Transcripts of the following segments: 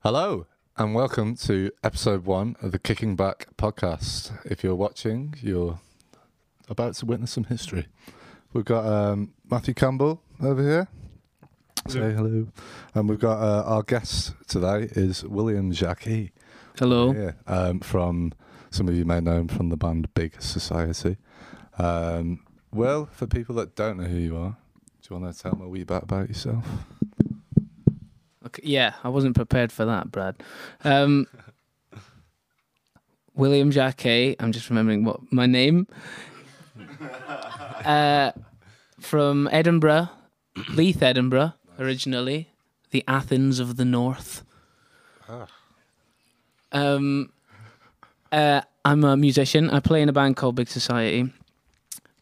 Hello, and welcome to episode one of the Kicking Back podcast. If you're watching, you're about to witness some history. We've got um, Matthew Campbell over here. Say hello. And we've got uh, our guest today is William Jackie. Hello. Yeah, um, from some of you may know him from the band Big Society. Um, well, for people that don't know who you are, do you want to tell them a wee bit about yourself? Okay, yeah, I wasn't prepared for that, Brad. Um, William Jacquet. I'm just remembering what my name. Uh, from Edinburgh, Leith, Edinburgh, originally, the Athens of the North. Um, uh, I'm a musician. I play in a band called Big Society.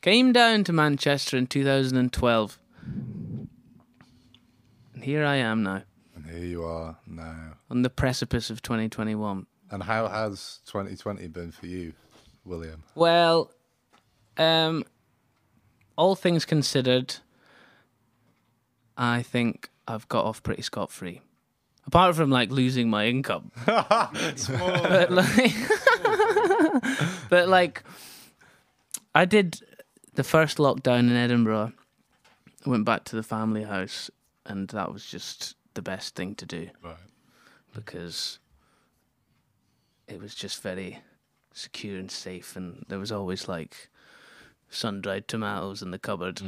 Came down to Manchester in 2012. And here I am now. And here you are now. on the precipice of 2021? And how has 2020 been for you, William? Well, um, all things considered, I think I've got off pretty scot free. Apart from like losing my income, but like, but like, I did the first lockdown in Edinburgh. I went back to the family house, and that was just the best thing to do. Right. because it was just very secure and safe, and there was always like sun-dried tomatoes in the cupboard.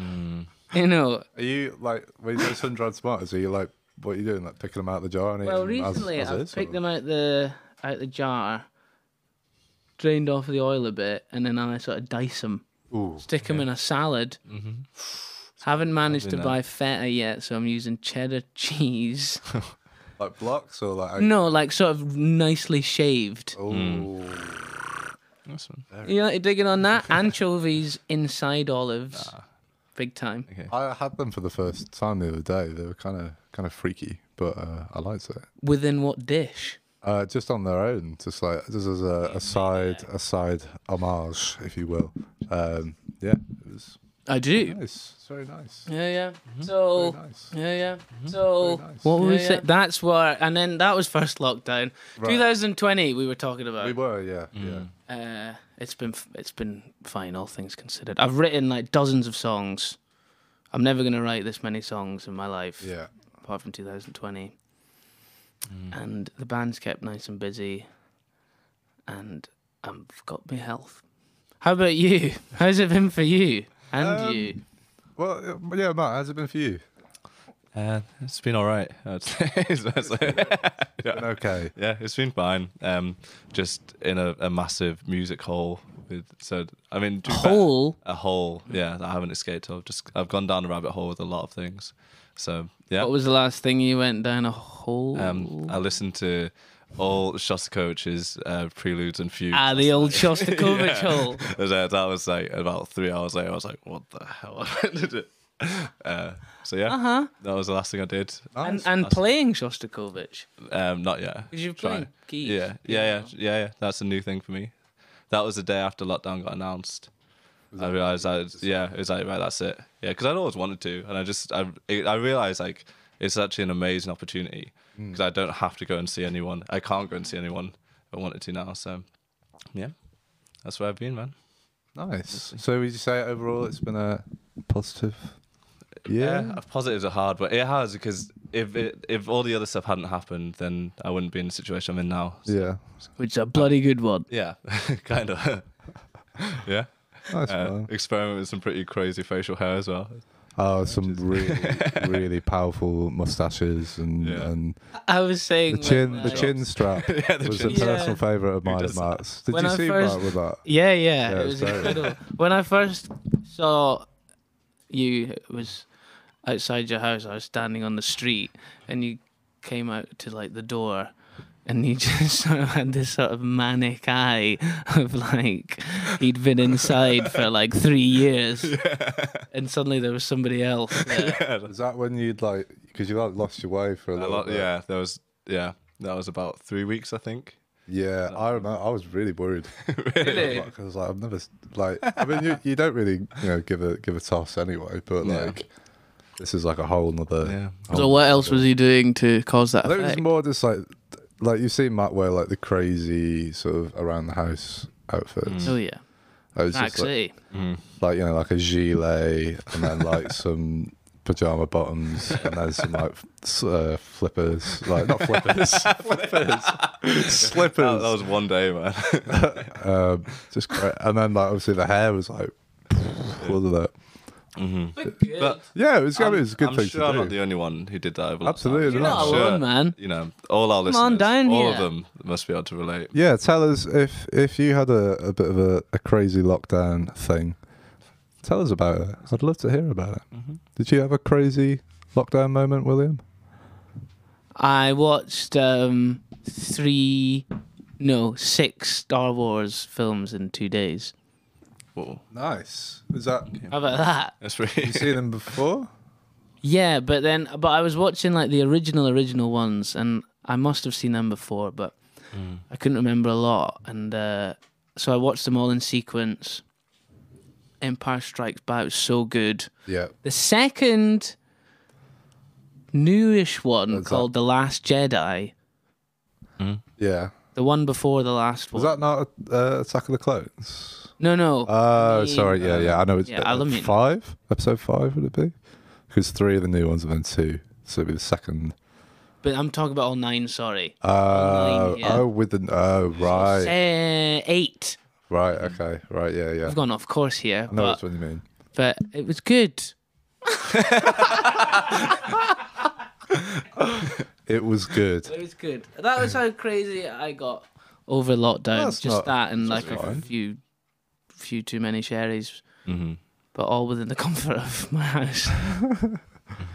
You know. Are you like when you do sun dried tomatoes? Are you like what are you doing? Like picking them out of the jar and Well, eating them as- recently as I is, picked or- them out the out the jar, drained off the oil a bit, and then I sort of dice them, Ooh, stick them in a salad. Haven't managed to Lovely, buy feta yet, so I'm using cheddar cheese. like blocks or like no, like sort of nicely shaved. Ooh, Nice one. You know, digging on that anchovies inside olives, big time. I had them for the first time the other day. They were kind of kind of freaky, but uh, I liked it. Within what dish? Uh, just on their own, just like this is a, a side a side homage, if you will. Um, yeah, it was I do. nice. It's very nice. Yeah, yeah. Very Mm-hmm. So. nice. Mm-hmm. Yeah, yeah. So. Very nice. What were we Oh, Yeah, saying? That's what, and then that was first lockdown, 2020. We were talking about. We were, yeah, yeah. Uh, it's been f- it's been fine, all things considered. I've written like dozens of songs. I'm never gonna write this many songs in my life, Yeah. Mm. apart from 2020. And the band's kept nice and busy, and I've got my health. How about you? How's it been for you and you? Um, Well, uh, yeah, Matt, how's it been for you? Uh, it's been all right. I'd say. It's been- Been okay. yeah, it's been fine. Um, just in a, a massive music hole. With so, I mean, to be fair- Hole? a hole. Yeah, that I haven't escaped. I've just I've gone down a rabbit hole with a lot of things. So yeah, What was the last thing you went down a hole? um, I listened to all Shostakovich's uh, preludes and fugues. ah, the old Shostakovich hole. that, that was like about three hours later. I was like, what the hell? did it? Uh, so yeah, uh-huh. that was the last thing I did. And, and playing Shostakovich. Um, not yet. Because you're Trying. playing keys. Yeah, yeah, yeah, yeah, yeah. That's a new thing for me. That was the day after lockdown got announced. I realized I, yeah, it was like right, that's it. Yeah, because I'd always wanted to, and I just, I, it, I realized like it's actually an amazing opportunity because I don't have to go and see anyone. I can't go and see anyone. If I wanted to now, so yeah, that's where I've been, man. Nice. So would you say overall it's been a positive? Yeah. Uh, positives are hard, but it has because if it, if all the other stuff hadn't happened, then I wouldn't be in the situation I'm in now. So, yeah. Which is a bloody good one. yeah, kind of. yeah. Nice Uh, one. experiment with some pretty crazy facial hair as well. Oh, some really, really powerful mustaches and, Yeah. and I was saying the when, chin, the like- chin strap the was chin a strap. personal Yeah. favourite of mine, does of that? Matt's. Did When you I see first- Matt with that? Yeah, yeah, Yeah, it it's was very- incredible. when I first saw you, it was outside your house. I was standing on the street, and you came out to like the door, and you just sort of had this sort of manic eye of like he'd been inside for like three years, and suddenly there was somebody else. There. Is that when you'd like because you like lost your way for a A little lot, bit? yeah, there was, yeah, that was about three weeks, I think. Yeah, I remember. I was really worried. Really? Like, I was like, I've never s- like. I mean, you, you don't really you know give a give a toss anyway, but Yeah. like, this is like a whole nother. Yeah. whole So what else was he doing to cause that I think it was effect? more just like like you've seen Matt wear like the crazy sort of around the house outfits. Oh yeah, I was Mac just like, City. Mm. like you know like a gilet and then like some pajama bottoms and then some like f- s- uh, flippers like not flippers flippers That, slippers that was one day, man. um, just great. and then like obviously the hair was like wasn't it But yeah it was, I mean, I'm- it was a Mm-hmm. good I'm thing sure to I'm do not the only one who did that. Over Absolutely lockdown. You're not I'm sure- alone, man. You know, all our listeners, Come on down all of here. them must be able to relate. yeah tell us if if you had a, a bit of a, a crazy lockdown thing tell us about it I'd love to hear about it Mm-hmm. did you have a crazy lockdown moment William I watched um, three, no, six Star Wars films in two days. Whoa. nice is that How about that? That's pretty. you seen them before Yeah, but then, but I was watching like the original, original ones, and I must have seen them before, but Hmm. I couldn't remember a lot, and uh, so I watched them all in sequence. Empire Strikes Back was so good. yeah The second newish one What's that? Hmm? called The Last Jedi, Yeah. the one before the last one. Was that not uh, Attack of the Clones? no, no. Oh, mean, sorry. Yeah, yeah. I know it's yeah, Aluminium. five. Episode five would it be? Because three of the new ones and then two, so it'd be the second. But I'm talking about all nine, sorry. Uh, Nine, yeah. Oh, with the oh, right, Say eight. right, okay, right, yeah, yeah. I've gone off course here, I know but, that's what you mean. but it was good. It was good. It was good. That was how crazy I got over lockdown. That's Just not- that and like that's a fine. Mm-hmm. few, few too many sherries, but all within the comfort of my house.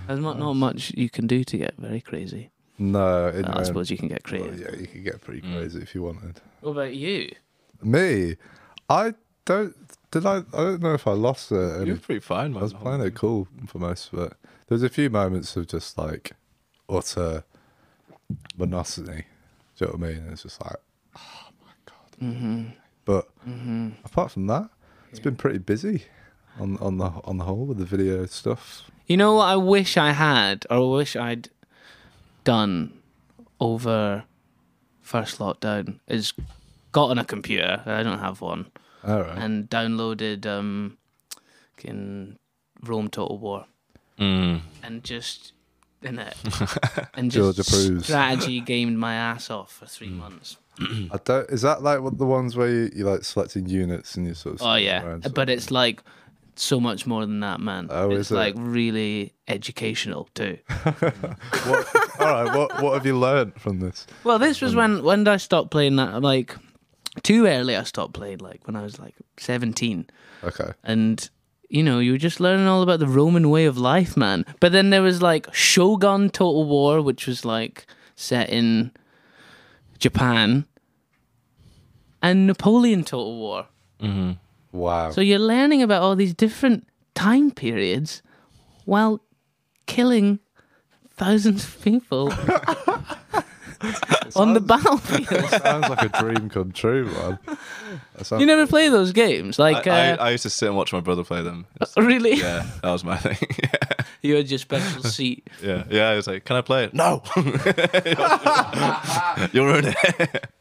There's not, not much you can do to get very crazy. No, in I um, suppose you can get well, creative. yeah, you could get Mm. pretty crazy if you wanted. What about you? Me, I don't. Did I? I don't know if I lost it. You're pretty fine, man. I was playing it cool for most of it. There was a few moments of just like utter monotony. Do you know what I mean? It's just like, oh my god. But Mm-hmm. apart from that, it's been pretty busy on on the on the whole with the video stuff. You know what I wish I had, or wish I'd done over first lockdown is gotten a computer. I don't have one, All right. and downloaded um, in Rome Total War, Mm. and just in it, and George just approves. Mm. strategy gamed my ass off for three months. I don't, is that like what the ones where you, you like selecting units and you sort of? Oh switching yeah, around sort but of- it's like so much more than that, man. Oh, it's is it? like really educational too. what, all right. What what have you learned from this? Well, this was when when did I stopped playing that? Like too early, I stopped playing. Like when I was like seventeen, Okay. and you know you were just learning all about the Roman way of life, man. But then there was like Shogun Total War, which was like set in Japan, and Napoleon Total War. Wow. So you're learning about all these different time periods while killing thousands of people on the battlefield. sounds like a dream come true, man. That sounds- You never play those games, like I, uh, I, I used to sit and watch my brother play them. really? Yeah, that was my thing. You had your special seat. yeah, yeah. I was like, "Can I play it?" No. You'll ruin it.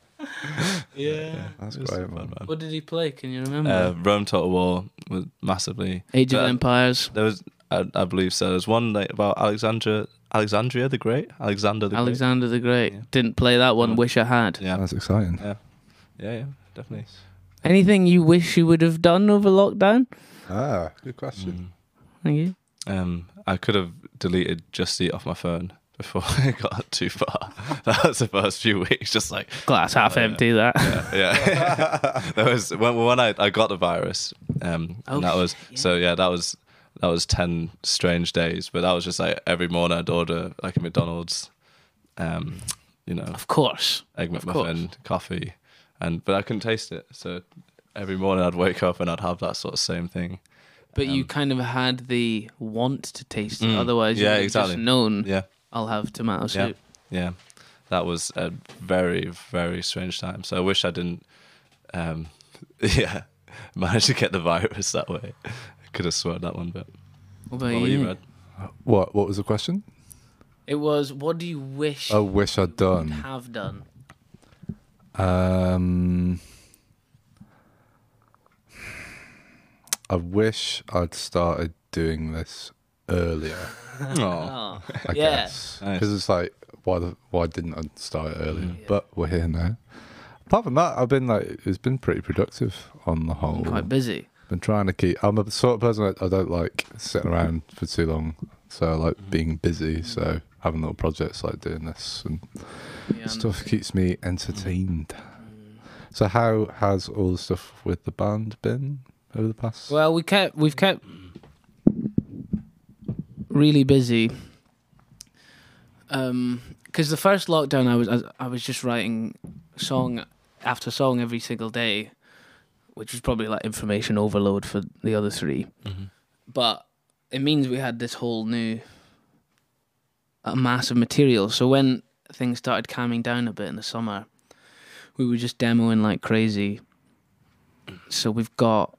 Yeah. That's great, man. What did he play? Can you remember? Uh, Rome Total War was massively. Age of but Empires. There was, I, I believe, so. There's one like, about Alexandria, Alexandria the Great, Alexander the Alexander the Great. Didn't play that one. Wish I had. Great. Yeah, That's exciting. yeah, yeah, definitely. Anything you wish you would have done over lockdown? Ah, good Mm. question. Thank you. Um, I could have deleted Just Eat off my phone before I got too far. that was the first few weeks, just like oh, Glass half empty. That. yeah. that was when, when I, I got the virus. Um, Oh, and that was shit, yeah. so yeah. That was that was ten strange days, but that was just like every morning I'd order like a McDonald's, um, you know, Of course. egg course. McMuffin, coffee, and but I couldn't taste it. So every morning I'd wake up and I'd have that sort of same thing. But you Um, kind of had the want to taste it. Otherwise, mm, Yeah, you would have exactly. just known. Yeah, I'll have tomato yeah, soup. yeah. That was a very very strange time. So I wish I didn't. Um, yeah. Managed to get the virus that way. Could have swerved that one, but What about What were you? you, Brad? What What was the question? It was. What do you wish I wish I'd you done. have done? Um, I wish I'd started doing this earlier. Oh, Oh, Yeah. I guess Nice. because it's like why the, why didn't I start it earlier? Yeah. But we're here now. Apart from that, I've been like it's been pretty productive on the whole. quite busy. Been trying to keep. I'm a sort of person that I don't like sitting around for too long, so I like being busy. So having little projects like doing this and Yeah, I'm- stuff keeps me entertained. So how has all the stuff with the band been over the past? Well, we kept we've kept really busy. Um 'cause because the first lockdown, I was I, I was just writing song after song every single day, which was probably like information overload for the other 3 Mm-hmm. But it means we had this whole new a mass of material. So when things started calming down a bit in the summer, we were just demoing like crazy. So we've got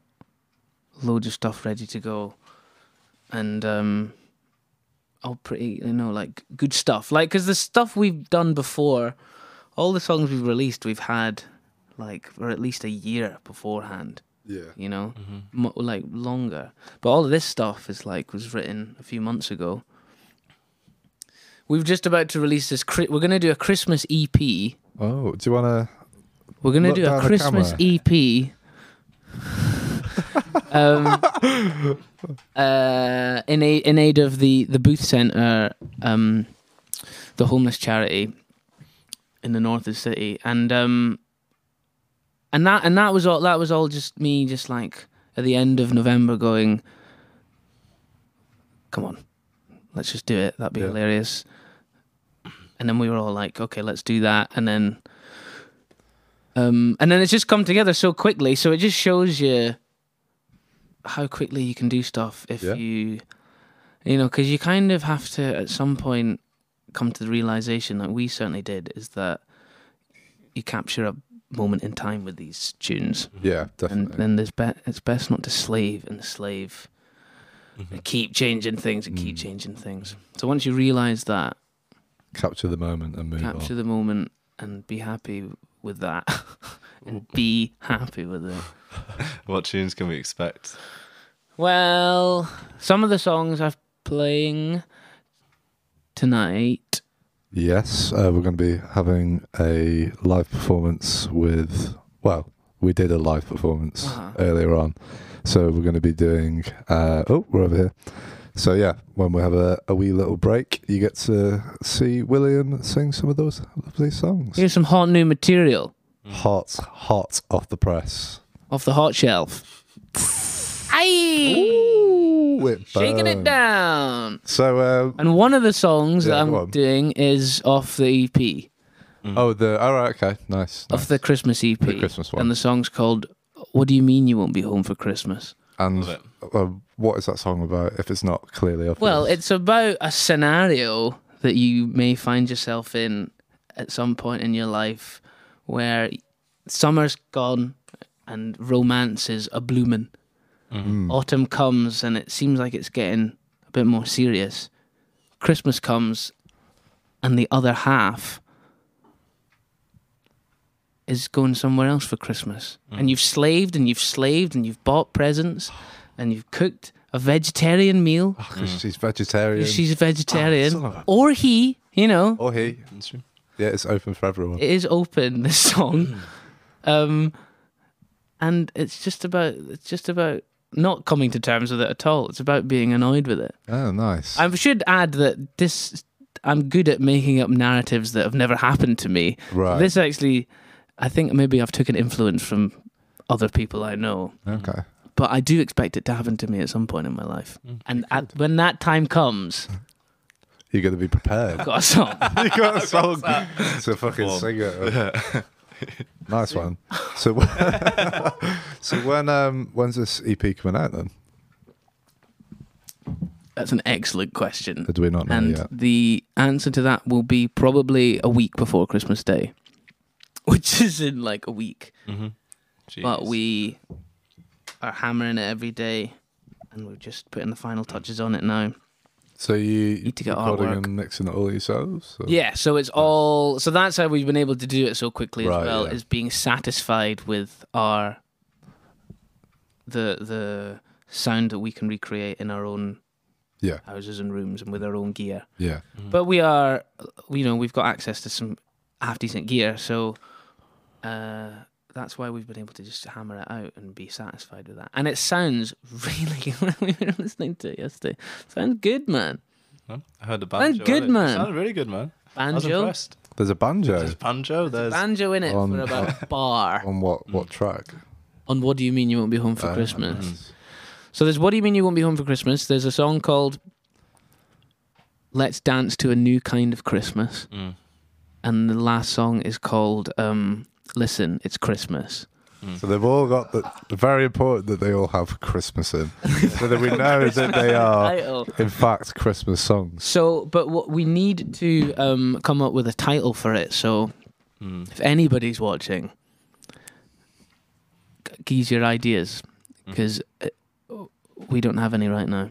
loads of stuff ready to go, and um, all oh, pretty, you know, like good stuff. Like, cause the stuff we've done before, all the songs we've released, we've had like for at least a year beforehand. yeah, You know, Mo- like longer. But all of this stuff is like was written a few months ago. We've just about to release this. Chri- We're gonna do a Christmas E EP. Oh, do you want to? We're gonna Look do a down the Christmas E- camera. EP. um, uh, in aid, in aid of the the Booth Centre, um, the homeless charity in the north of the city, and um, and that and that was all. That was all just me, just like at the end of November, going, "Come on, let's just do it. That'd be Yeah. hilarious." And then we were all like, "Okay, let's do that," and then. Um, and then it's just come together so quickly. So it just shows you how quickly you can do stuff if Yeah. you, you know, because you kind of have to at some point come to the realization that we certainly did is that you capture a moment in time with these tunes, Yeah, and definitely. then there's be- it's best not to slave and slave and keep changing things and keep changing things. So once you realize that, capture the moment and move capture on. the moment and be happy with that, and be happy with it. what tunes can we expect? Well, some of the songs I'm playing tonight. Yes, uh, we're going to be having a live performance with. Well, we did a live performance Uh-huh. earlier on, so we're going to be doing. Uh, oh, we're over here. So yeah, when we have a, a wee little break, you get to see William sing some of those lovely songs. Here's some hot new material Mm. Hot, hot off the press. off the hot shelf. Aye! Ooh, it Shaking it burns. down. So, uh, And one of the songs Yeah, that go I'm on. doing is off the EP, oh, the all right, okay, nice. off the Christmas EP. The Christmas one. And the song's called What Do You Mean You Won't Be Home for Christmas? and Love uh, what is that song about? If it's not clearly obvious, Well, it's about a scenario that you may find yourself in at some point in your life where summer's gone and romance is a bloomin'. Autumn comes and it seems like it's getting a bit more serious. Christmas comes and the other half is going somewhere else for Christmas. And you've slaved and you've slaved and you've bought presents and you've cooked a vegetarian meal. 'Cause Oh, she's vegetarian. mm. Ah, Oh, She's a vegetarian. son of a- or he, you know. Or he. Yeah, it's open for everyone. It is open, this song. Hmm. um and it's just about it's just about not coming to terms with it at all. It's about being annoyed with it. oh, nice. I should add that this I'm good at making up narratives that have never happened to me. Right. This actually I think maybe I've took an influence from other people I know, okay. Mm. but I do expect it to happen to me at some point in my life. and at, when that time comes, You're going to be prepared. I've got a song. you got a song to fucking Perform. sing it. nice one. So, w- so when um when's this EP coming out then? That's an excellent question. Did we not know And yet? the answer to that will be probably a week before Christmas Day, which is in like a week. But Mm-hmm. Jeez. we are hammering it every day and we're just putting the final touches on it now. So you Need to get recording artwork. and mixing it all yourselves? or- Yeah, so it's all so that's how we've been able to do it so quickly Right, as well yeah. is being satisfied with our the the sound that we can recreate in our own Yeah. houses and rooms and with our own gear. Yeah. But we are you know, we've got access to some half decent gear, so uh that's why we've been able to just hammer it out and be satisfied with that. And it sounds really we were listening to it yesterday. Sounds good, man. Huh? I heard the banjo. good, earlier. It man. Sounded really good, man. I was Banjo. impressed. There's a banjo. There's banjo. There's Banjo in it On- for about a bar. On what Hmm. what track? on what do you mean you won't be home for Uh, Christmas? So there's what do you mean you won't be home for Christmas? There's a song called "Let's Dance to a New Kind of Christmas," Mm. and the last song is called um, "Listen, It's Christmas." So they've all got the very important that they all have Christmas in. so that we know that they are Title. in fact Christmas songs. So, but what we need to um, come up with a title for it. So, Hmm. Mm. if anybody's watching, g- geez your ideas Hmm. because we don't have any right now.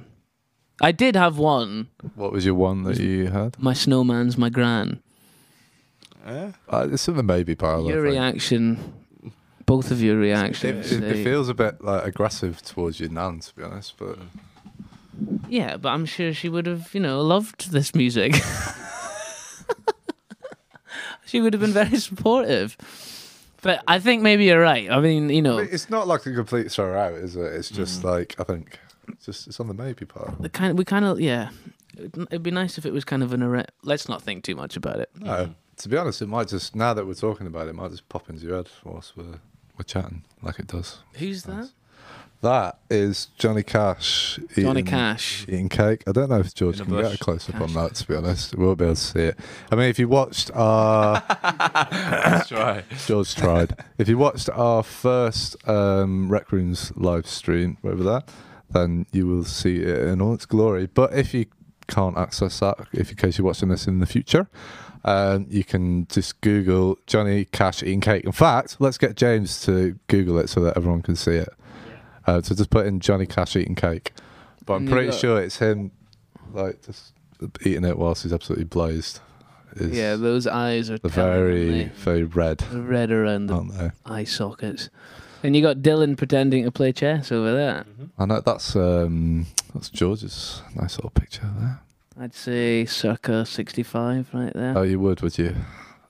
I did have one. What was your one that you had? My snowman's my gran. Eh? Uh, it's in the maybe pile. I your think. reaction, both of your It, reactions. it, it they- feels a bit like aggressive towards your nan, to be honest. But yeah, but I'm sure she would have, you know, loved this music. she would have been very supportive. But I think maybe you're right. I mean, you know, Mm. it's not like a complete throw out, is it? It's just like I think it's just it's on the maybe pile. the kind we kind of yeah. It'd it'd be nice if it was kind of an array. Let's not think too much about it. No, to be honest, it might just now that we're talking about it, it might just pop into your head whilst we're we're chatting, like it does. Who's that? That is Johnny Cash. Johnny eating- Cash. Eating cake. I don't know if George In a can get a bush. close up on that. To be honest, we won't be able to see it. I mean, if you watched our That's right. George tried. If you watched our first um, Rec Rooms live stream over there, then you will see it in all its glory. But if you can't access that, if in case you're watching this in the future, um, you can just Google Johnny Cash eating cake. In fact, let's get James to Google it so that everyone can see it. Uh, so just put in Johnny Cash eating cake. But I'm And you pretty got- sure it's him, like just eating it whilst he's absolutely blazed. Is Yeah, those eyes are the telling, aren't very, very red, they? red around the aren't they? eye sockets. And you got Dylan pretending to play chess over there. I know that's um that's George's nice little picture there. I'd say circa 65 right there. Oh, you would, would you?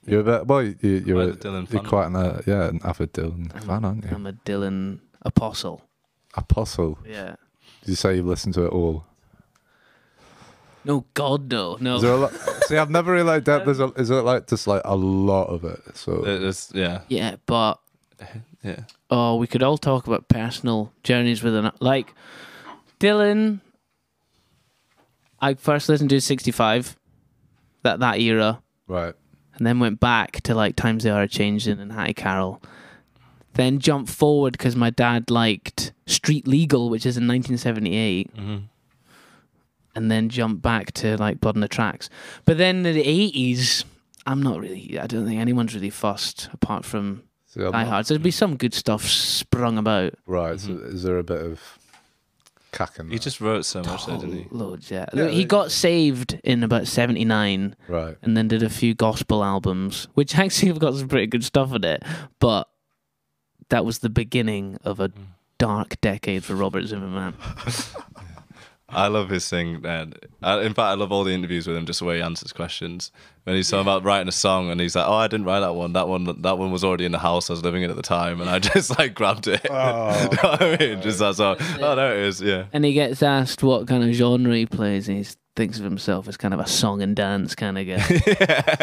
You're a bit, well, you, you're Quite a, a Dylan you're fan. quite an uh, yeah an avid Dylan I'm- fan, aren't you? I'm a Dylan apostle. Ah. Apostle. Yeah. Did you say you listened to it all? No, God, no. No. Is there a lot, see, I've never really like that. There's a, is there like just like a lot of it? So It- it's- yeah, yeah, but yeah. oh, we could all talk about personal journeys with an. Like, Dylan, I first listened to 65, that, that era, right, and then went back to like Times They Are a Changin' and Hattie Carroll. Then jumped forward because my dad liked Street Legal, which is in 1978. Mm-hmm. and then jump back to like blood on the tracks. But then in the eighties, I'm not really. I don't think anyone's really fussed apart from so I'm Die not- Hard. There'd be some good stuff sprung about. Mm-hmm. right. So is there a bit of cacking? He just wrote so much, though, didn't he? Loads, yeah. Yeah, he they- got saved in about seventy nine, right. and then did a few gospel albums, which actually have got some pretty good stuff in it. But that was the beginning of Mm. a dark decade for Robert Zimmerman. I love his thing, man. I, in fact, I love all the interviews with him, just the way he answers questions. When he's talking about writing a song, and he's like, "Oh, I didn't write that one. That one, that one was already in the house I was living in at the time, and I just like grabbed it." Oh, You know what I mean, just that's all. Oh, there it is. Yeah. And he gets asked what kind of genre he plays, and he thinks of himself as kind of a song and dance kind of guy.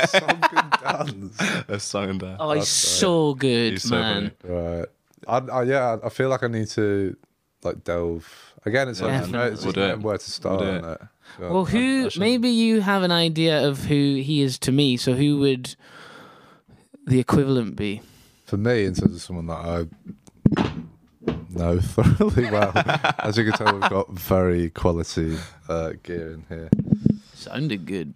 A song and dance. Oh, he's so good, He's so man. Right. I, I yeah, I feel like I need to like delve again. It's like Yeah, just know, it's We'll just do it. knowing where to start. We'll do isn't it. it? Yeah. well, who? Maybe you have an idea of who he is to me. So, who would the equivalent be? for me, in terms of someone that I know thoroughly well, as you can tell, we've got very quality uh, gear in here. Sounded good.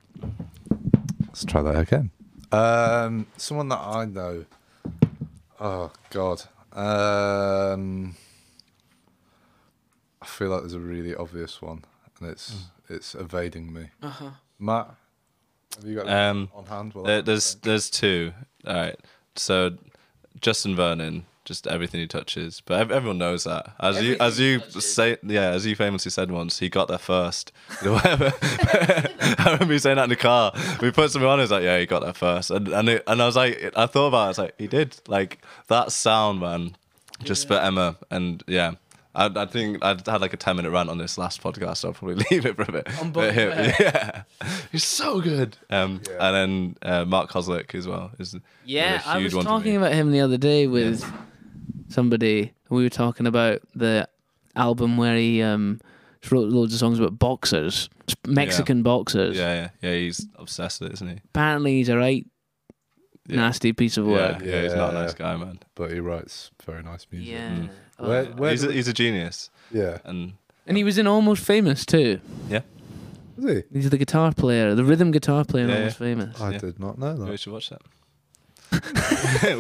Let's try that again. Um, someone that I know. Oh God. Mm. Um, I feel like there's a really obvious one, and it's It's evading me. Uh huh. Matt, have you got Um, on hand? Well, there, there's there's two. All right. So Justin Vernon, just everything he touches, but ev- everyone knows that. As you as you Everything he touches. say, yeah, as you famously said once, he got there first. You know, whatever. I remember you saying that in the car. We put something on. He's like, yeah, he got there first, and and it, and I was like, I thought about. it. I was like, he did. Like that sound, man. Just for Emma, and yeah. I, I think I had like a 10 minute rant on this last podcast, so I'll probably leave it for a bit. On But both here- ways. yeah, he's so good. Um, Yeah. And then uh, Mark Koslick as well is is Yeah, I a was huge one for me. talking about him the other day with somebody. We were talking about the album where he um, wrote loads of songs about boxers, Mexican boxers. Yeah, yeah, yeah. He's obsessed with it, isn't he? Apparently, he's a right Yeah. nasty piece of Yeah, work. yeah, he's not a Yeah. nice guy, man. but he writes very nice music. Yeah. Mm. Oh. Where- where- He's a, he's a genius, Yeah. and and he was in Almost Famous too. Is he? He's the guitar player, the rhythm guitar player in Yeah, Almost Famous. I Yeah. did not know we that. should watch that. we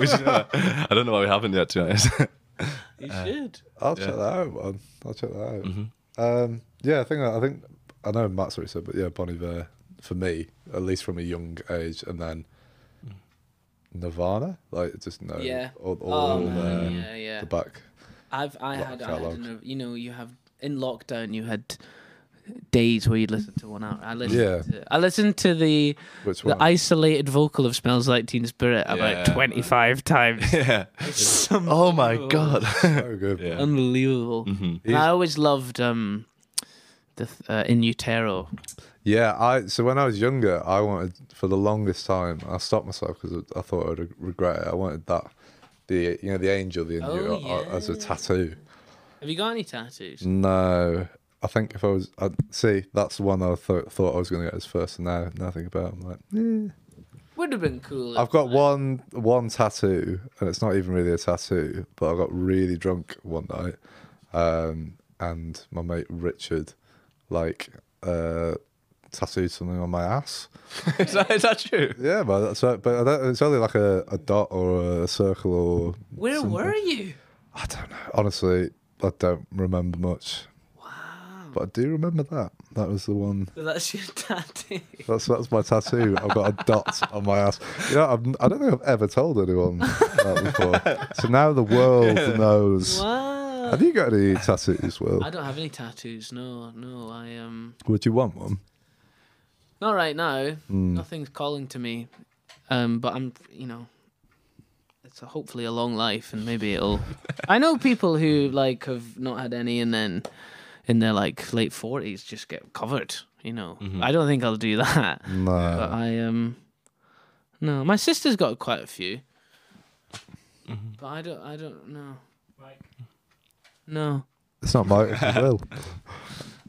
should do that. I don't know why we haven't yet, to be honest. You Uh, should. I'll Yeah. check that out, man. I'll check that out. Mhm. Um, yeah, I think I think I know Matt's what he said, but yeah, Bon Iver for me, at least from a young age, and then Mm. Nirvana, like just no, Yeah. all, all Oh, the, man. yeah, yeah. the back. I've I Rock had, I had catalogue. an- you know you have in lockdown you had days where you'd listen to one hour. I listened Yeah. to, I listened to the Which the one? isolated vocal of Smells Like Teen Spirit Yeah, about man. twenty five times. yeah. Some- Oh my god. so good. yeah. Unbelievable. hmm And I always loved um the th- uh, in utero. Yeah, I so when I was younger, I wanted for the longest time. I stopped myself because I thought I would re- regret it. I wanted that the you know the angel the Oh, angel uh, as a yeah. tattoo. Have you got any tattoos? No, I think if I was I'd, see that's the one I thought thought I was going to get as first, and now now I think about, it, I'm like, eh. Would have been cool. I've got one one tattoo, and it's not even really a tattoo, but I got really drunk one night, um, and my mate Richard, like, uh, tattooed something on my ass. is, that, is that true? Yeah, but that's right. But I don't, it's only like a, a dot or a circle or Where something. were you? I don't know. Honestly, I don't remember much, Wow. but I do remember that. That was the one. So that's your tattoo. That's that's my tattoo. I've got a dot on my ass. You know, I've, I don't think I've ever told anyone that before. So now the world knows. Wow. Have you got any tattoos, Will? I don't have any tattoos. No, no. I um, Would you want one? not right now. Mm. Nothing's calling to me. Um, but I'm, you know, it's a, hopefully a long life, and maybe it'll. I know people who like have not had any, and then in their like late forties just get covered. You know, Mhm. I don't think I'll do that. No. Uh-huh. But I um, no. My sister's got quite a few, but I don't. I don't know. No. It's not my it's Will.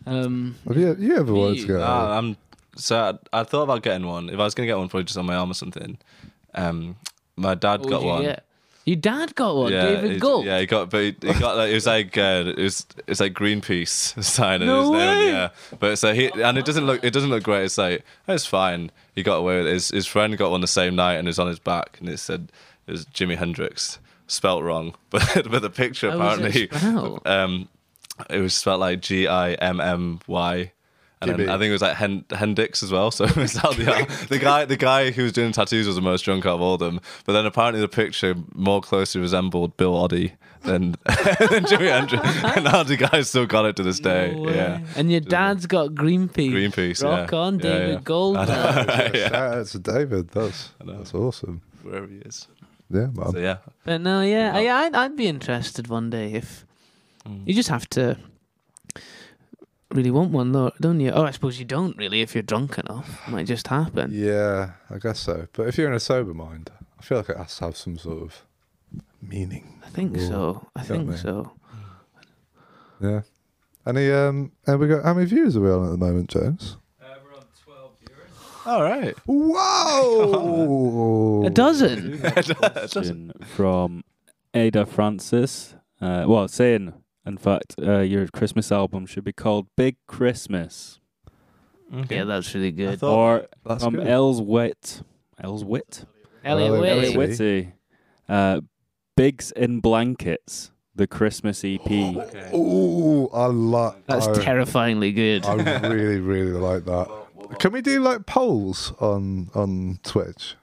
Um. Have you, you ever wanted to Me? get Ah, I'm so I, I thought about getting one. If I was gonna get one, probably just on my arm or something. Um, my what dad would got you one. get? Your dad got one, he- David Gold. Yeah, he got, but he, he got like it was like uh, it was it's like Greenpeace sign. and No his name, way! Yeah, but so he and it doesn't look it doesn't look great. It's like oh, it's fine. He got away with it. His, his friend got one the same night and it was on his back and it said it was Jimi Hendrix spelt wrong, but but the picture How was it apparently spelled? um it was spelled like G I M M Y. And then Jimmy. I think it was like Hen- Hendrix as well. So it was out the, the guy, the guy who was doing tattoos was the most drunk out of all of them. But then apparently the picture more closely resembled Bill Oddie than, than Jimmy Hendrix. And now the guy still got it to this day. No way. Yeah, And your dad's got Greenpeace. Greenpeace, Rock yeah. on, Yeah, David yeah. Gold. yeah. Shout out to David. That's know. that's awesome. wherever he is. Yeah, So man. yeah, But no, yeah, I, I'd, I'd be interested one day if you just have to really want one, though, don't you? Oh, I suppose you don't really if you're drunk enough. It might just happen. Yeah, I guess so. But if you're in a sober mind, I feel like it has to have some sort of meaning. I think Ooh, so. I got think me. so. Yeah. Any um and we got how many views are we on at the moment, James? all right. Wow. A dozen. question from Ada Francis. Uh, well, saying, in fact, uh, your Christmas album should be called Big Christmas. Yeah, that's really I good. thought- or That's from good. Elswit. Elswit? Elliot Elliot Way. Wade. Elliot Whitty. Uh, Bigs in Blankets. the Christmas EP. Ooh, I like. That's I, terrifyingly good. I really, really like that. Can we do like polls on on Twitch?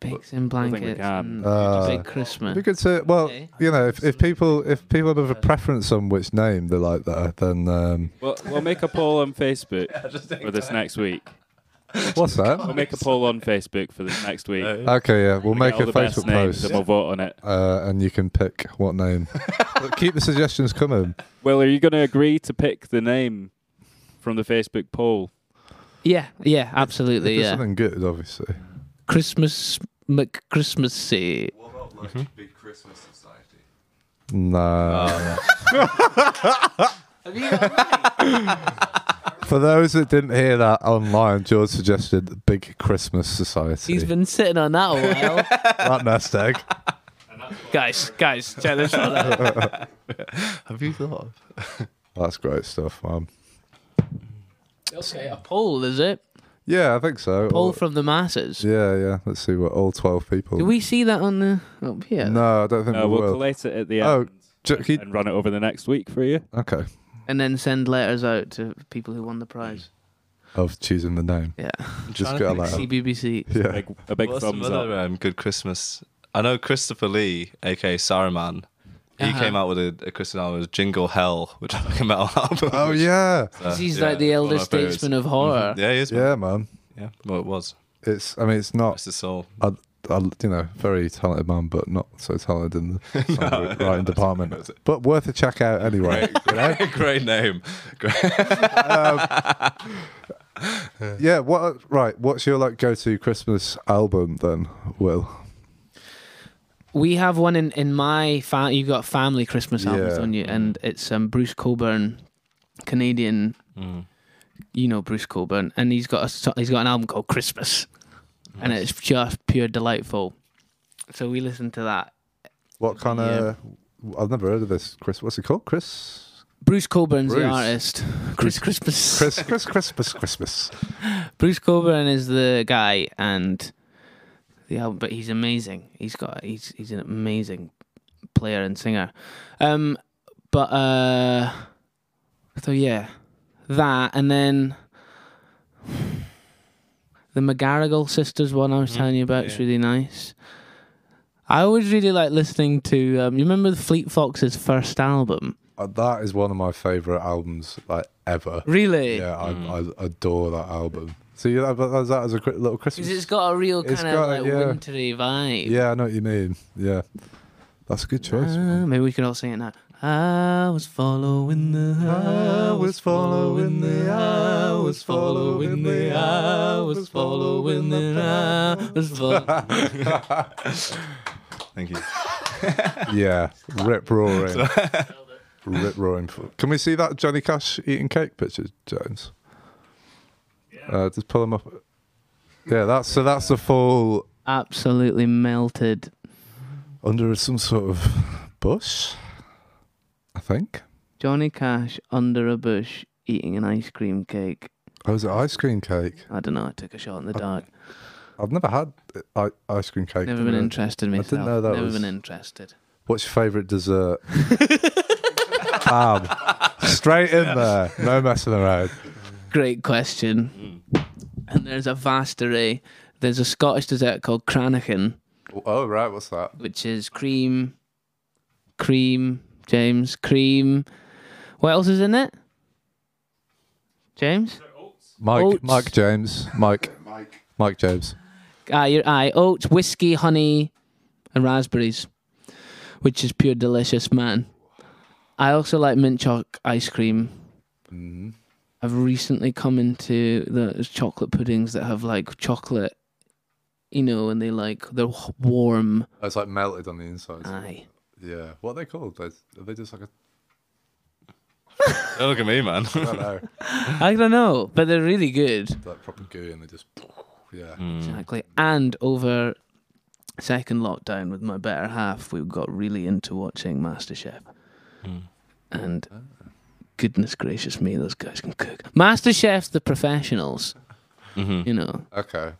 Pigs in think we blankets. can. and Uh, Big Mm, Christmas. We could say, well, Okay. you know, if, if people if people have a preference on which name they like that, then um, We'll, we'll make a poll on Facebook for this next week. what's We'll that? make a poll on Facebook for this next week. We'll Okay, yeah, we'll get make all a the best Facebook names post, and we'll vote on it. uh, and you can pick what name. But keep the suggestions coming. Will, are you going to agree to pick the name from the Facebook poll? yeah, yeah, If absolutely. there's Yeah. something good, obviously. Christmas McChristmassy. What about like Big Christmas Society? Nah. Oh, Oh. Have you For those that didn't hear that online, George suggested the Big Christmas He's Society. been sitting on that a while. that nest egg. guys, guys, check this out. Have you thought? of- That's great stuff, man. Okay, a poll, is it? Yeah, I think so. Poll Or- from the masses. yeah, yeah. Let's see what all 12 people. Do we see that on the up here? No, I don't think Uh, we we'll will. collate it at the end Oh, ju- he- and run it over the next week for you. okay. And then send letters out to people who won the prize. Of choosing the name. Yeah. trying Just get to a think. letter. CBBC. Yeah. Big, a big What's thumbs another up. um, good Christmas? I know Christopher Lee, aka Saruman. He Uh-huh. came out with a, a Christmas album, it was Jingle Hell, which I like a metal album. Oh, yeah. Uh, He's yeah, like the one of elder my favorites. Mm-hmm. statesman of horror. Yeah, he is. Yeah. Yeah, man. yeah. Well, it was. It's, I mean, it's not, That's his soul. I, I, you know, very talented man, but not so talented in the song writing department. But worth a check out anyway. you know? Great name. Great. Um, Yeah, what right, what's your like go to Christmas album then, Will? We have one in in my fa- you've got family Christmas albums, Yeah. don't you? And it's um, Bruce Coburn, Canadian. Mm. You know Bruce Coburn, and he's got a so- he's got an album called Christmas, and it's just pure delightful. So we listened to that. What kind of I've never heard of this Chris what's it called? Chris Bruce Coburn's Bruce. the artist. Chris Christmas. Chris Chris Christmas Christmas. Bruce Coburn is the guy, and the album, but he's amazing. He's got he's he's an amazing player and singer. Um, but uh, so yeah, that and then the McGarrigle sisters one I was telling you about is yeah. really nice. I always really like listening to. Um, you remember the Fleet Fox's first album? Uh, that is one of my favourite albums like ever. Really? Mm. Yeah, I, I adore that album. So you have that as a cri- little Christmas Because it's got a real It's kind of got a- like yeah. wintry vibe. Yeah, I know what you mean. Yeah. That's a good choice. man. Ah, maybe we can all sing it now. I was following the I was following the I was following the I was following the I was following. Thank you. yeah. Rip roaring. Rip roaring. Can we see that Johnny Cash eating cake picture, James? Uh, just pull him up. Yeah, that's so. That's the full Absolutely melted. under some sort of bush, I think. Johnny Cash under a bush eating an ice cream cake. Oh, was it ice cream cake? I don't know. I took a shot in the dark. I've never had I- ice cream cake. Never been interested myself. didn't know that Never was- been interested. What's your favourite dessert? Bam. Straight in there. No messing around. Mm. Great question. And there's a vast array. There's a Scottish dessert called Cranachan. Oh, right. What's that? which is cream, cream, James, cream. What else is in it? James? Mike. Oats. Mike James. Mike. Mike. Mike James. Ah, your eye. Oats, whiskey, honey, and raspberries, which is pure delicious, man. I also like mint choc ice cream. Mm-hmm. I've recently come into the chocolate puddings that have like chocolate, you know, and they like they're warm. Oh, It's like melted on the inside. Aye. Yeah. What are they called? They're, are they just like a. Don't look at me, man. I don't know. I don't know, but they're really good. like proper goo and they just. Yeah. Exactly. And over second lockdown with my better half, we got really into watching MasterChef. And goodness gracious me, those guys can cook. MasterChef's the professionals, you know. Okay.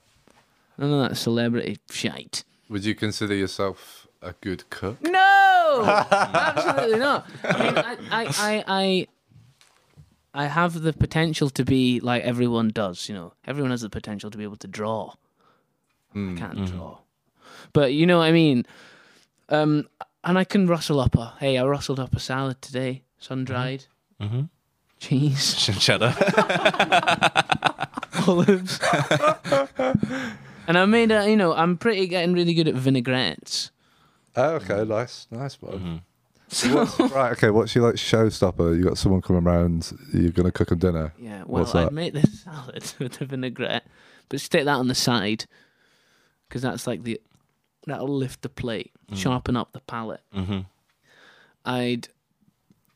None of that celebrity shite. Would you consider yourself a good cook? No, absolutely not. I mean, I, I, I, I, I have the potential to be like everyone does. You know, everyone has the potential to be able to draw. I can't draw, but you know what I mean. Um, and I can rustle up a. Hey, I rustled up a salad today, sun dried, Mm-hmm. cheese, Cheddar. olives, and I made a. You know, I'm pretty getting really good at vinaigrettes. Oh, okay, nice, nice one. What's- right, okay. What's your like showstopper? You got someone coming round. You're gonna cook them dinner. Yeah, well, What's I'd that? make this salad with a vinaigrette, but stick that on the side because that's like the that'll lift the plate, Mm. sharpen up the palate. Mm-hmm. Mhm. I'd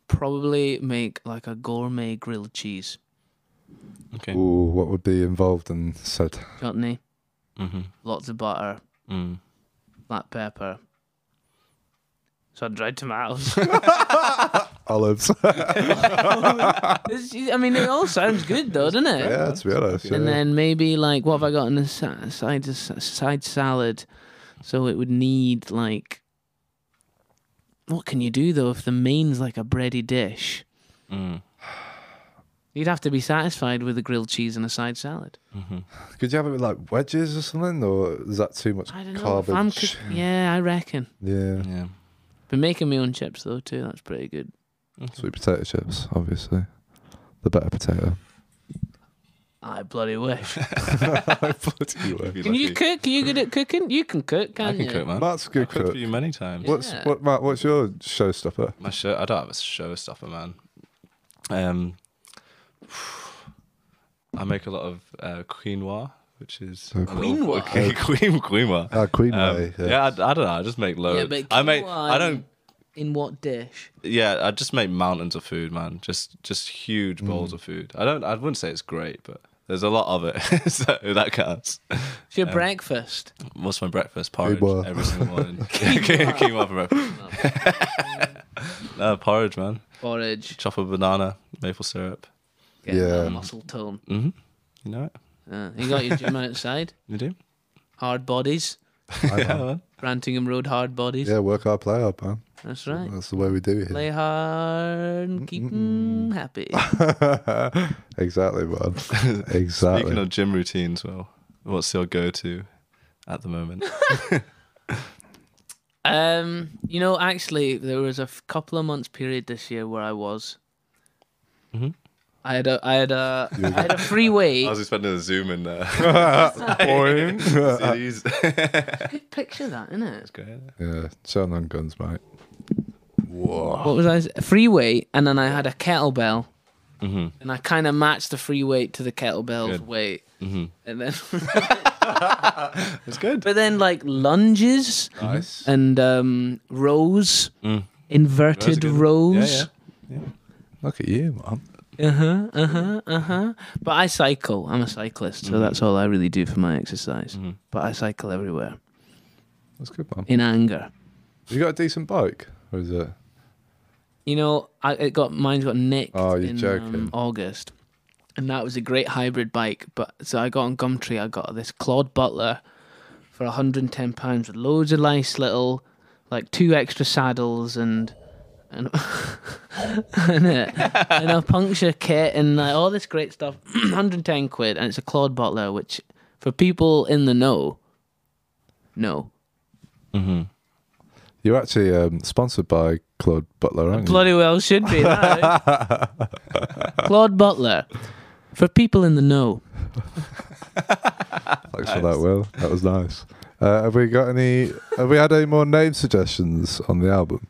probably make like a gourmet grilled cheese Okay. Ooh, what would be involved in said? chutney, Mm-hmm. Mhm. lots of butter, Mm. black pepper, sun dried tomatoes. Olives. It's- I mean, it all sounds good though, doesn't it? yeah, to be honest. And yeah. then maybe like what have I got in the sa- side s- side salad? So it would need like what can you do though if the main's like a bready dish? Mm. You'd have to be satisfied with a grilled cheese and a side salad. Mm-hmm. Could you have it with like wedges or something, or is that too much I don't know. if carbon? I'm cook- yeah, I reckon. yeah, Yeah. But making my own chips though too, that's pretty good. sweet potato chips, obviously. The better potato. I bloody wish. Anyway. Can you cook? Are you good at cooking? You can cook, I can't can you? cook, man. Mark's a good I've cooked cook. for you many times. Yeah. What's what, Mark? What's your showstopper? My show. I don't have a showstopper, man. Um, I make a lot of uh, quinoa, which is So a little- Quinoa? Okay, queen quinoa. Ah, Queen Um, Mary, yeah, I, I don't know. I just make Yeah, loads. but I make. quinoa I don't. In what dish? Yeah, I just make mountains of food, man. Just just huge Mm. bowls of food. I don't. I wouldn't say it's great, but there's a lot of it. so that counts. It's Um, your breakfast. What's my breakfast? Porridge Quinoa. every single morning. quinoa for breakfast. no, porridge, man. Porridge. Chop a banana, maple syrup. Get that Yeah. Muscle tone. Mm-hmm. You know it. Uh, you got your gym outside. You do. Hard bodies. Yeah, man. Brantingham Road hard bodies. Yeah, work hard, play hard, man. That's right. That's the way we do it. Here. Play hard and keep 'em happy. exactly, man. Exactly. Speaking of gym routines, well, what's your go-to at the moment? Um, you know, actually, there was a f- couple of months period this year where I was. Mhm. I had a, I had a, I had a free I week. was expecting a zoom in there. Boing. Cities. Good picture that, isn't it? Great. yeah, showing on guns, mate. Whoa. What was I? s- Free weight, and then I had a kettlebell, Mm-hmm. Mhm. and I kind of matched the free weight to the kettlebell's Good. weight, Mm-hmm. Mhm. and then, It's good. but then like lunges. Nice. Mm. and um, rows, inverted good one. rows. Look at you, man. Uh huh. Uh huh. Uh huh. But I cycle. I'm a cyclist, Mm. so that's all I really do for my exercise. But I cycle everywhere That's good, man. in anger. You got a decent bike, or is it? You know, I it got mine's got nicked Oh, you're in joking. Um, August, and that was a great hybrid bike. But so I got on Gumtree. I got this Claude Butler for 110 pounds with loads of nice little, like two extra saddles and and and, a, and a puncture kit and like, all this great stuff. 110 quid, and it's a Claude Butler, which for people in the know, no. You're actually um, sponsored by Claude Butler, aren't you? Bloody well should be. now. Claude Butler. For people in the know, Thanks for that, Will. That was nice. Uh, have we got any? Have we had any more name suggestions on the album?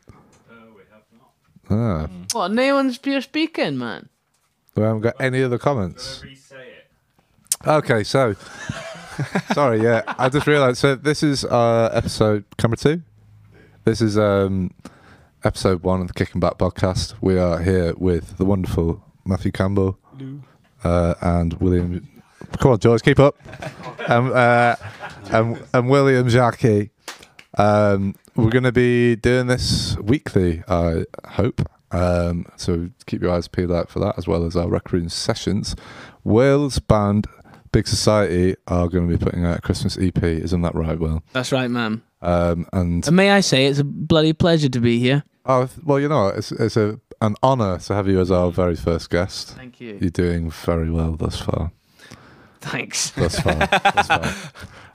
No, Uh, we have not. Ah, what no one's pure speaking, man. we haven't got any other comments. Okay, so sorry, yeah, I just realised. So this is uh, episode camera two. This is um, episode one of the Kicking Back podcast. We are here with the wonderful Matthew Campbell uh, and William. Come on, George, keep up. Um, uh, and, and William Jackie. Um, we're going to be doing this weekly, I hope. Um, so keep your eyes peeled out for that, as well as our rec room sessions. Will's band Big Society are going to be putting out a Christmas EP. Isn't that right, Will? That's right, ma'am. Um, and And may I say, it's a bloody pleasure to be here. oh, well, you know, it's it's a an honour to have you as our very first guest. Thank you. You're doing very well thus far. Thanks. That's fine. That's fine.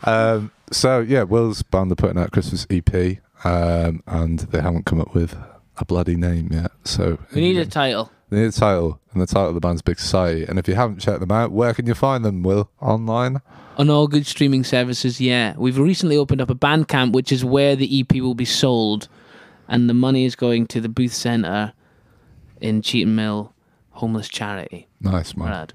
Um, so yeah, Will's band are putting out Christmas EP, um, and they haven't come up with a bloody name yet. So We need a title. they need a title, and the title of the band's Big Society. And if you haven't checked them out, where can you find them? Will online? On all good streaming services, yeah. We've recently opened up a Bandcamp, which is where the EP will be sold, and the money is going to the Booth Centre in Cheetham Mill Homeless Charity. Nice man, Brad.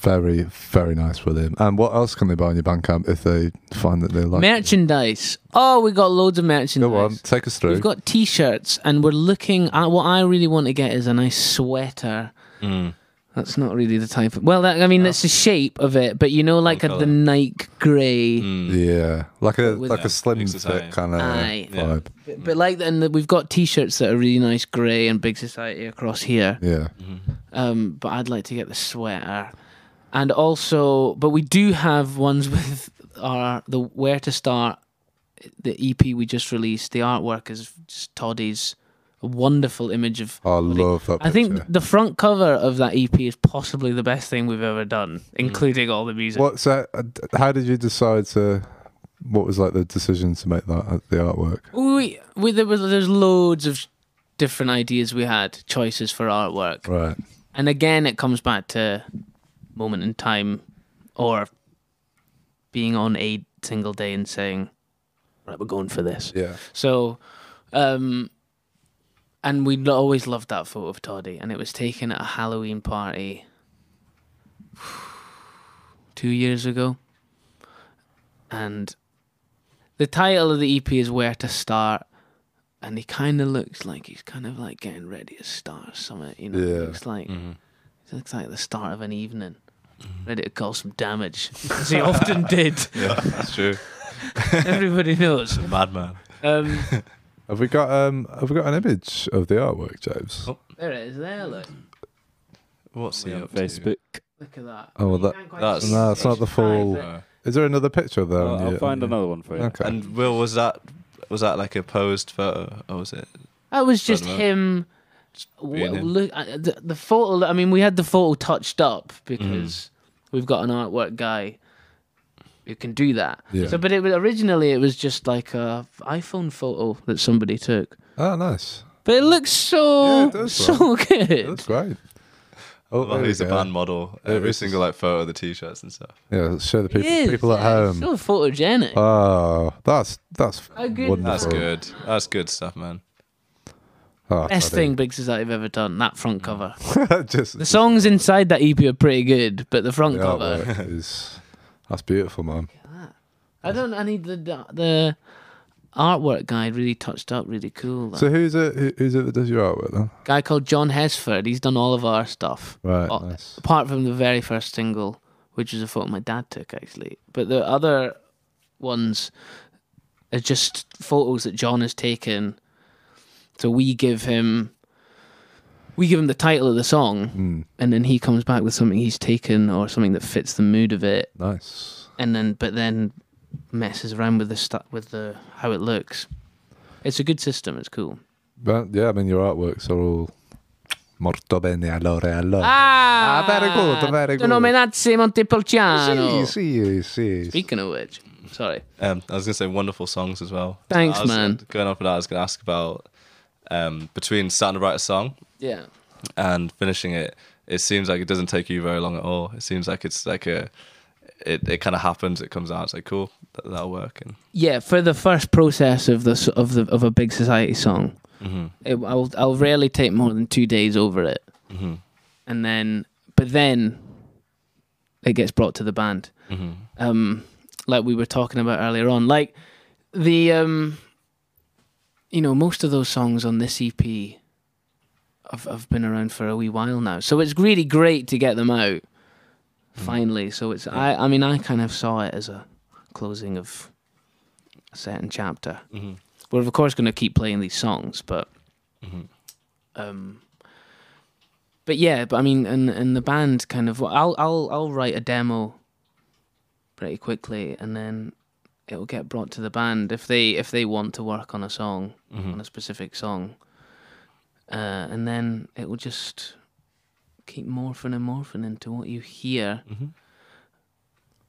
very very nice with him. And what else can they buy on your Bandcamp if they find that they like? it? merchandise. Oh, we got loads of merchandise. Go on, take us through. We've got T-shirts, and we're looking. At, what I really want to get is a nice sweater. Mm. That's not really the type of. Well, that, I mean, that's the shape of it, but you know, like a, colour. the Nike grey. Mm. yeah, like a With like a Yeah, slim Big fit Society. kind of Aye. Yeah. vibe. But, but like, and the, we've got T-shirts that are really nice grey and big society across here. Yeah, Um, but I'd like to get the sweater, and also, but we do have ones with our the where to start, the EP we just released. The artwork is just Toddy's wonderful image of I love that. I think picture. the front cover of that EP is possibly the best thing we've ever done, including all the music. What's that? uh, d- How did you decide to? What was like the decision to make that uh, the artwork? We, we there was there's loads of different ideas we had, choices for artwork, Right. and again it comes back to moment in time, or being on a single day and saying, "Right, we're going for this." Yeah. So, um, and we lo- always loved that photo of Toddy, and it was taken at a Halloween party two years ago. And the title of the EP is Where to Start, and he kind of looks like he's kind of like getting ready to start something, you know? Yeah. It looks like Mm-hmm. it looks like the start of an evening. Ready to cause some damage, as he often did. Yeah, that's true. Everybody knows. Madman. Um, Have we got um? Have we got an image of the artwork, James? Oh. there it is. There, look. What's We he on up to? Facebook. Look at that. Oh, well, that- You can't quite that's- see No, it's not the It's private. full. Uh, Is there another picture there? I'll, on I'll your- find on your- another one for you. Okay. And Will, was that was that like a posed photo, or was it? That was just Don't know. him. being w- him. Look, uh, the, the photo. I mean, we had the photo touched up Mm. because we've got an artwork guy who can do that. Yeah. So, but it was originally it was just like a iPhone photo that somebody took. oh, nice. But it looks so Yeah, it does, so good. That's great. Oh, Well, there we he's a go. band model. There Every is. single like photo of the t-shirts and stuff. Yeah, let's show the people, It is, people at yeah, it's home. So photogenic. Oh, that's that's How good is wonderful. That's Oh. good. That's good stuff, man. Oh, Best bloody- thing Big Society've ever done. That front cover. Mm. Just The songs inside that EP are pretty good, but the front the cover. artwork is. That's beautiful, man. I don't. I need the the artwork guy really touched up, really cool. So who's it? who- Who's it that does your artwork then? guy called John Hesford. He's done all of our stuff, Right. Oh, nice. apart from the very first single, which is a photo my dad took actually. But the other ones are just photos that John has taken. So we give him. We give him the title of the song, Mm, and then he comes back with something he's taken or something that fits the mood of it, nice. and then but then messes around with the stu with the how it looks. It's a good system. It's cool. But yeah, I mean your artworreals are all molto bene allora allora. Ah, very good, very good. Denominazzi Montepulciano. sì, sì, sì. Speaking of which, sorry. Um, I was gonna say wonderful songs as well. Thanks, I was, man. Going on for that, I was gonna ask about um, between starting to write a song Yeah, and finishing it. It seems like it doesn't take you very long at all. It seems like it's like a, it, it kind of happens. It comes out. It's like cool. That, that'll work. And yeah. For the first process of the s- of the of a big society song, Mm-hmm. it, I'll I'll rarely take more than two days over it, and then but then it gets brought to the band. Um, like we were talking about earlier on, like the um, you know, most of those songs on this EP have, have been around for a wee while now. So it's really great to get them out finally. So it's I I mean I kind of saw it as a closing of a certain chapter. We're of course going to keep playing these songs, but Mm-hmm. um, but yeah, but I mean, and and the band kind of I'll I'll I'll write a demo pretty quickly, and then it will get brought to the band if they if they want to work on a song on a specific song, uh, and then it will just keep morphing and morphing into what you hear Mhm.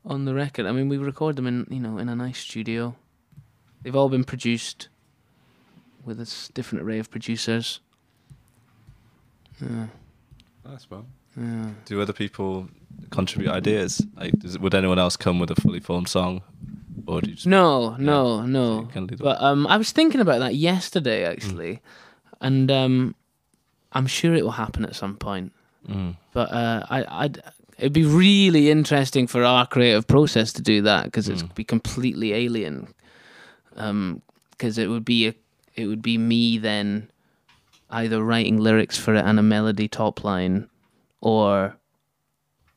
on the record. I mean, we record them in you know in a nice studio. They've all been produced with a s- different array of producers. Yeah, That's one. yeah. Do other people contribute ideas? Like, does, would anyone else come with a fully formed song, or do you just No, Yeah. no, so no. you can do that? But um, I was thinking about that yesterday actually, Hmm. and um, I'm sure it will happen at some point. Mm. But uh, I, I'd, it'd be really interesting for our creative process to do that because it's Mm. be completely alien. Because it would be a, it would be me then, either writing lyrics for it and a melody top line, or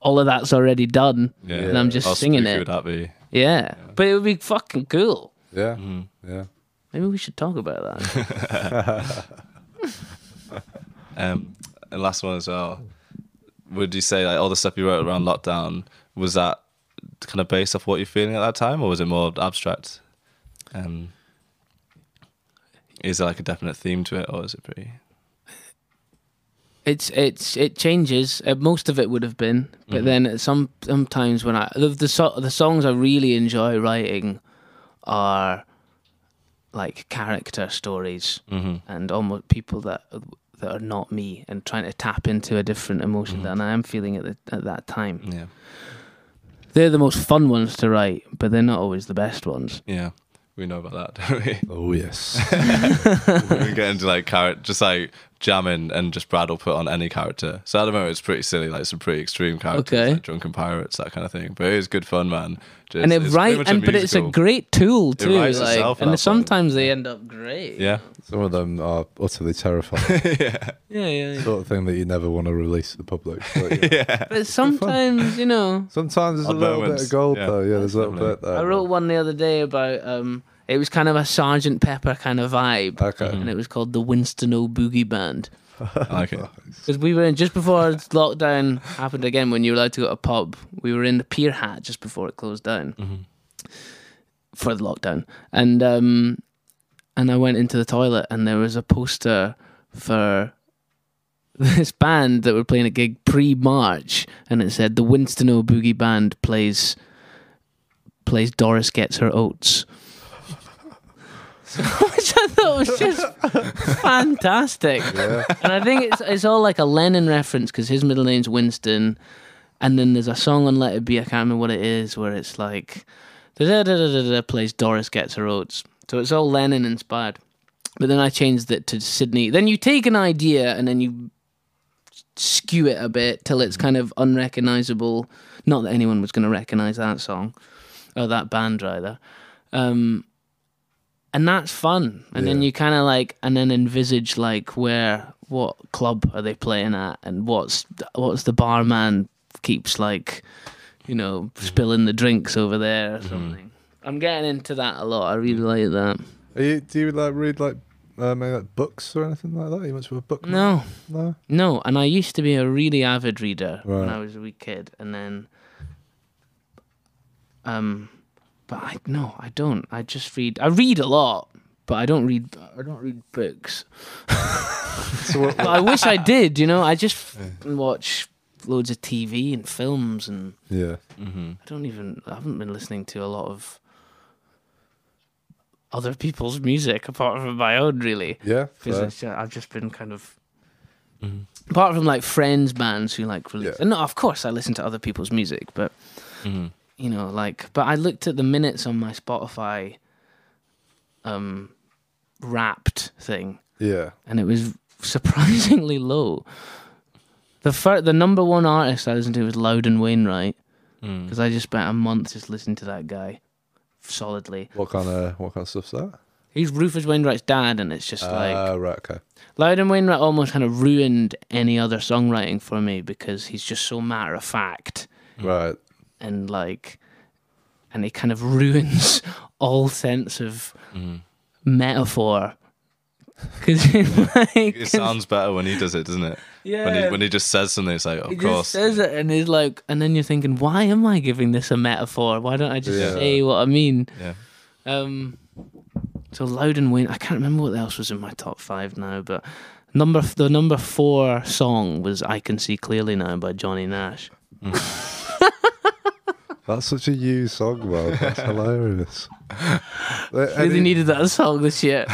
all of that's already done. And I'm just How singing spooky it. Would that be? Yeah, but it would be fucking cool. Yeah, Mm. yeah. Maybe we should talk about that. Um, and last one as well. Would you say like all the stuff you wrote around lockdown was that kind of based off what you're feeling at that time, or was it more abstract? Um, is there like a definite theme to it, or is it pretty? It's it's it changes. Uh, most of it would have been, but Mhm. then at some sometimes when I the the, so, the songs I really enjoy writing are like character stories Mm-hmm. and almost people that that are not me and trying to tap into a different emotion Mhm. than I am feeling at the, at that time. Yeah, They're the most fun ones to write, but they're not always the best ones. yeah. We know about that, don't we? Oh yes. we get into like character, just like jamming, and just Brad will put on any character. So at the moment, it's pretty silly, like some pretty extreme characters, Okay. like drunken pirates, that kind of thing. But it is good fun, man. Just- and it it's pretty write much and but it's a musical. great tool too. writes like, itself at that and point. sometimes they end up great. yeah, Some of them are utterly terrifying. yeah, yeah. yeah. sort of thing that you never want to release to the public. But, yeah. yeah. But sometimes you know. Sometimes there's Odd a little bit moments, of gold yeah. though. Yeah, there's a little Definitely. bit there. I wrote one the other day about um it was kind of a Sergeant Pepper kind of vibe. Okay. And it was called the Winston O Boogie Band. I like it. Because we were in just before lockdown happened again when you were allowed to go to a pub, we were in the Pier Hat just before it closed down Mm-hmm. for the lockdown. And um and I went into the toilet and there was a poster for this band that were playing a gig pre March and it said the Winston O Boogie Band plays plays Doris Gets Her Oats. Which I thought was just fantastic. Yeah. And I think it's it's all like a Lennon reference because his middle name's Winston, and then there's a song on Let It Be I can't remember what it is where it's like da da da da da da plays Doris Gets Her Oats. So it's all Lennon inspired. But then I changed it to Sydney. Then you take an idea and then you skew it a bit till it's kind of unrecognizable. Not that anyone was going to recognize that song or that band rather. Um, and that's fun. And then Yeah. you kind of like, and then envisage like where, what club are they playing at, and what's what's the barman keeps like, you know, spilling the drinks over there Mm-hmm. or something. I'm getting into that a lot. I really like that. Are you, do you like read like uh, maybe like books or anything like that? Are you much of a book? man? No, No. no, and I used to be a really avid reader when Right. I was a wee kid, and then, um, but I no, I don't. I just read. I read a lot, but I don't read. I don't read books. So what, But I wish I did. You know, I just f- watch loads of TV and films, and yeah. hmm I don't even. I haven't been listening to a lot of other people's music apart from my own, really. Yeah. fair. Because I've just been kind of apart from like friends bands who like release Yeah. and no of course i listen to other people's music but hmm you know like but i looked at the minutes on my spotify um wrapped thing Yeah. and it was surprisingly low the fir- the number one artist i listened to was loudon wainwright because i just spent a month just listening to that guy solidly What kind of what kind of stuff's that? he's rufus wainwright's dad and it's just like Ah, right. Okay. Loudon Wainwright almost kind of ruined any other songwriting for me because he's just so matter of fact Right. and like, and he Mm-hmm. kind of ruins all sense of metaphor because you like, It sounds better when he does it, doesn't it? yeah, When he when he just says something, it's like, of he course. just says it, and he's like, and then you're thinking, why am I giving this a metaphor? Why don't I just Yeah. say what I mean? yeah. Um, so Loudon Wayne, I can't remember what else was in my top five now, but number the number four song was "I Can See Clearly Now" by Johnny Nash. Mm. That's such a you song, Rob. That's hilarious. Uh, Really needed that song this year.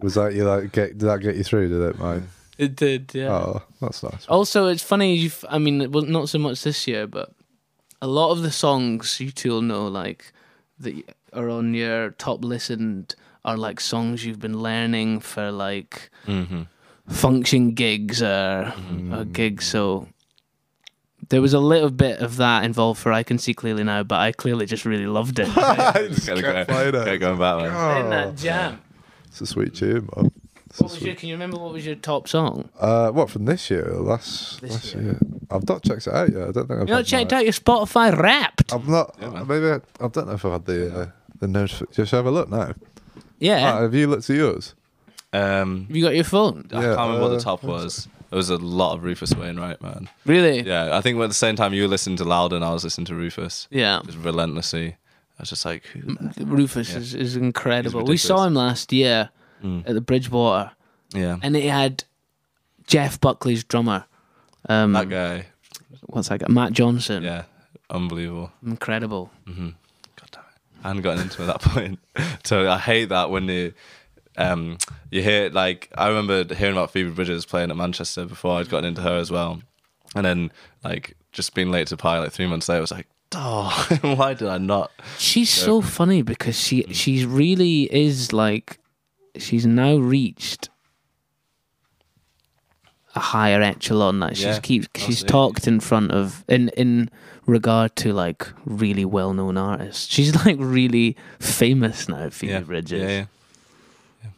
Was that you like get? Did that get you through? Did it, mate? it did, yeah. Oh, that's nice. Also, it's funny. You've, I mean, it was not so much this year, but a lot of the songs you two will know, like that are on your top listened, are like songs you've been learning for like Mm-hmm. function gigs or, or gigs. So there was a little bit of that involved for I Can See Clearly Now, but I clearly just really loved it. I just Gotta kept go, playing gotta it. go back, man. In Oh, that jam. it's a sweet tune, Rob. It's a What was sweet- your, can you remember what was your top song? Uh, what from this year? Or last This last year. year. I've not checked it out yet. I don't think I've You not had checked my- out your Spotify Wrapped? I'm not. Yeah, man. maybe I, I don't know if I've had the uh, the notification. Just have a look now. Yeah. Ah, have you looked at yours? Um, Have you got your phone? I Yeah, can't remember what uh, the top was. It was a lot of Rufus Wainwright, man. Really? Yeah, I think at the same time you were listening to Loudon, I was listening to Rufus. Yeah. Mm. Just relentlessly. I was just like, who the- Rufus Yeah. is, is incredible. He's We saw ridiculous. him last year Mm. at the Bridgewater, yeah, and he had Jeff Buckley's drummer. Um, that guy. What's that guy? Matt Johnson. Yeah, unbelievable. Incredible. hmm God damn it. I hadn't gotten into it at that point. so I hate that when you um you hear like I remember hearing about Phoebe Bridges playing at Manchester before I'd gotten into her as well. And then like just being late to pie like three months later I was like, Oh, why did I not? She's so funny because she Mm. she's really is like she's now reached a higher echelon. Like she's Yeah, keeps she's absolutely. talked in front of in in regard to like really well known artists. She's like really famous now, Phoebe yeah. Bridges. Yeah, yeah.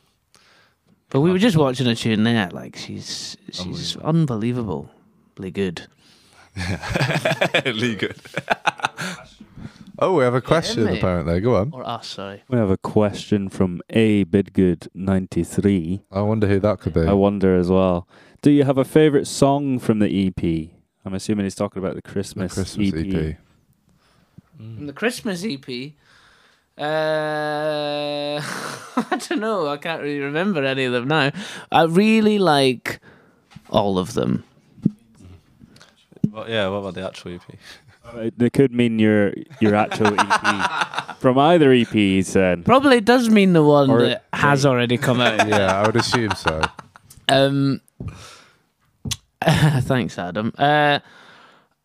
But we were just watching her tune there. Like she's she's Unbelievable. unbelievably good. Really good. Oh, we have a question mate. apparently. Go on. Or us, sorry. We have a question from A Bidgood ninety three. I wonder who that could be. I wonder as well. Do you have a favorite song from the EP? I'm assuming he's talking about the The Christmas, E Christmas E EP. From the Christmas EP. Uh, I don't know. I can't really remember any of them now. I really like all of them. Well, yeah, what about the actual E EP? It, it Uh, could mean your your actual EP from either EP. He said. Probably does mean the one Or- that has already come out. Yeah, I would assume so. Um, thanks, Adam. Uh,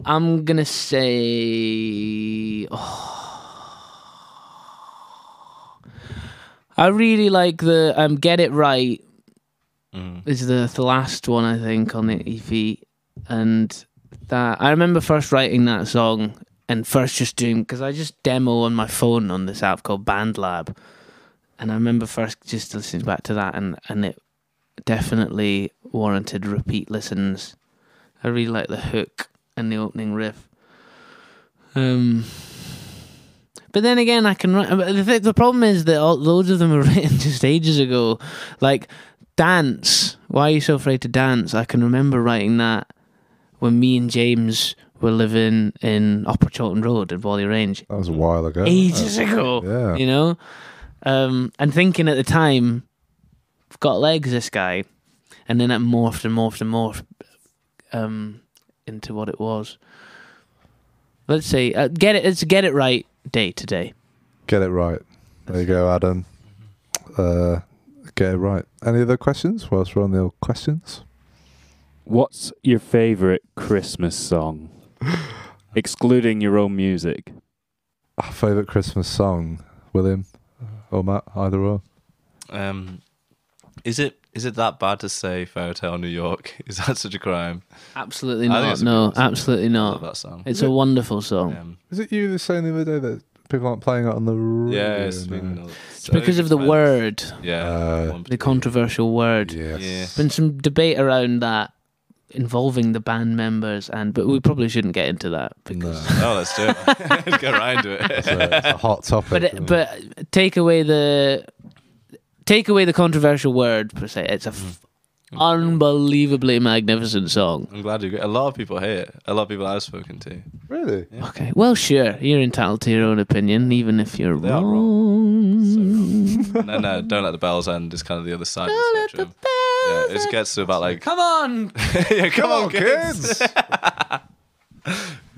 I'm gonna say. I really like the um, "Get It Right" Mm. is the, the last one I think on the EP, and that I remember first writing that song and first just doing because I just demo on my phone on this app called BandLab, and I remember first just listening back to that and and it definitely warranted repeat listens. I really like the hook and the opening riff. Um, but then again, I can. write- but The, th- the problem is that all, loads of them are written just ages ago. Like dance. Why are you so afraid to dance? I can remember writing that when me and James were living in Upper Chilton Road at Wally Range That was a while ago. ages ago Yeah. you know um and thinking at the time "I've got legs this guy and then it morphed and morphed and morphed um into what it was let's see uh, get it it's get it right day to day Get it right. There you go, Adam. Uh, get it right. Any other questions? Whilst we're on the old questions, What's your favorite Christmas song, excluding your own music? our favorite Christmas song, William or Matt, either or. Um, is it is it that bad to say Fairy Tale New York? Is that such a crime? absolutely I think not it's a no beautiful song. absolutely I love not that song. it's a wonderful song Um, Is it you that was saying the other day that people aren't playing it on the radio? yeah, it's now? been it's because of the word Yeah, Uh, the one particular- controversial word Yes. been some debate around that involving the band members and but we probably shouldn't get into that because No. Oh, let's do it. let's get right into it. It's a, it's a hot topic. but isn't it? but take away the take away the controversial word per se, it's a f- Mm. unbelievably magnificent song. I'm glad you agree. A lot of people hate it. A lot of people I've spoken to. Really? Okay, well, sure, you're entitled to your own opinion, even if you're They are wrong. No, no, don't let the bells end is kind of the other side Don't of the let the spectrum. yeah, bells it gets to about like, Come on! yeah, come, Come on, kids. kids!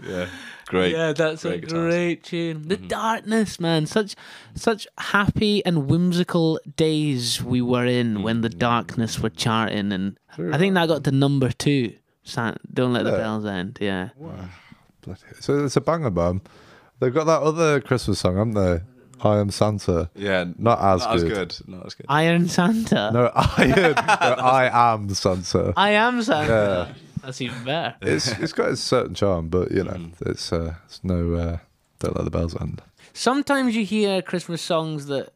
Yeah, great. yeah, that's a great guitars. Mm-hmm. great tune. The darkness, man. Such such happy and whimsical days we were in when Mm. the darkness were charting, and I think that got to number two. Sa- Don't let the Yeah. bells end. Yeah. Bloody- so it's a banger, mum. They've got that other Christmas song, haven't they? I am Santa. Yeah, not, Not as not good. as good. Not as good. Iron Santa. No, I am, no, I am Santa. I am Santa. That's even better. It's it's got a certain charm, but you Mm. know, it's uh, it's no uh, don't let the bells end. Sometimes you hear Christmas songs that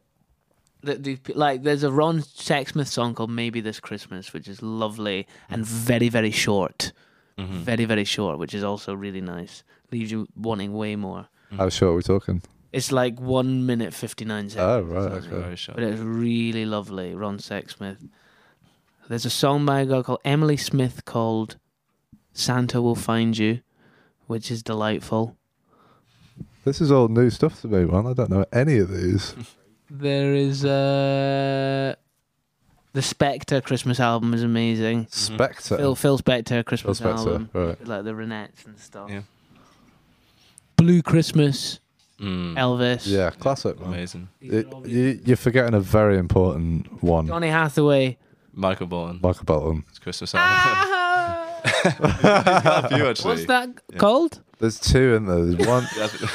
that do like there's a Ron Sexsmith song called Maybe This Christmas, which is lovely and Mm-hmm. very very short, very very short, which is also really nice. Leaves you wanting way more. Mm-hmm. How short are we talking? It's like one minute fifty nine seconds. Oh right, something. okay. Very short. But it's really lovely, Ron Sexsmith. There's a song by a girl called Emily Smith called "Santa Will Find You," which is delightful. This is all new stuff to me, man. I don't know any of these. There is uh the Spectre Christmas album is amazing. Mm-hmm. Spectre. Phil Phil Spectre Phil Christmas Spectre. album, Right. like the Renettes and stuff. Yeah. Blue Christmas, Mm, Elvis. Yeah, classic, man. amazing. These are It- all good. you, you're forgetting a very important one, Johnny Hathaway. Michael Bolton. Michael Bolton. It's Christmas album. He's got a few actually. Ah. What's that called? There's two in there. There's one. Actually,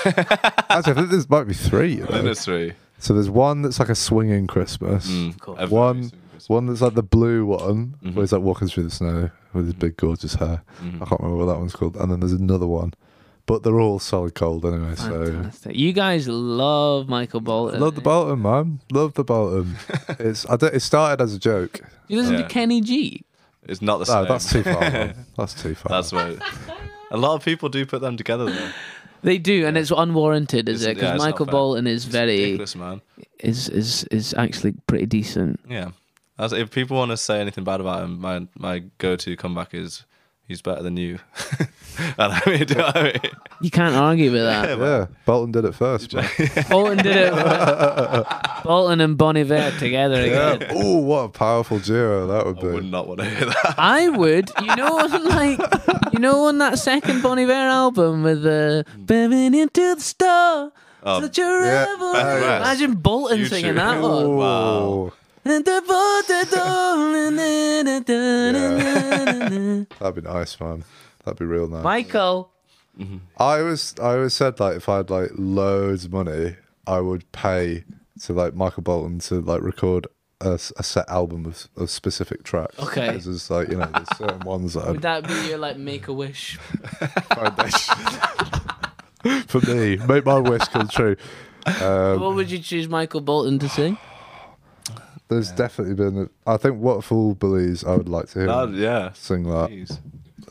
I think there might be three. you know. Industry. So there's one that's like a swinging Christmas. Mm, course. every One- single Christmas. One that's like the blue one, Mhm. where he's like walking through the snow with his big gorgeous hair. I Mhm. can't remember what that one's called. And then there's another one, but they're all solid gold anyway. So Fantastic. You guys love Michael Bolton. love the Bolton, man. Love the Bolton. it's I don't, it started as a joke. You listen Yeah. to Kenny G. It's not the same. No, that's too far. man. That's too far. That's what. A lot of people do put them together though. They do, and it's unwarranted, is It's- it? Because yeah, it's not Michael fair. Bolton is It's very ridiculous, man. is is is actually pretty decent. Yeah. As if people want to say anything bad about him, my my go-to comeback is he's better than you. and I mean, do you know what I mean? You can't argue with that. yeah, Bolton did it first. man. Bolton did it. Bolton and Bon Iver together again. Yeah. Oh, what a powerful duo that would I would be. not want to hear that. I would, you know, on like, you know, on that second Bon Iver album with the "Beaming into the star." Um, Oh, Such a rebel. Oh, yes. Imagine Bolton You singing too. that one. Ooh, And the bolted door, na, na, na, na, na, na. That'd be nice, man. That'd be real nice. Michael, Mm-hmm. I always I always said like if I had like loads of money, I would pay to like Michael Bolton to like record a, s- a set album of, of specific tracks. Okay. 'Cause there's like you know there's certain ones that would I'd that be your like make a wish? foundation. for me make my wish come true. Um, What would you choose Michael Bolton to sing? there's definitely been I think what a fool believes I would like to hear That- him yeah. sing that. Jeez.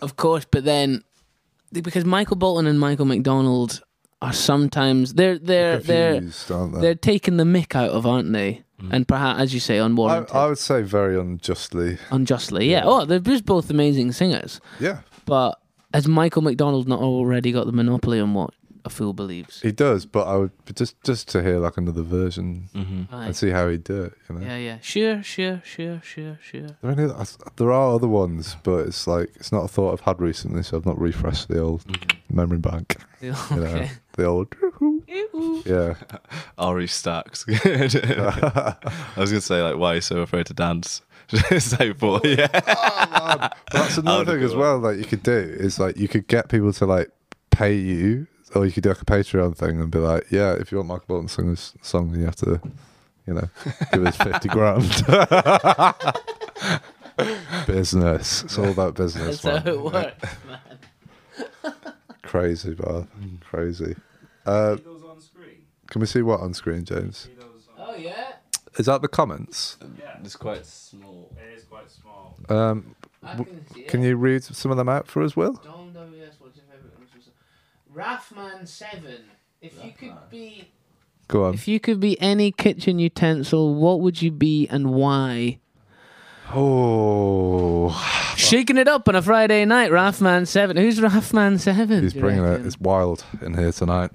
Of course, but then because Michael Bolton and Michael McDonald are sometimes they're they're they're Confused, aren't they? Mm. they're taking the mick out of, aren't they? And perhaps, as you say, I, unwarranted, I would say very unjustly. unjustly. Yeah. Oh, they're just both amazing singers, Yeah, but has Michael McDonald not already got the monopoly on what a fool believes? he does, but I would but just just to hear like another version Aye. and see how he'd do it. You know. Yeah, yeah. Sure, sure, sure, sure, sure. There, any, I- there are other ones, but it's like it's not a thought I've had recently, so I've not refreshed the old memory bank. You know, Okay. the old yeah. Ari Stacks. I was gonna say like, why are you so afraid to dance? Just like, boy, yeah. That's another Out of thing as your- well that you could do is like you could get people to like pay you, or you could do like a Patreon thing and be like, yeah, if you want Michael Bolton to sing this song, then you have to, you know, give us fifty grand. business. It's all about business. That's how man. it works. Crazy, bar. Hmm. Crazy. Uh, can we see what on screen, James? Oh yeah. Is that the comments? It's quite small. Um, I can see can you read some of them out for us, Will? Don WS, what's your favourite Christmas song? Rathman 7. If you could be Go on. If you could be any kitchen utensil, what would you be and why? Oh, Shaking it up on a Friday night, Rathman Seven. Who's Rathman Seven? he's do you bringing it. reckon? It's wild in here tonight.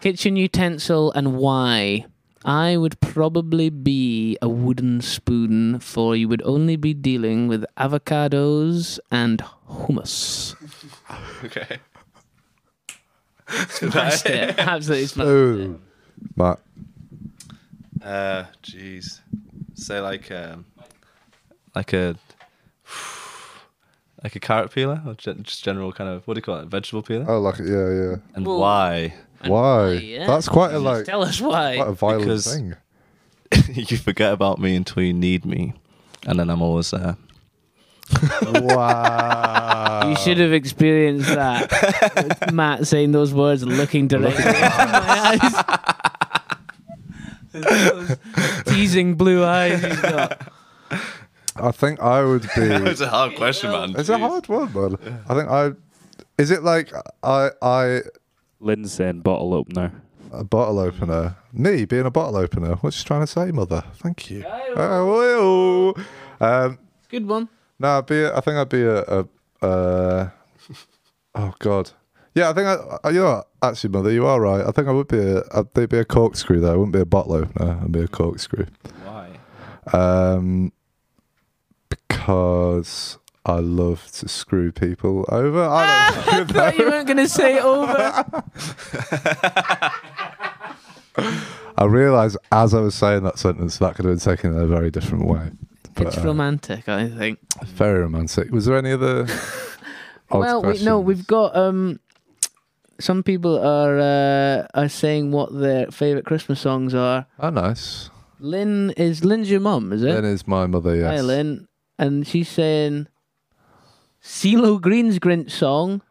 Kitchen utensil and why? I would probably be a wooden spoon, for you would only be dealing with avocados and hummus. Okay. Smashed it. Absolutely smashed it. Oh, Matt. Uh, jeez. Say like um, like a like a carrot peeler or gen- just general kind of what do you call it? Vegetable peeler. Oh, like yeah, And Well- why? yeah. Why? yeah. That's quite a like Tell us why. quite a violent Because- thing. you forget about me until you need me, and then I'm always there. wow. You should have experienced that. With Matt saying those words, and looking directly into my eyes. Those teasing blue eyes he's got. I think I would be. It's a hard question, man. It's a hard one, man. I think I. Is it like I I Lynn's saying bottle opener. a bottle opener? Me being a bottle opener. What you trying to say, mother? Thank you. Oh, well. um, Good one. no, I'd be. I think I'd be a. a uh, oh God. Yeah, I think I. I- You know, what? actually, mother, you are right. I think I would be a. I'd they'd be a corkscrew though. I wouldn't be a bottle opener. I'd be a corkscrew. Why? Um, because I love to screw people over. I don't I thought you weren't going to say over. I realised as I was saying that sentence that could have been taken in a very different way. But, It's uh, romantic, I think. very romantic. Was there any other? odd well, we, no, questions? we've got um, some people are uh, are saying what their favorite Christmas songs are. Oh, nice. Lynn is Lynn's your mum, is it? Then is my mother. Yes. Hi, Lynn. And she's saying CeeLo Green's Grinch song,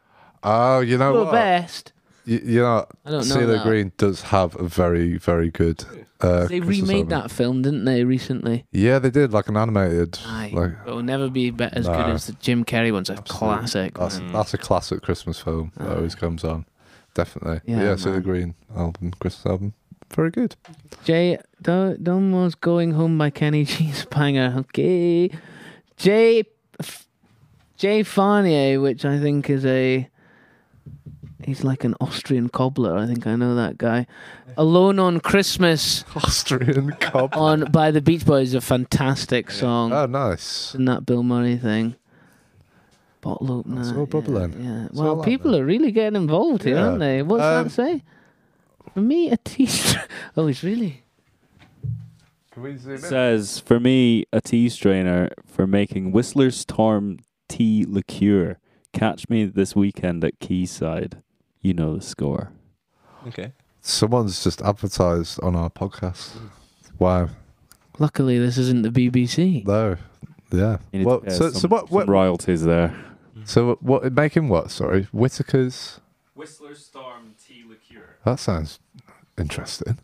Oh, you know the what? best. You, you know, I don't know CeeLo that. Green does have a very, very good. Uh, They Christmas remade album. that film, didn't they, recently? Yeah, they did like an animated. Aye. Like But it'll never be be- as No. good as the Jim Carrey ones. A Absolutely. classic. That's Mm. that's a classic Christmas film that Oh, Aye. always comes on. Definitely. Yeah, Yeah, yeah so the man. Green album, Christmas album. Very good. Jay, Dom Dom was Going Home by Kenny G. Spanger. Okay. Jay, F- Jay Farnier, which I think is a. He's like an Austrian cobbler. I think I know that guy. Alone on Christmas. Austrian cop. on by the Beach Boys is a fantastic song. Oh, nice. Isn't that Bill Murray thing? Bottle opener. That's all proper yeah, then. yeah. It's Well, all out people there. are really getting involved here, Yeah. aren't they? What's Um, that say? For me, a t-shirt. oh, it's really. Can we zoom says for me a tea strainer for making Whistler Storm tea liqueur. Catch me this weekend at Quayside. You know the score. Okay. Someone's just advertised on our podcast. Wow. Luckily, this isn't the BBC. No. Yeah. You need to Well, pay us so, some, so what? some what royalties there? so what? Making what? Sorry, Whitaker's. Whistler Storm tea liqueur. That sounds interesting.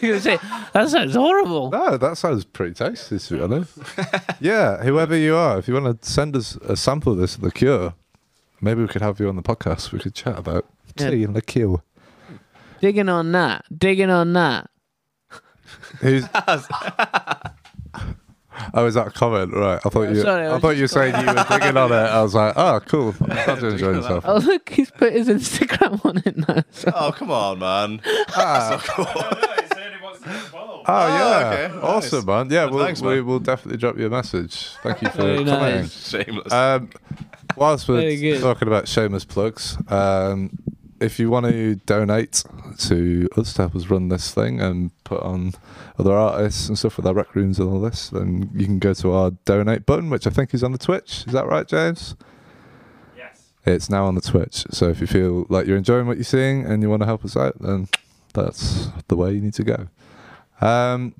You say, that sounds horrible. No, that sounds pretty tasty to be honest. yeah, whoever you are, if you want to send us a sample of this at the cure, maybe we could have you on the podcast. We could chat about Yeah. tea and the cure. Digging on that. Digging on that. Who's? oh, is that a comment? Right. I thought Oh, you. sorry, I I, was thought you were saying you were digging on it. I was like, oh, cool. I'm glad you enjoyed yourself. Oh look, he's put his Instagram on it now. So Oh come on, man. Ah. Oh, yeah. Ah, okay. Nice. Awesome, man. Yeah, we'll, thanks, we, man. will definitely drop you a message. Thank you for Very coming. nice. Shameless. Um, whilst Very we're good. talking about shameless plugs, um, if you want to donate to us to help us run this thing and put on other artists and stuff with our rec rooms and all this, then you can go to our donate button, which I think is on the Twitch. Is that right, James? Yes. It's now on the Twitch. So if you feel like you're enjoying what you're seeing and you want to help us out, then that's the way you need to go. Um,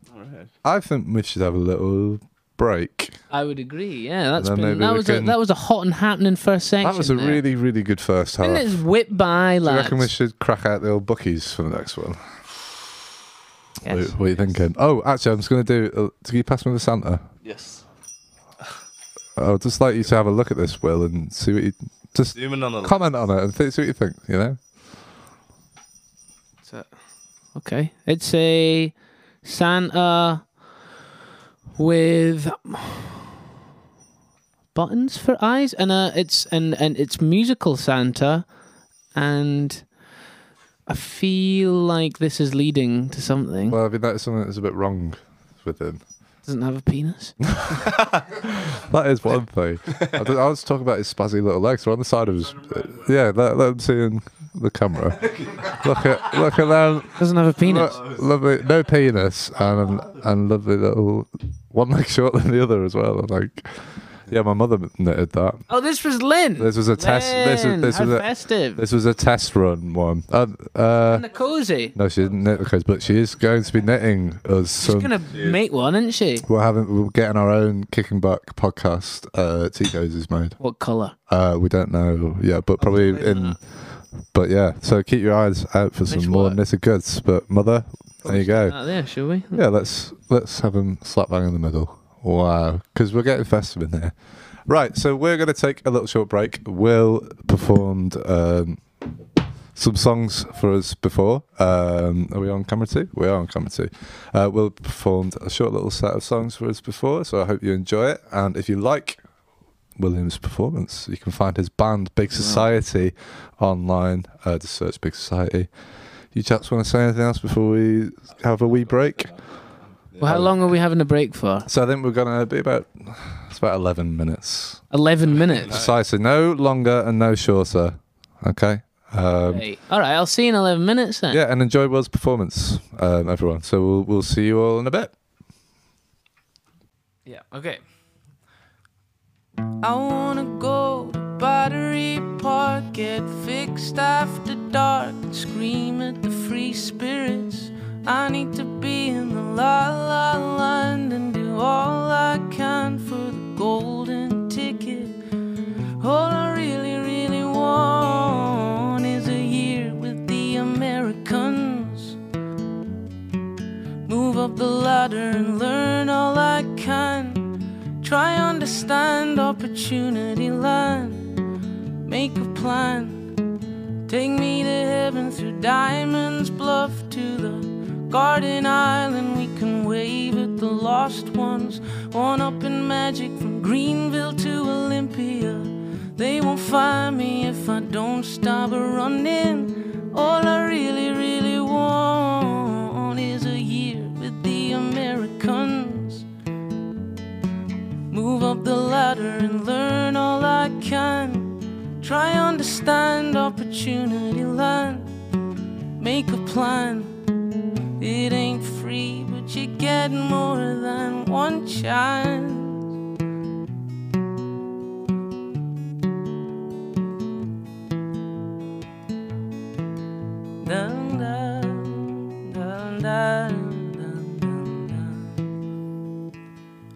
I think we should have a little break. I would agree. Yeah, that's Then been maybe that we was a, can- that was a hot and happening first section. That was a there. really, really good first half. Didn't it just whip by, Do you lads? reckon we should crack out the old bookies for the next one? Yes. What, what are you thinking? Oh, actually, I'm just going to do. Uh, can you pass me the Santa? yes. I would just like you to have a look at this, Will, and see what you. Just Zooming on the comment on it and th- see what you think, you know? So- Okay. It's a Santa with buttons for eyes and uh it's and and it's musical Santa and I feel like this is leading to something. Well, I mean, that's something that's a bit wrong with him. Doesn't have a penis. That is one thing. I, don't- I was talking about his spazzy little legs. They're on the side of his. Yeah, let, let him see in the camera. look at look at them. Doesn't have a penis. Lo- lovely, no penis, and and lovely little one leg shorter than the other as well. I'm like, yeah, my mother knitted that. Oh, this was Lynn. This was a test. This was Lynn, this how was a, festive. this was a test run one. Uh, uh, and the cozy. no, she didn't knit the clothes, but she is going to be knitting us She's some. gonna make one, isn't she? We're having we're getting our own kicking back podcast. Uh, Tico's is made. What color? Uh, we don't know yet, but probably in. But yeah, so keep your eyes out for some Nice more work. knitted goods. But mother, there you go. Ah, there, shall we? Yeah, let's let's have them slap bang in the middle. Wow, because we're getting festive in here. Right, so we're going to take a little short break. Will performed um, some songs for us before. Um, are we on camera too? We are on camera too. Uh, Will performed a short little set of songs for us before, so I hope you enjoy it. And if you like William's performance, you can find his band Big Society online. Uh, just search Big Society. You chaps want to say anything else before we have a wee break? Well, how long are we having a break for? So I think we're gonna be about it's about eleven minutes. Eleven minutes. Precisely. No longer and no shorter. Okay. Um, Hey. All right, I'll see you in eleven minutes then. yeah, and enjoy Will's performance, um, everyone. So we'll we'll see you all in a bit. Yeah. Okay. I wanna go to Battery Park, get fixed after dark, and scream at the free spirits. I need to be in the la la land and do all I can for the golden ticket. All I really, really want is a year with the Americans. Move up the ladder and learn all I can. Try understand opportunity land. Make a plan. Take me to heaven through Diamond's Bluff to the Garden Island. We can wave at the lost ones. One up in magic from Greenville to Olympia. They won't find me if I don't stop running. All I really, really want is a year with the Americans. Move up the ladder and learn all I can. Try understand opportunity land. Make a plan. It ain't free, but you get more than one chance. Dun, dun, dun, dun, dun, dun, dun.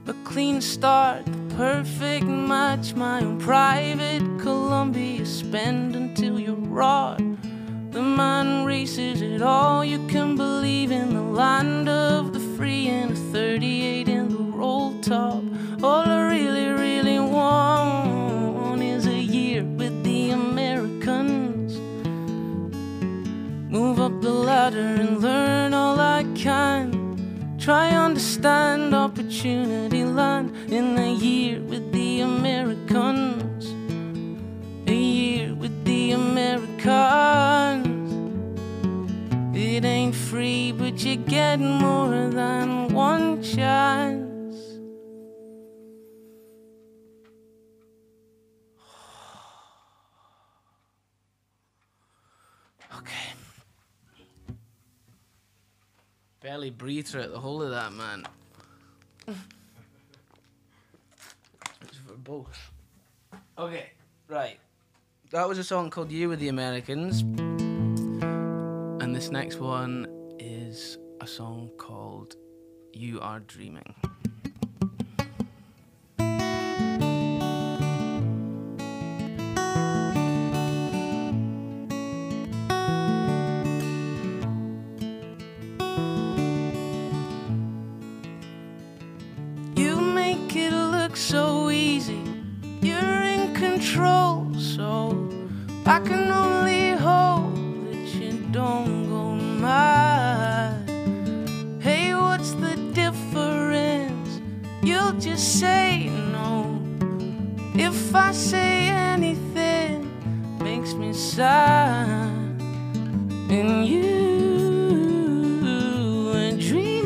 A clean start, the perfect match, my own private Columbia. Spend until you're raw. The man races at all you can believe in the land of the free and a 38 in the roll top. All I really, really want is a year with the Americans. Move up the ladder and learn all I can. Try understand opportunity land in a year with the Americans. A year with the Americans. It ain't free, but you get more than one chance. Okay. Barely breathed throughout the whole of that, man. it's verbose. Okay, right. That was a song called You with the Americans. And this next one is a song called You Are Dreaming. You make it look so easy. You're in control, so I can only hope that you don't go mad. if I say anything makes me sad. And you were dreaming.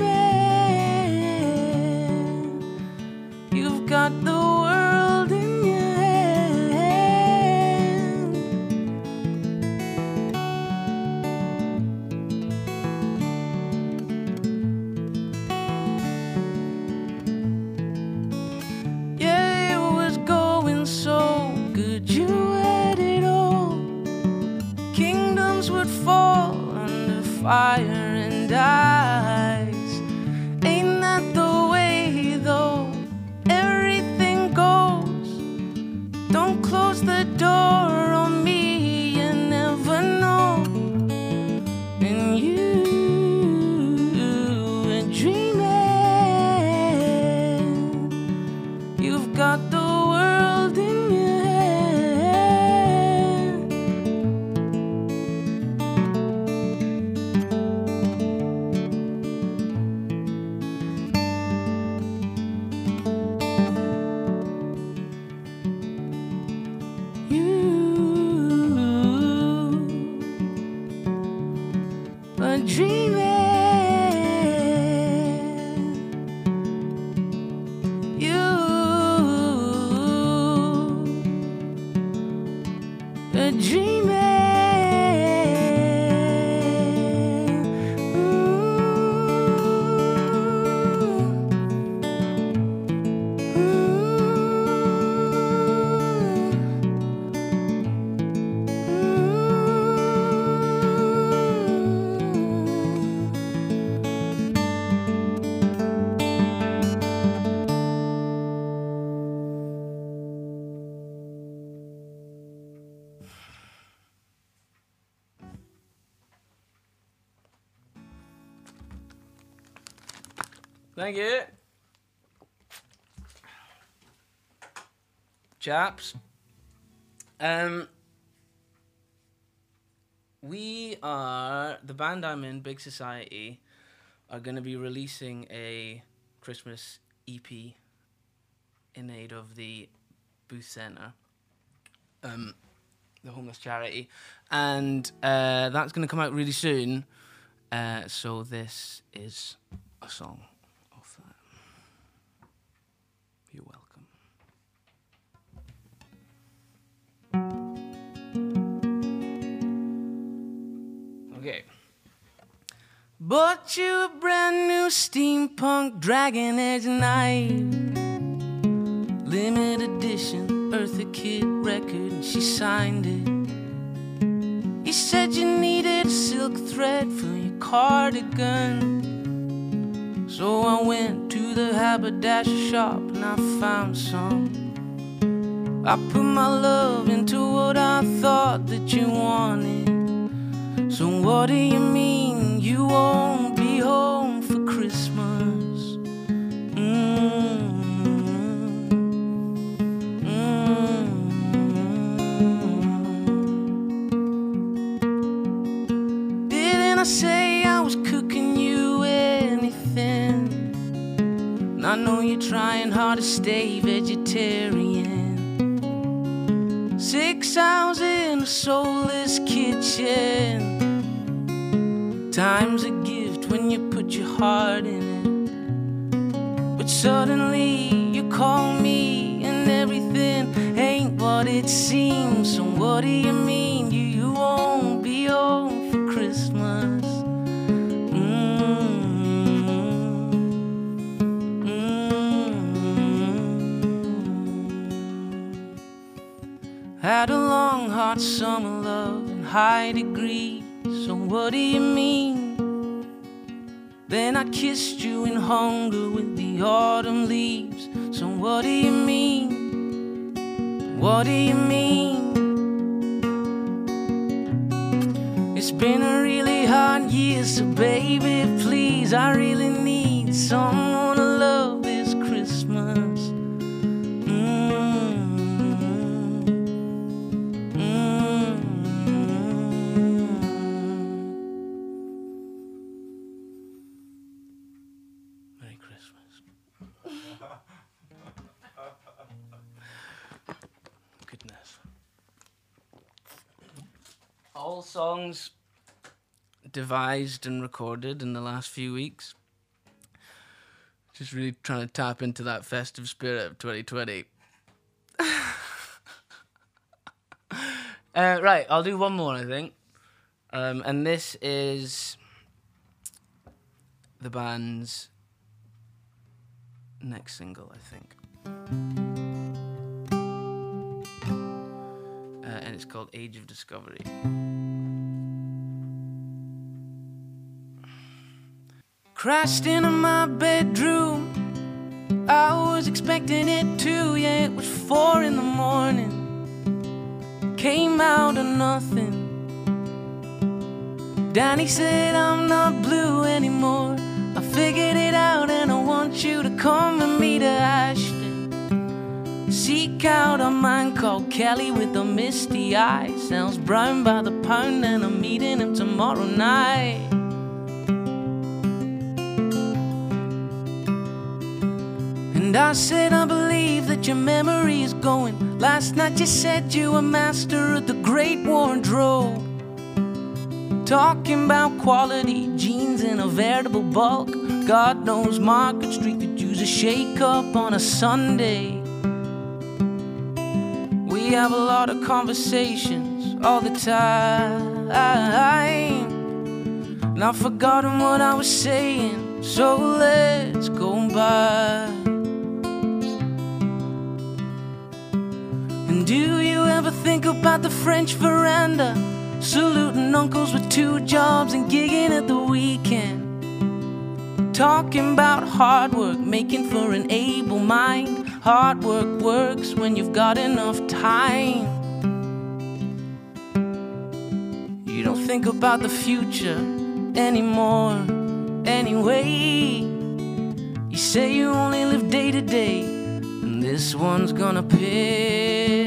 You've got the world in your hand. Yeah, it was going so good. You had it all. Kingdoms would fall under fire and ice. Ain't that the way, though? Everything goes. Don't close the door on me, you never know. And you were dreaming. You've got the world in your hand. You are dreaming you a dreaming. Ooh. Ooh. Ooh. Thank you. Chaps. Um we are the band I'm in, Big Society, are gonna be releasing a Christmas EP in aid of the Booth Centre. Um the homeless charity. And uh, that's gonna come out really soon. Uh, so this is a song of that. You're welcome. Okay. Bought you a brand new steampunk Dragon Edge knife. Limited edition Eartha Kid record, and she signed it. You said you needed a silk thread for your cardigan. So I went to the haberdasher shop and I found some. I put my love into what I thought that you wanted. So what do you mean you won't be home for Christmas? Mm-hmm. Mm. Mm. Didn't I say I was cooking you anything? And I know you're trying hard to stay vegetarian. Six hours in a soulless kitchen. Time's a gift when you put your heart in it. But suddenly you call me and everything ain't what it seems. So what do you mean you, you won't be home for Christmas? Mm-hmm. Mm. Mm-hmm. Mm. Had a long, hot summer, love, in high degree. So what do you mean? Then I kissed you in hunger with the autumn leaves. So what do you mean? What do you mean? It's been a really hard year, so baby, please, I really need someone to love this Christmas. Mm. Mm. Merry Christmas. all songs devised and recorded in the last few weeks. Just really trying to tap into that festive spirit of 2020. uh, right, I'll do one more, I think. Um, and this is the band's next single, I think. Uh, and it's called Age of Discovery. Crashed into my bedroom. I was expecting it too, yeah, it was four in the morning. Came out of nothing. Danny said, I'm not blue anymore. I figured it out, and I want you to come with me to Ashton. Seek out a man called Kelly with a misty eye. Sells brown by the pound, and I'm meeting him tomorrow night. And I said, I believe that your memory is going. Last night you said you were master of the great wardrobe. Talking about quality jeans in a veritable bulk. God knows Market Street could use a shake up on a Sunday. We have a lot of conversations all the time. And I've forgotten what I was saying, so let's go back. And do you ever think about the French veranda? Saluting uncles with two jobs and gigging at the weekend. Talking about hard work, making for an able mind. Hard work works when you've got enough time. You don't think about the future anymore, anyway. You say you only live day to day, and this one's gonna pay.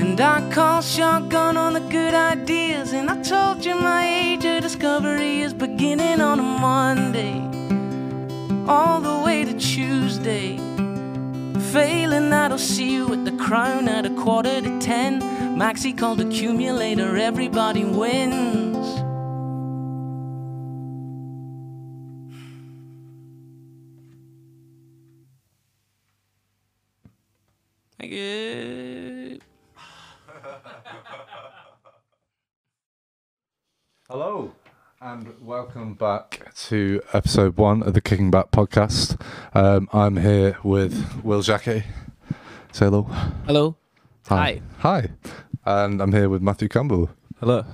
And I call shotgun on the good ideas, and I told you my age of discovery is beginning on a Monday, all the way to Tuesday. Failing that, I'll see you at the crown at a quarter to ten. Maxi called accumulator, everybody wins. Thank you. Hello, and welcome back to episode one of the Kicking Back podcast. Um, I'm here with Will Jackie. Say hello. Hello. Hi. And I'm here with Matthew Campbell. Hello.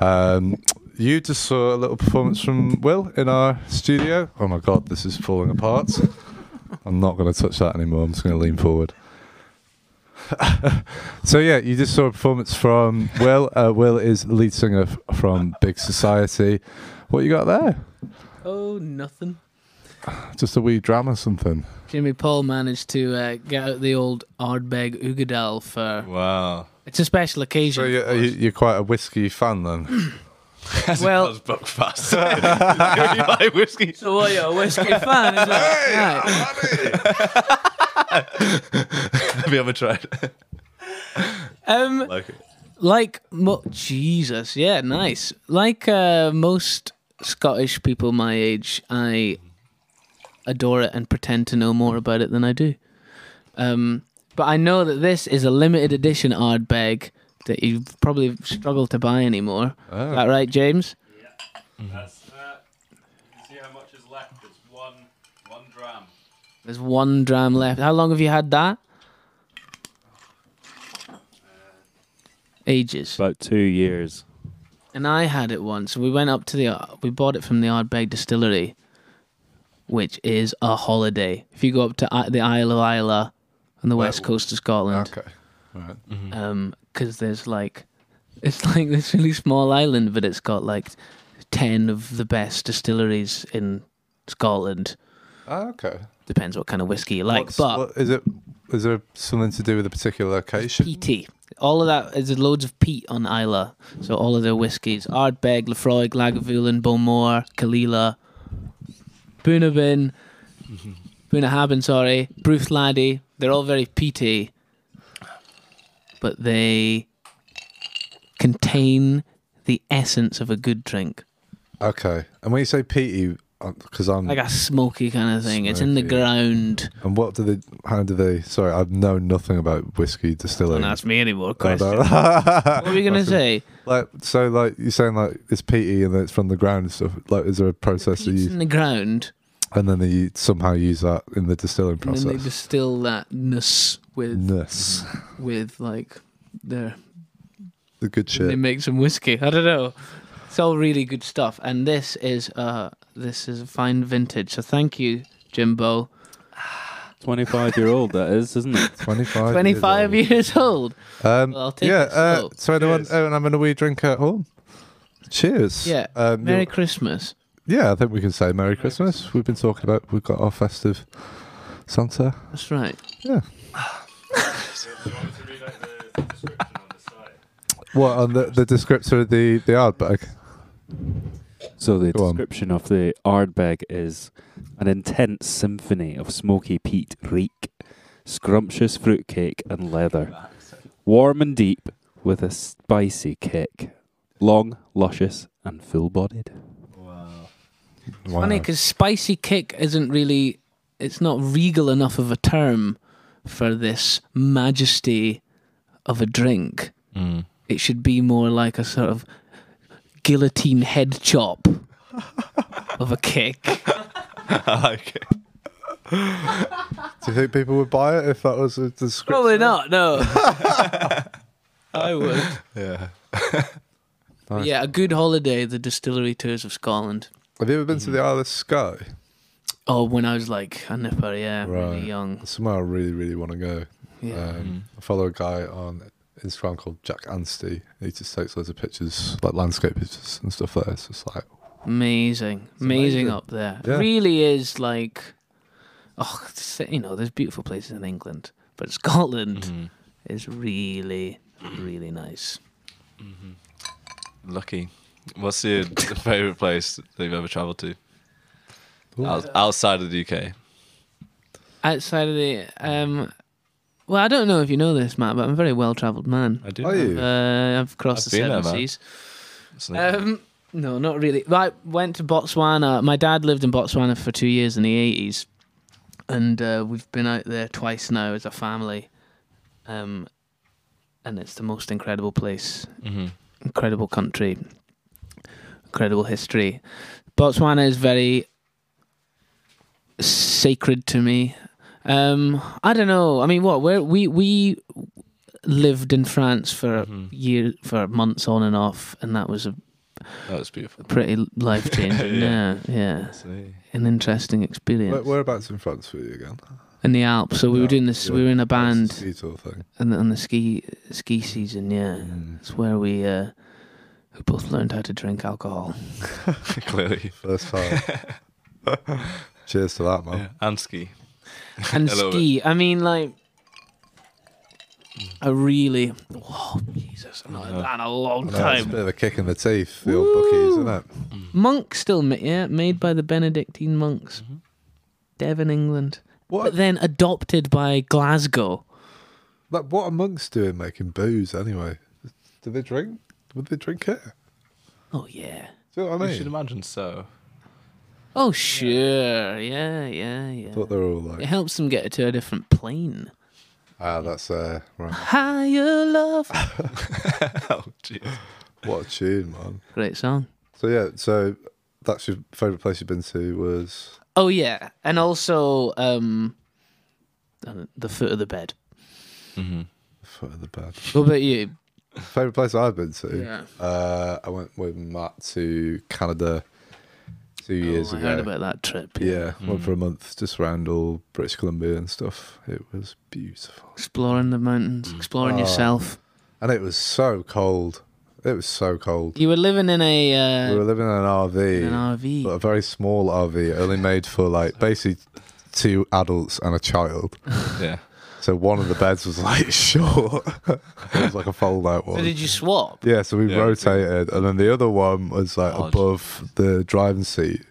Um, you just saw a little performance from Will in our studio. Oh my God, this is falling apart. I'm not going to touch that anymore. I'm just going to lean forward. so yeah, you just saw a performance from Will. Uh, Will is the lead singer f- from Big Society. What you got there? Oh, nothing. Just a wee drama, something. Jimmy Paul managed to uh, get out the old Ardbeg Ugadal for. Wow. It's a special occasion. So you, are you, you're quite a whiskey fan then. Well- that was buck fast. you only like whiskey. so what? You're a whiskey fan? Is it? Right. Have you ever tried? Um, like it. like mo- Jesus, yeah, nice. Like uh, most Scottish people my age, I adore it and pretend to know more about it than I do. Um, but I know that this is a limited edition Ardbeg that you probably struggle to buy anymore. Oh. Is that right, James? That's that. You see how much is left? It's one, one dram. There's one dram left. How long have you had that? Uh, Ages. About two years. And I had it once. We went up to the we bought it from the Ardbeg Distillery, which is a holiday. If you go up to I- the Isle of Isla on the west coast of Scotland, okay. Right. mm-hmm. um, 'cause there's like it's like this really small island, but it's got like ten of the best distilleries in Scotland. Ah, okay. Depends what kind of whiskey you like, What's- but what- is it? Is there something to do with a particular location? peaty. All of that is there's loads of peat on Isla. So all of their whiskies: Ardbeg, Lefroy, Lagavulin, Beaumont, Kalila, Boonabin, Mm-hmm. Boonahabin, sorry, Bruce Laddie. They're all very peaty. but they contain the essence of a good drink, Okay. And when you say peaty, because I'm. like a smoky kind of thing. It's in the Smoky. ground. and what do they. How do they. Sorry, I know nothing about whiskey distilling. Don't ask me any more I questions. don't- what were you gonna Nothing. say? Like so, like you're saying, like it's peaty and then it's from the ground and stuff. Like, is there a process to It's use, in the ground, and then you somehow use that in the distilling and then they process? distill that ness with Nuss. with like their the good and they shit. make some whiskey. I don't know. It's all really good stuff. And this is uh this is a fine vintage. So thank you, Jimbo. 25 year old, that is, isn't it? Twenty-five. Twenty five years. years old. old. Um, Well, I'll take yeah. it Oh, Uh, slow. so anyone, Cheers. anyone having a wee drink at home? Cheers. Yeah. Um, Merry you'll- Christmas. yeah. I think we can say Merry Christmas. We've been talking about. We've got our festive Santa. That's right. Do you want me to read out the description on the site? What on the the descriptor of the the Ardbeg? So the Go on. description of the Ardbeg is an intense symphony of smoky peat reek, scrumptious fruitcake and leather, warm and deep with a spicy kick, long, luscious and full-bodied. Wow. Funny because spicy kick isn't really it's not regal enough of a term for this majesty of a drink. Mm. It should be more like a sort of guillotine head chop of a kick. I like it. Do you think people would buy it if that was a description? Probably not. No. I would. Yeah. Nice. Yeah, a good holiday, the distillery tours of Scotland. Mm. Have you ever been to the Isle of Skye? Oh, when I was like a nipper, yeah, Right. really young. Somewhere I really, really want to go. Yeah. Mm. Um, I follow a guy on Instagram called Jack Anstey. He just takes loads of pictures, like landscape pictures and stuff like that. It's just like, amazing. It's amazing. amazing. up there. Yeah. Really is like, oh, it's- you know, there's beautiful places in England, but Scotland Mm-hmm. is really, really nice. Mm-hmm. Lucky. What's your favorite place that you've ever traveled to? Out- outside of the UK. Outside of the, um, well, I don't know if you know this, Matt, but I'm a very well travelled man. I do. are you? Uh, I've crossed I've the been there, seven Matt. seas. It's like- Um, no, not really. I went to Botswana. My dad lived in Botswana for two years in the eighties, and uh, we've been out there twice now as a family. Um, and it's the most incredible place, Mhm. incredible country, incredible history. Botswana is very sacred to me. Um, I don't know. I mean, what? Where we we lived in France for Mhm. year for months on and off, and that was a That was beautiful. pretty life changing. yeah. Yeah. yeah, See. an interesting experience Where, whereabouts in France were you again? in the Alps. So we were Yeah, doing this. yeah. We were in a It's a band ski tour thing. and on the ski ski season. Yeah, Mm. it's where we uh, we both learned how to drink alcohol. Clearly. First time. Cheers to that, man. Yeah. And ski. and I love ski. I mean, like, I really. Oh, Jesus! I've not had Uh-huh. Yeah. that in a long I know, it's a time. bit of a kick in the teeth, the old bookies, isn't it? Monk still, ma- yeah, made by the Benedictine monks, Devon, England. Mm-hmm. What But then adopted by Glasgow. like, what are monks doing making booze anyway? Do they drink? Would they drink it? Oh yeah. Do you know what I I mean? should imagine so. Oh sure. Yeah, yeah, yeah. I thought they were all It like, helps them get to a different plane. ah, that's uh, right. Higher love. oh, jeez. What a tune, man. Great song. So yeah, so that's your favourite place you've been to was Oh yeah, and also um, uh, the foot of the bed. foot of the bed. What about you? favourite place I've been to. Yeah. Uh, I went with Matt to Canada two years oh, I ago. heard about that trip. Mm. yeah, went for a month just around all British Columbia and stuff. It was beautiful, Exploring the mountains, exploring Oh. yourself. and it was so cold. It was so cold. You were living in a uh, we were living in an RV, in an RV. but a very small RV, only made for like basically two adults and a child. Yeah. So one of the beds was like short. it was like a fold out one. so did you swap? Yeah, so we Yeah. rotated, and then the other one was like Oh, above the driving seat.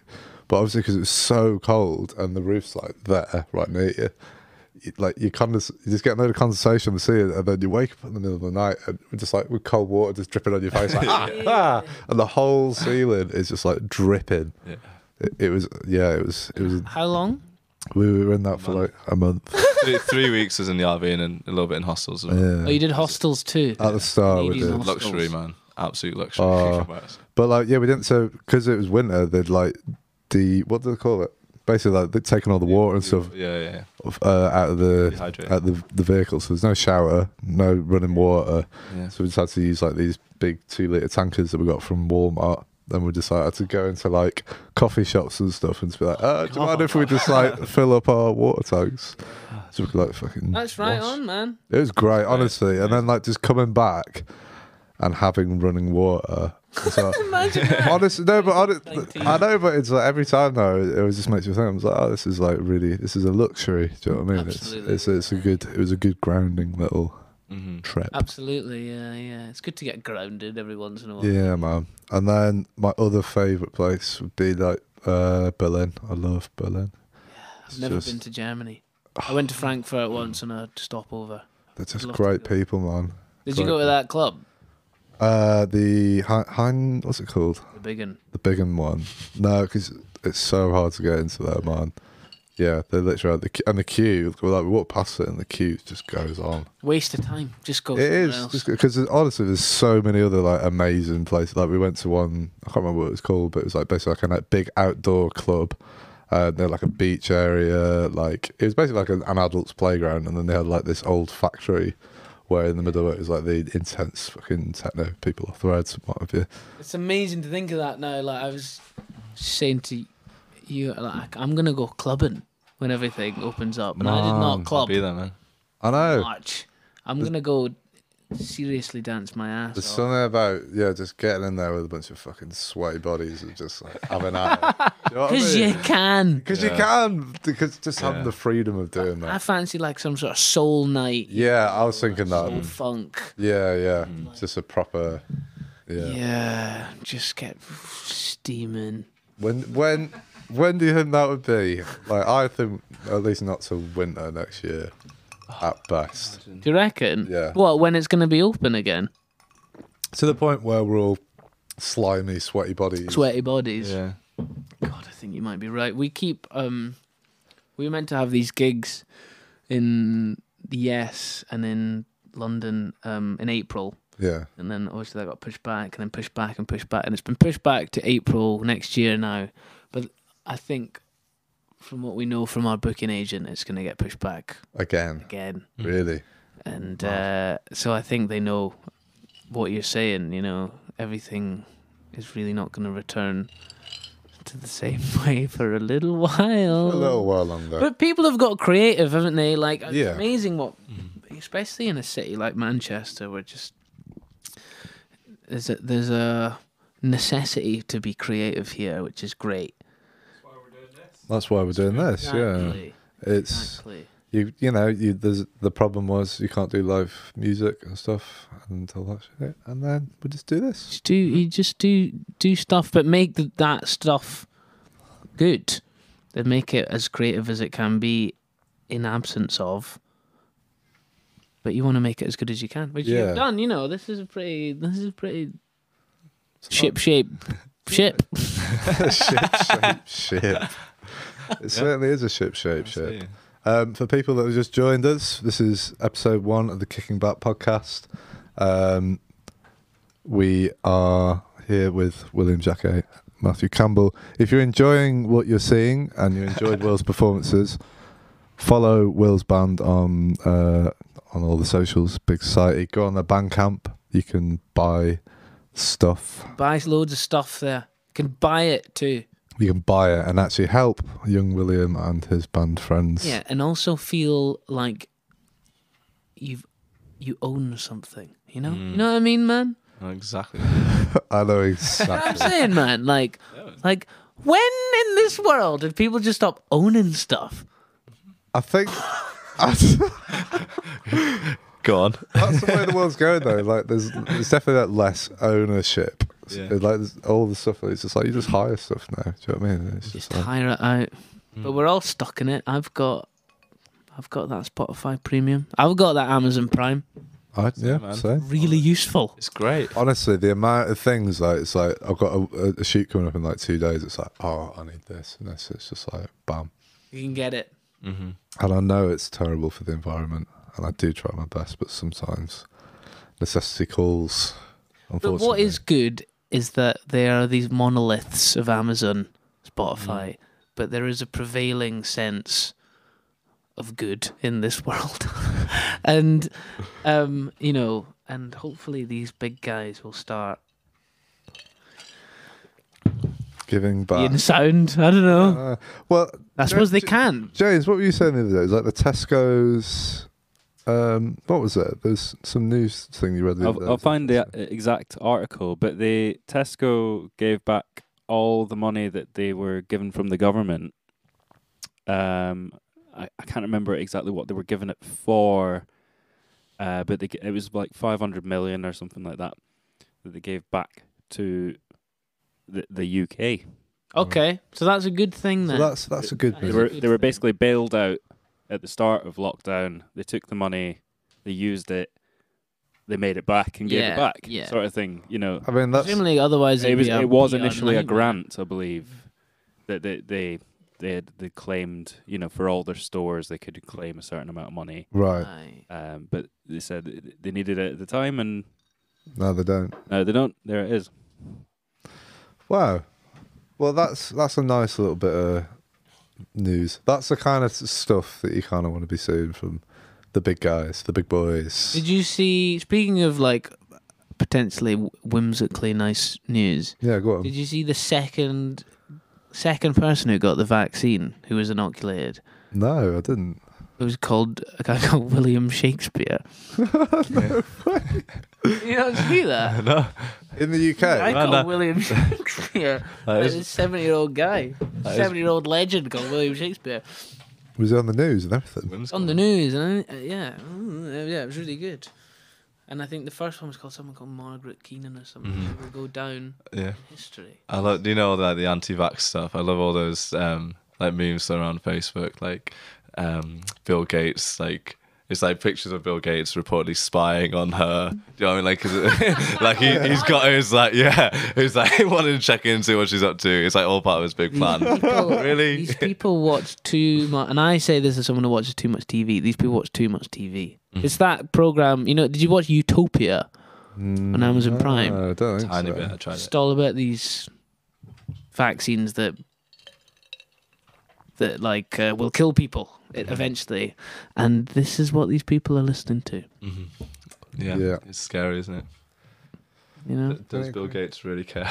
But obviously, because it was so cold and the roof's like there, right near you, you- like you condens- you just get a load of condensation with sea, and then you wake up in the middle of the night and we're just like with cold water just dripping on your face, like ah, ah, and the whole ceiling is just like dripping. Yeah. It, it was yeah, it was it was. How long? We were in that for like a month. three, three weeks was in the RV and then a little bit in hostels. as well. Yeah. Oh, you did hostels too. At the start, we Ladies did. and hostels. Luxury, man. Absolute luxury. Oh. But like, yeah, we didn't. So because it was winter, they'd like the what do they call it? Basically, like they'd taken all the water and stuff Yeah, yeah, yeah. uh, out of the Dehydrated. out the the vehicle. So there's no shower, no running water. yeah. So we just had to use like these big two liter tankers that we got from Walmart. Then we decided to go into like coffee shops and stuff and just be like, uh, do you mind if we just like fill up our water tanks? Ah, So we could like fucking. That's right wash. on, man. It was great, honestly. And then like just coming back and having running water. So, honestly, no, but honest, I know, but it's like every time though, it was just makes you think. I was like, oh, this is like really, this is a luxury. Do you know what I mean? It's, Absolutely. Mm-hmm. it's it's a good, it was a good grounding little Mhm. trip. Absolutely, yeah, yeah. It's good to get grounded every once in a while. Yeah, man. And then my other favorite place would be like uh, Berlin. I love Berlin. I've never been to Germany. I went to Frankfurt once on a stopover. They're just love to great go. people, man. Did you go to that club? Uh, the Hein, Hein- what's it called? The big one. The big and one. No, because it's so hard to get into there, man. Yeah, they literally had the que- and the queue. We're like we walk past it, and the queue just goes on. Waste of time. Just go. It somewhere is Else. because honestly, there's so many other like amazing places. Like we went to one, I can't remember what it was called, but it was like basically like a like, big outdoor club. Uh, they had like a beach area, like it was basically like an, an adult's playground, and then they had like this old factory where in the middle of it was like the intense fucking techno people off the roads and what have you. It's amazing to think of that now. Like I was saying to you, like I'm gonna go clubbing when everything opens up, and I did Man, not club Be there, man. I know. much. I'm gonna go seriously dance my ass There's off. something about yeah, just getting in there with a bunch of fucking sweaty bodies and just like having at it. Do you know what I Cause you mean? can. 'Cause you Yeah. can, because just having Yeah. the freedom of doing I that. fancy like some sort of soul night, Yeah, I was thinking that. soul funk. Mm. Yeah, yeah, just a proper. Yeah. Yeah. just get steaming. When when when do you think that would be? Like I think at least not till winter next year, Ah, at best. Do you reckon? Yeah. What when it's gonna be open again? To the point where we're all slimy, sweaty bodies. Sweaty bodies. Yeah. God, I think you might be right. We keep um we were meant to have these gigs in the Yes and in London um in April. Yeah. And then obviously that got pushed back and then pushed back and pushed back and it's been pushed back to April next year now. But I think from what we know from our booking agent it's gonna get pushed back Again. again. Really. And uh so I think they know what you're saying, you know, everything is really not gonna return to the same way for a little while. A little while longer. But people have got creative, haven't they? Like, it's Yeah. amazing what, Mm. especially in a city like Manchester, where just there's a, there's a necessity to be creative here, which is great. That's why we're doing this. Yeah. Exactly. It's Exactly. you. You know, you. There's the problem was you can't do live music and stuff until that shit, and then we just do this. Just do you just do do stuff, but make th- that stuff good. Then make it as creative as it can be, in absence of. But you want to make it as good as you can, which Yeah. you've done. You know, this is a pretty this is a pretty ship shape ship. ship shape ship. It certainly is a ship shape ship. Absolutely. Um, for people that have just joined us, this is episode one of the Kicking Back podcast. Um, we are here with William Jacquet, Matthew Campbell. If you're enjoying what you're seeing and you enjoyed Will's performances, follow Will's band on uh, on all the socials, Big Society. Go on the Bandcamp. You can buy stuff Buys loads of stuff there. Can buy it too. you can buy it and actually help young William and his band friends. Yeah, and also feel like you've you own something. You know, Mm. you know what I mean, man. No, exactly. I know I'm exactly. saying, man, like, like when in this world did people just stop owning stuff? I think that's, Go on. that's the way the world's going though. Like, there's there's definitely that less ownership. Yeah. It's Like there's all the stuff. It's just like you just hire stuff now. Do you know what I mean? It's Just just like hire it out. But we're all stuck in it. I've got, I've got that Spotify Premium. I've got that Amazon Prime. I, yeah, man. same. Really useful. It's great. Honestly, the amount of things like it's like I've got a, a shoot coming up in like two days. It's like, oh, I need this and this. It's just like bam. You can get it. hmm And I know it's terrible for the environment, and I do try my best, but sometimes necessity calls. But Unfortunately, what is good is that there are these monoliths of Amazon, Spotify, but there is a prevailing sense of good in this world. and, um, you know, and hopefully these big guys will start giving back? in sound. I don't know. Uh, well, I suppose they can. James, what were you saying the other day? It was like the Tesco's. Um, what was it? There's some news thing you read the I'll, other day. I'll find the uh, exact article, but they Tesco gave back all the money that they were given from the government. Um, I, I can't remember exactly what they were given it for, uh, but they, g- it was like five hundred million or something like that that they gave back to the the UK. Okay, so that's a good thing So then. that's that's a good. They They move. were good they were thing. basically bailed out at the start of lockdown. They took the money, they used it, they made it back and gave Yeah, it back, yeah. sort of thing. You know, I mean, that's Presumably, otherwise it'd it was be a it was PR initially a nightmare. grant, I believe, that they they they had, they claimed you know for all their stores they could claim a certain amount of money, right. Aye. um, but they said th- they needed it at the time, and No, they don't. no, they don't. There it is. Wow. Well, that's that's a nice little bit of news. That's the kind of s- stuff that you kind of want to be seeing from the big guys, the big boys. Did you see? Speaking of like potentially whimsically nice news, yeah, go on. did you see the second second person who got the vaccine who was inoculated? no, I didn't. It was called a guy called William Shakespeare. you don't see that. No, In the UK, I Well, called no. William Shakespeare. that There's is, a seventy-year-old guy, is- seventy-year-old legend called William Shakespeare. was it on the news and everything? It's on the news, and I, uh, yeah, mm, uh, yeah, it was really good. And I think the first one was called someone called Margaret Keenan or something. It will go down Mm-hmm. Yeah, in history. I love. Do you know like the anti-vax stuff? I love all those um like memes that are on Facebook, like um Bill Gates, like. It's like pictures of Bill Gates reportedly spying on her. Do you know what I mean? Like, 'cause it- like he, he's got his like, yeah, he's like wanting to check in, see what she's up to. It's like all part of his big plan. People, really? These people watch too much, and I say this as someone who watches too much TV. These people watch too much TV. Mm. It's that program, you know. Did you watch Utopia on Amazon Prime? Mm, No, I don't think Tiny so. bit. I tried Just it. all about these vaccines that that like uh, will kill people it- eventually, and this is what these people are listening to. Mm-hmm. Yeah. Yeah. it's scary, isn't it? You know, D- Does Don't Bill agree. Gates really care?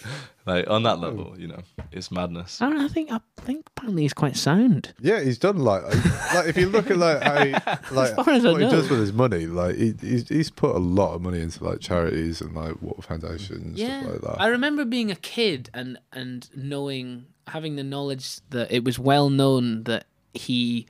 like on that level, you know, it's madness. I, don't know, I think I think apparently he's quite sound. Yeah, he's done like like if you look at like how he, like far as I what he know. does with his money, like he, he's, he's put a lot of money into like charities and like water foundations stuff like that. I remember being a kid and and knowing having the knowledge that it was well known that he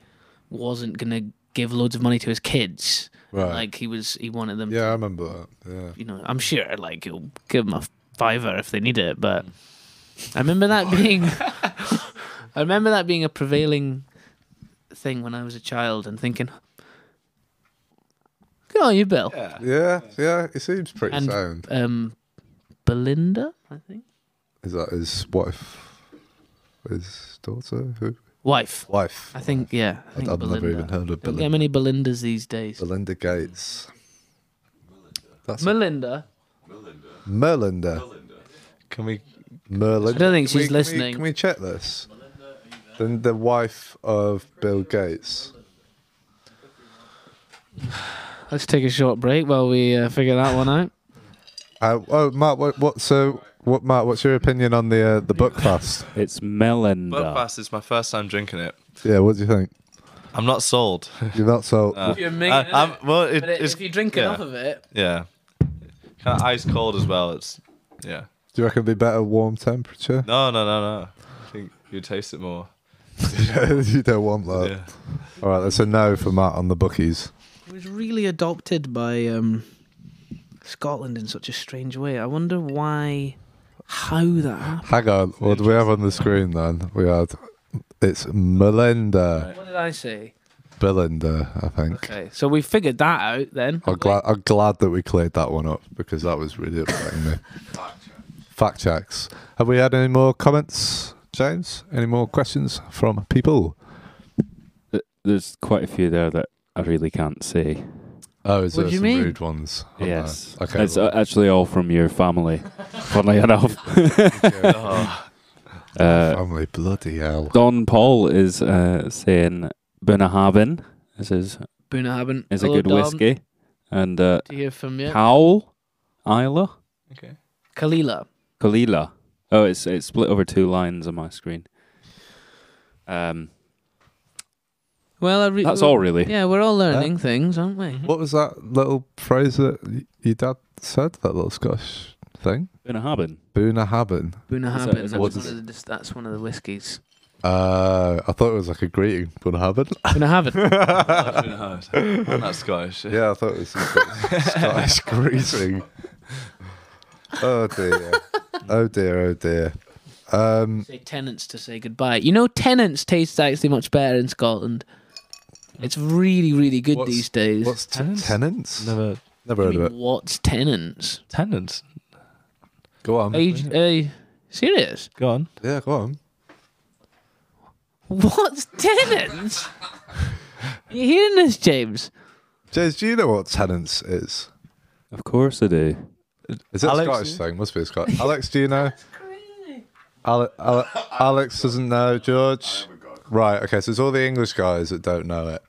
wasn't gonna give loads of money to his kids. right. Like he was, he wanted them. yeah, I remember that. Yeah. You know, I'm sure like he'll give them a fiver if they need it. But Mm. I remember that being, I remember that being a prevailing thing when I was a child and thinking, "Go on, you Bill." Yeah. Yeah, yeah, it seems pretty and sound. um, Belinda, I think, Is that his wife? His daughter? Who? wife. Wife. I think yeah. I I've think I've Belinda. never even heard of Don't get Belinda, many Belindas these days. Belinda Gates. That's Melinda. Merlinda. Can we? Merlinda. I don't think Can we- she's can we- listening. Can we check this? The, the wife of Bill Gates. Let's take a short break while we uh, figure that one out. Uh, oh, Matt, what, what? So, what, Matt? What's your opinion on the uh, the book fast? It's Melinda. Buckfast is my first time drinking it. Yeah, what do you think? I'm Uh, not sold. You're not so. You're I, Um, I'm, well, it, but it, it's if you drink yeah, enough of it, yeah, kind of ice cold as well. It's yeah. do you reckon it'd be better warm temperature? No, no, no, no. I think you taste it more. you don't want that. yeah. All right, that's a no for Matt on the bookies. It was really adopted by um, Scotland in such a strange way. I wonder why, how that happened. Hang on, what do we have on the screen then? We had it's Melinda. What did I say? Belinda, I think. Okay, so we figured that out then. I'm glad. I'm glad that we cleared that one up because that was really upsetting me. Fact checks. Have we had any more comments, James? Any more questions from people? Th- There's quite a few there that I really can't say. Oh, is What there do you some mean? rude ones? on there? yes. Okay. It's uh, actually all from your family, funnily enough. uh, Family, bloody hell. Don Paul is uh, saying Bunahaben is, is, Boonahaven is a good whiskey. And uh, To hear from you, Powell, Isla, Okay. Kalila. Kalila. Oh, it's it's split over two lines on my screen. Um, Well, I re- that's we- all really. Yeah, we're all learning things, aren't we? What was that little phrase that y- your dad said? That little Scottish thing. Bunahaben. Boona Habbin. Boonahaven. is That's, that one just- of the dis- that's one of the whiskeys. Uh, I thought it was like a greeting. Boona Habbin. Boonahaven. That's been hard. That's Scottish. Yeah, I thought it was some sort of Scottish greeting. Oh dear. Oh dear, oh dear. Um, say tenants to say goodbye. You know, tenants tastes actually much better in Scotland. It's really, really good What's- these days. what's t- Tenants? tenants? Never Never I heard mean, of it. what's tenants? tenants. Go on. Are you, are you serious? Go on. yeah, go on. What's tenants? you hearing this, James? James, do you know what tenants is? Of course I do. Is it Alex, a Scottish you- thing? Must be a Scottish. Alex, do you know? Ale- Ale- Alex doesn't know. George, right? Okay, so it's all the English guys that don't know it.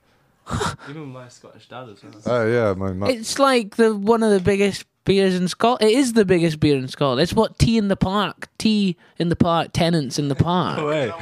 Even my Scottish dad as well. Oh yeah, my, my It's like the one of the biggest beers in Scotland. It is the biggest beer in Scotland. It's what tea in the park, tea in the park, tenants in the park. Wait.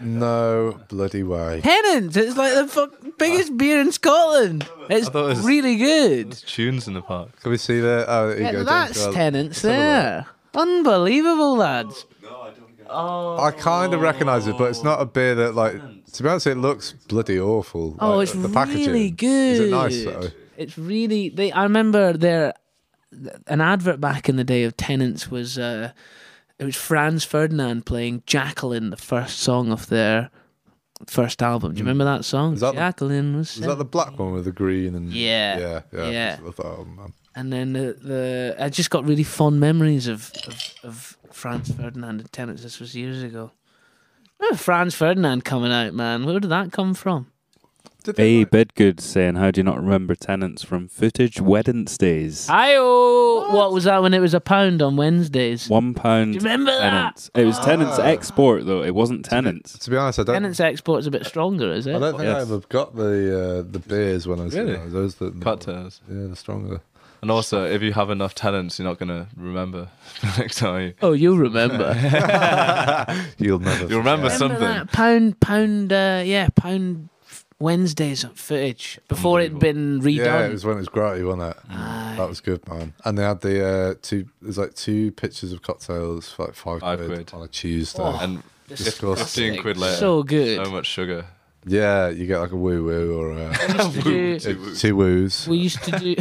no bloody way. Tenants. It's like the fuck biggest beer in Scotland. It's thought it was- really good. There's tunes in the park. Can we see that? Oh, there you Yeah, go. James, that's go on. tenants Let's have a look. there. Unbelievable, lads. Oh, Oh, I kind of recognise it, but it's not a beer that like. To be honest, it looks bloody awful. Oh, like, it's the packaging. really good. Is it nice though? It's really. They. I remember there, an advert back in the day of Tenants was. Uh, it was Franz Ferdinand playing Jacqueline, the first song of their first album. Do you remember that song? Hmm. Is that the- Jacqueline was. Is that the black one with the green and? Yeah. Yeah. Yeah. Yeah. I thought, oh, man. and then the, the I just got really fond memories of of, of Franz Ferdinand and Tenants. This was years ago. Remember Franz Ferdinand coming out, man. Where did that come from? Did A they like- Bidgood saying, "How do you not remember tenants from footage Wednesdays? hi what? what was that when it was a pound on Wednesdays? One pound. Do you remember that? tenants. It was tenants Ah. export though. It wasn't tenants. to be honest, I don't. Tenants export's a bit stronger, is I it? don't think I Yes. ever got the uh, the beers when I was Really? young. Those that Cocktails. Yeah, the stronger. And also, if you have enough tenants, you're not gonna remember next time. you- Oh, you'll remember. You'll You'll never. remember forget. remember something. that Uh, pound pound uh, yeah pound f- Wednesdays footage before it'd been redone. Yeah, it was when it was grotty, wasn't it? That was good, man. And they had the uh, two. There's like two pitchers of cocktails for like five, Five quid, quid. on a Tuesday. Oh. And Disgusting. 15 quid later. So good. So much sugar. Yeah, you get like a woo woo or a, Used to do- two, woos. we used to do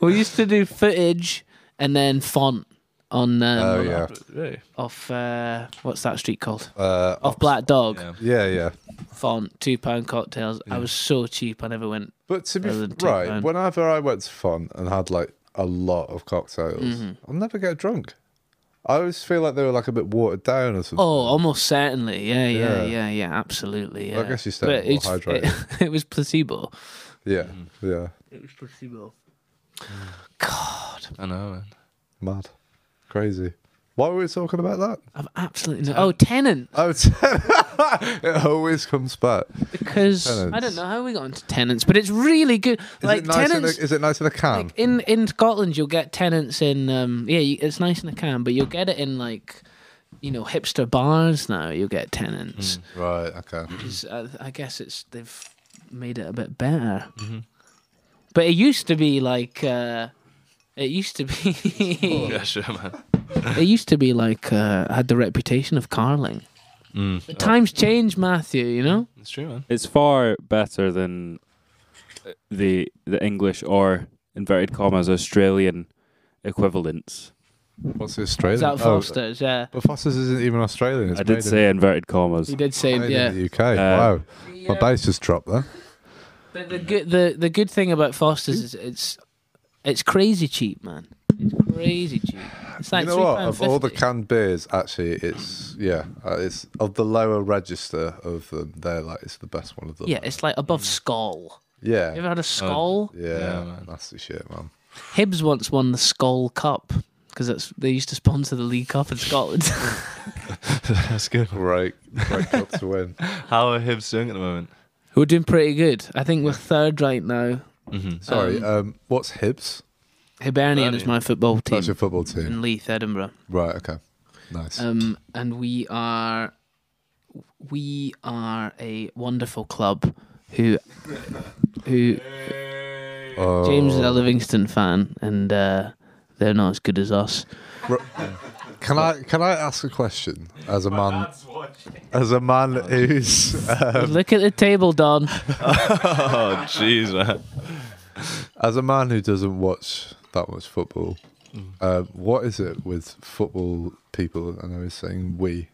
we used to do footage and then font on um, Oh yeah, Really? off uh, what's that street called? uh, Off Black Dog Yeah. yeah, yeah. font two pound cocktails. I was so cheap. I never went. But to be Rather f- than take right, mine. whenever I went to fun and had like a lot of cocktails, Mm-hmm. I'll never get drunk. I always feel like they were like a bit watered down or something. Oh, almost certainly. Yeah, yeah, Yeah. yeah, yeah. absolutely. Yeah. Well, I guess you stay But more it's- hydrated. It, was placebo. Yeah, yeah, It was placebo. I know, man. mad, crazy. Why were we talking about that? I've absolutely no. Oh, tenant. Oh, ten- it always comes back. Because I don't Tenants. know how we got into tenants, but it's really good. Is like it nice? In a, tenants. is it nice in a can? like in in Scotland, you'll get tenants in. Um, yeah, you- it's nice in a can, but you'll get it in like, you know, hipster bars now. You'll get tenants. right. Okay. 'Cause uh, I, I guess it's they've made it a bit better. But it used to be like. Uh, it used Mm-hmm. to be. Yeah, sure, man. it used to be like uh, had the reputation of carling. Mm. But times change, Matthew. You know. It's true, man. It's far better than uh, the the English or inverted commas Australian equivalents. What's Australian? Is that Oh, Foster's? Yeah. But Foster's isn't even Australian. It's I did made say inverted commas. He did say, in, made yeah. in the UK. Uh, wow, my bass just dropped there. But the good the, the good thing about Foster's is it's it's crazy cheap, man. It's crazy cheap. It's like you know what? £3.50. Of all the canned beers, actually, it's yeah, uh, it's of the lower register of them. They're like it's the best one of them. yeah, it's like above Skull. Mm. yeah, Uh, You ever had a Oh, Skull? yeah, Yeah, man. That's the shit, man. Hibs once won the Skull Cup because that's they used to sponsor the League Cup in Scotland. That's good. Great, great club to win. How are Hibs doing at the moment? We're doing pretty good. I think we're third right now. Mm-hmm. Sorry, um, what's Hibs? Hibernian is my football team That's your football team, in Leith, Edinburgh. right? Okay, nice. Um, and we are we are a wonderful club who who Oh, James is a Livingston fan, and uh, they're not as good as us. can I can I ask a question as a man Dad's watching. Oh, as a man who's uh, Look at the table, Don. Oh, jeez, man. as a man who doesn't watch that much football? Mm. Uh, what is it with football people? And I was saying we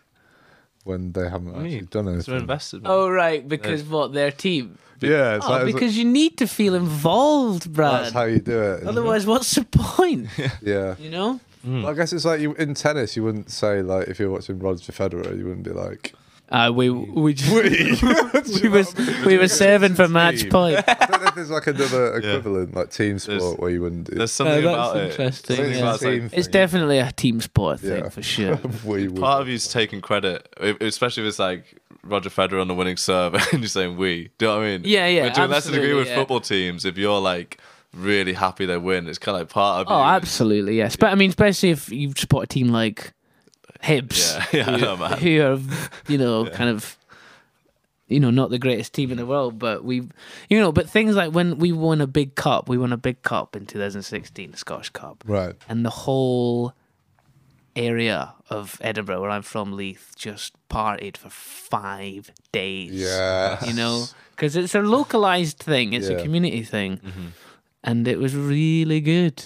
when they haven't Me. actually done They're anything. invested. man. Oh right, because what their team? Yeah, it's Oh, like, because you need to feel involved, that's how Brad. you do it. isn't it? Otherwise, what's the point? yeah. You know? Well, I guess it's like you in tennis. You wouldn't say like if you're watching Roger Federer, you wouldn't be like Uh, we we just, we. we was we were serving for match team. point. I don't know if there's like another equivalent like team sport There's- where you wouldn't do. There's something No, Uh, that's about interesting, it. Something yeah. about it's like, Team It's thing. definitely a team sport thing Yeah. for sure. we would. part of you's taking credit, e- especially if it's like Roger Federer on the winning serve, and you're saying we. Do you know what I mean? Yeah, yeah, But to a lesser degree absolutely, with yeah. football teams, if you're like really happy they win, it's kind of like part of Oh, you. absolutely, yes. But I mean, especially if you support a team like Hibs, Yeah, yeah, I know, man. who are, you know, kind of, you know, not the greatest team in the world, but we, you know, but things like when we won a big cup, we won a big cup in 2016, the Scottish Cup, Right. and the whole area of Edinburgh, where I'm from, Leith, just partied for five days Yeah. you know, because it's a localized thing, it's Yeah. a community thing, Mm-hmm. and it was really good.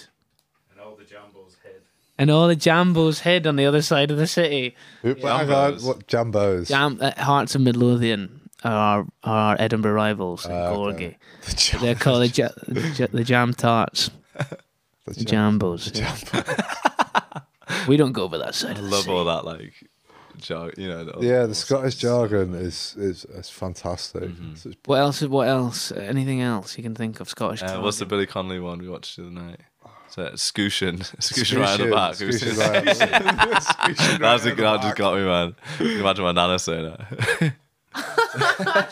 And all the jambos hid. And all the jambos hid on the other side of the city. Oop, hang on, Jambos. What jambos? Jam- uh, Hearts of Midlothian are our, are our Edinburgh rivals in Ah, Gorgie. okay. They're called the, ja- the ja- the jam tarts, The the jam- jambos. we don't go over that side. I of the love city. all that like, jar- you know. all- Yeah, all the Scottish sorts. jargon is is, is fantastic. Such- What else? What else? Anything else you can think of? Scottish. Uh, what's the jargon? Billy Connolly one we watched the other night? So Scooshin, Scooshin Scooshin, right at the back. It was scooshin just- right at the back. that was the, that just got me, man. Can you imagine my nana saying that?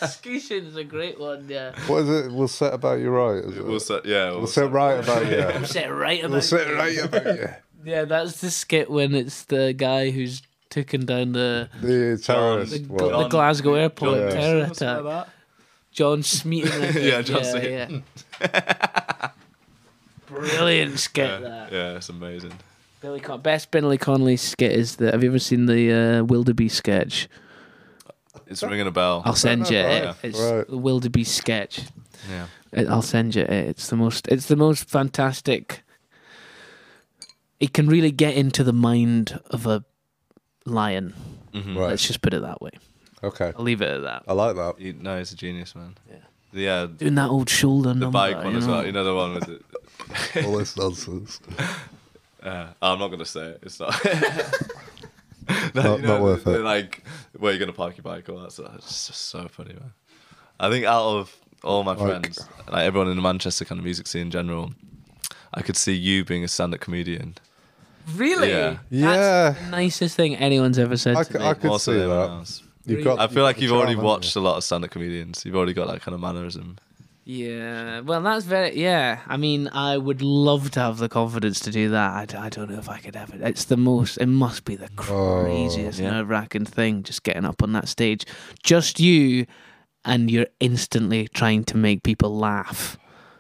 Scooshin is a great one. Yeah. What is it? We'll set about you right. is it? We'll set, yeah, we'll We'll set right about you. Set right about We'll set right about you. Yeah, that's the skit when it's the guy who's taken down the The terrorist the, one. the Glasgow airport John- terror Something like attack. that. John Smeaton. I think. Yeah, John yeah, Smeaton. yeah. Brilliant skit that. Yeah, it's amazing. Billy Con- best Billy Connolly skit is the. Have you ever seen the uh, Wildebeest sketch? It's ringing a bell. I'll send you it. right. It's Right. the Wildebeest sketch. Yeah. It- I'll send you it. It's the most. It's the most fantastic. It can really get into the mind of a lion. Right. Let's just put it that way. Okay. I'll leave it at that. I like that. He- no, he's a genius, man. Yeah. The, uh, Doing that old shoulder the number. bike one you as know? well. You know the one with it. All this nonsense. Uh, I'm not gonna say it. It's not. no, Not- not worth the- the, it. Like where you're gonna park your bike, all that stuff. It's just so funny, man. I think out of all my Like- friends, like everyone in the Manchester kind of music scene in general, I could see you being a stand-up comedian. Really? Yeah. Yeah. That's the nicest thing anyone's ever said I to c- me. I could more so see than anyone that. else. You've got, I feel like the you've already charm, haven't watched a lot of stand-up comedians. You've already got that kind of mannerism. yeah. Well, that's very. Yeah. I mean, I would love to have the confidence to do that. I d- I, don't know if I could have it. It's the most. It must be the Oh. craziest Yeah. nerve-wracking thing. Just getting up on that stage, just you, and you're instantly trying to make people laugh.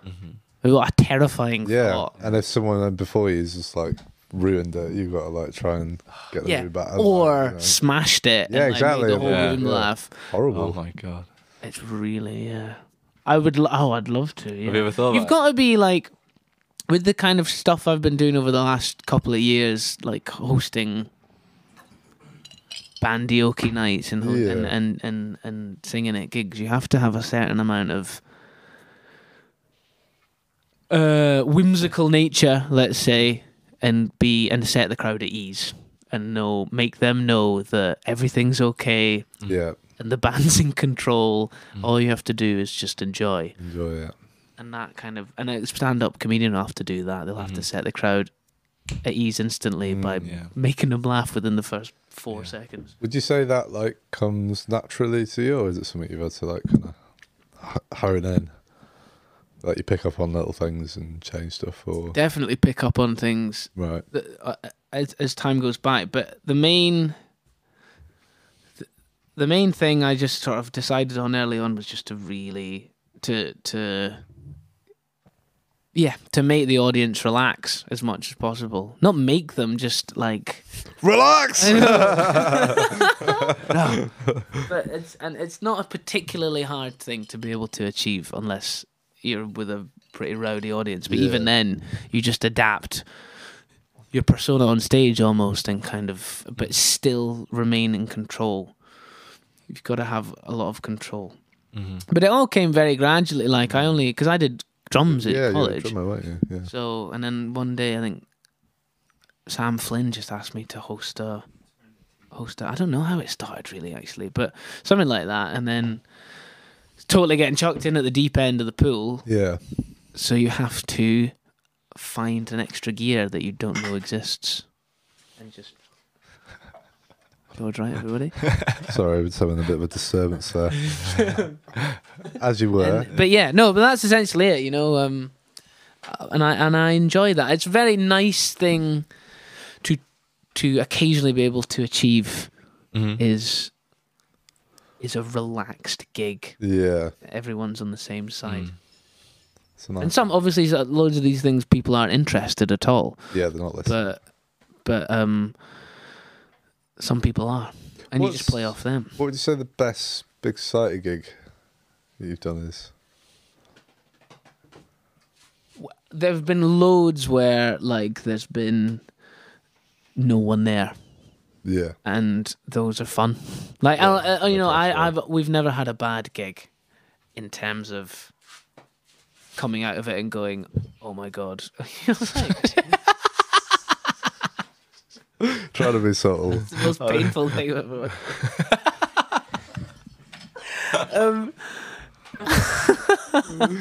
Mm-hmm. What a terrifying you? Yeah. thought. And if someone then before you is just like ruined it, you've got to like try and get them to Yeah, do better. or you know. smashed it. Yeah, and, like, made exactly. the whole Yeah. room Yeah. laugh. uh, horrible. Oh my god. It's really yeah. I would. Lo- oh, I'd love to. Yeah. Have you ever thought? You've about got to be like with the kind of stuff I've been doing over the last couple of years, like hosting bandioke nights and ho- Yeah. and, and and and singing at gigs, you have to have a certain amount of uh, whimsical nature, let's say, and be and set the crowd at ease and know make them know that everything's okay Mm. Yeah, Mm. and the band's in control. All you have to do is just enjoy enjoy it. and that kind of and a stand-up comedian will have to do that. They'll have to Mhm. set the crowd at ease instantly Mm-hmm. by Mm, yeah. making them laugh within the first four Yeah. seconds. Would you say that like comes naturally to you, or is it something you've had to like kind of hone in? Like you pick up on little things and change stuff, or Definitely pick up on things right? that, uh, as, as time goes by, but the main th- the main thing I just sort of decided on early on was just to really to to yeah to make the audience relax as much as possible. Not make them just like Relax. no. But it's and it's not a particularly hard thing to be able to achieve unless you're with a pretty rowdy audience. But even Yeah. then, you just adapt your persona on stage almost and kind of, but still remain in control. You've got to have a lot of control. Mm-hmm. But it all came very gradually. Like I only because I did drums at yeah, college. you're a drummer, weren't you? Yeah. So, and then one day, I think Sam Flynn just asked me to host a host. A, I don't know how it started really, actually, but something like that. And then totally getting chucked in at the deep end of the pool. Yeah. So you have to find an extra gear that you don't know exists, and just. George, right, everybody. Sorry, I was having a bit of a disturbance there. As you were. And- but yeah, no, but that's essentially it, you know. Um, and I and I enjoy that. It's a very nice thing to to occasionally be able to achieve Mm-hmm. is is a relaxed gig. yeah. Everyone's on the same side, Mm. It's a nice- and some obviously so- loads of these things people aren't interested at all, yeah, they're not listening. but but um, some people are, and you just What's- play off them. What would you say the best big society gig that you've done is? there have been loads where like there's been no one there Yeah. and those are fun like Yeah, I, I, you that's know awesome. I, I've we've never had a bad gig in terms of coming out of it and going oh my god You know, like, Trying to be subtle. the most painful thing I've ever um,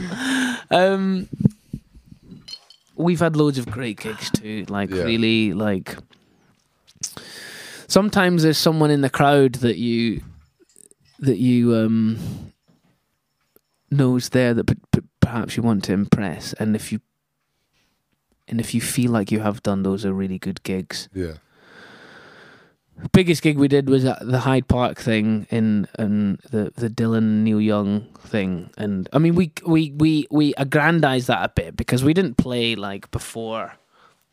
um, we've had loads of great gigs too. Like Yeah. really, like sometimes there's someone in the crowd that you that you um knows there that p- p- perhaps you want to impress, and if you and if you feel like you have done those are really good gigs yeah. biggest gig we did was at the Hyde Park thing in and the the Dylan Neil Young thing, and I mean we we we we aggrandized that a bit because we didn't play like before.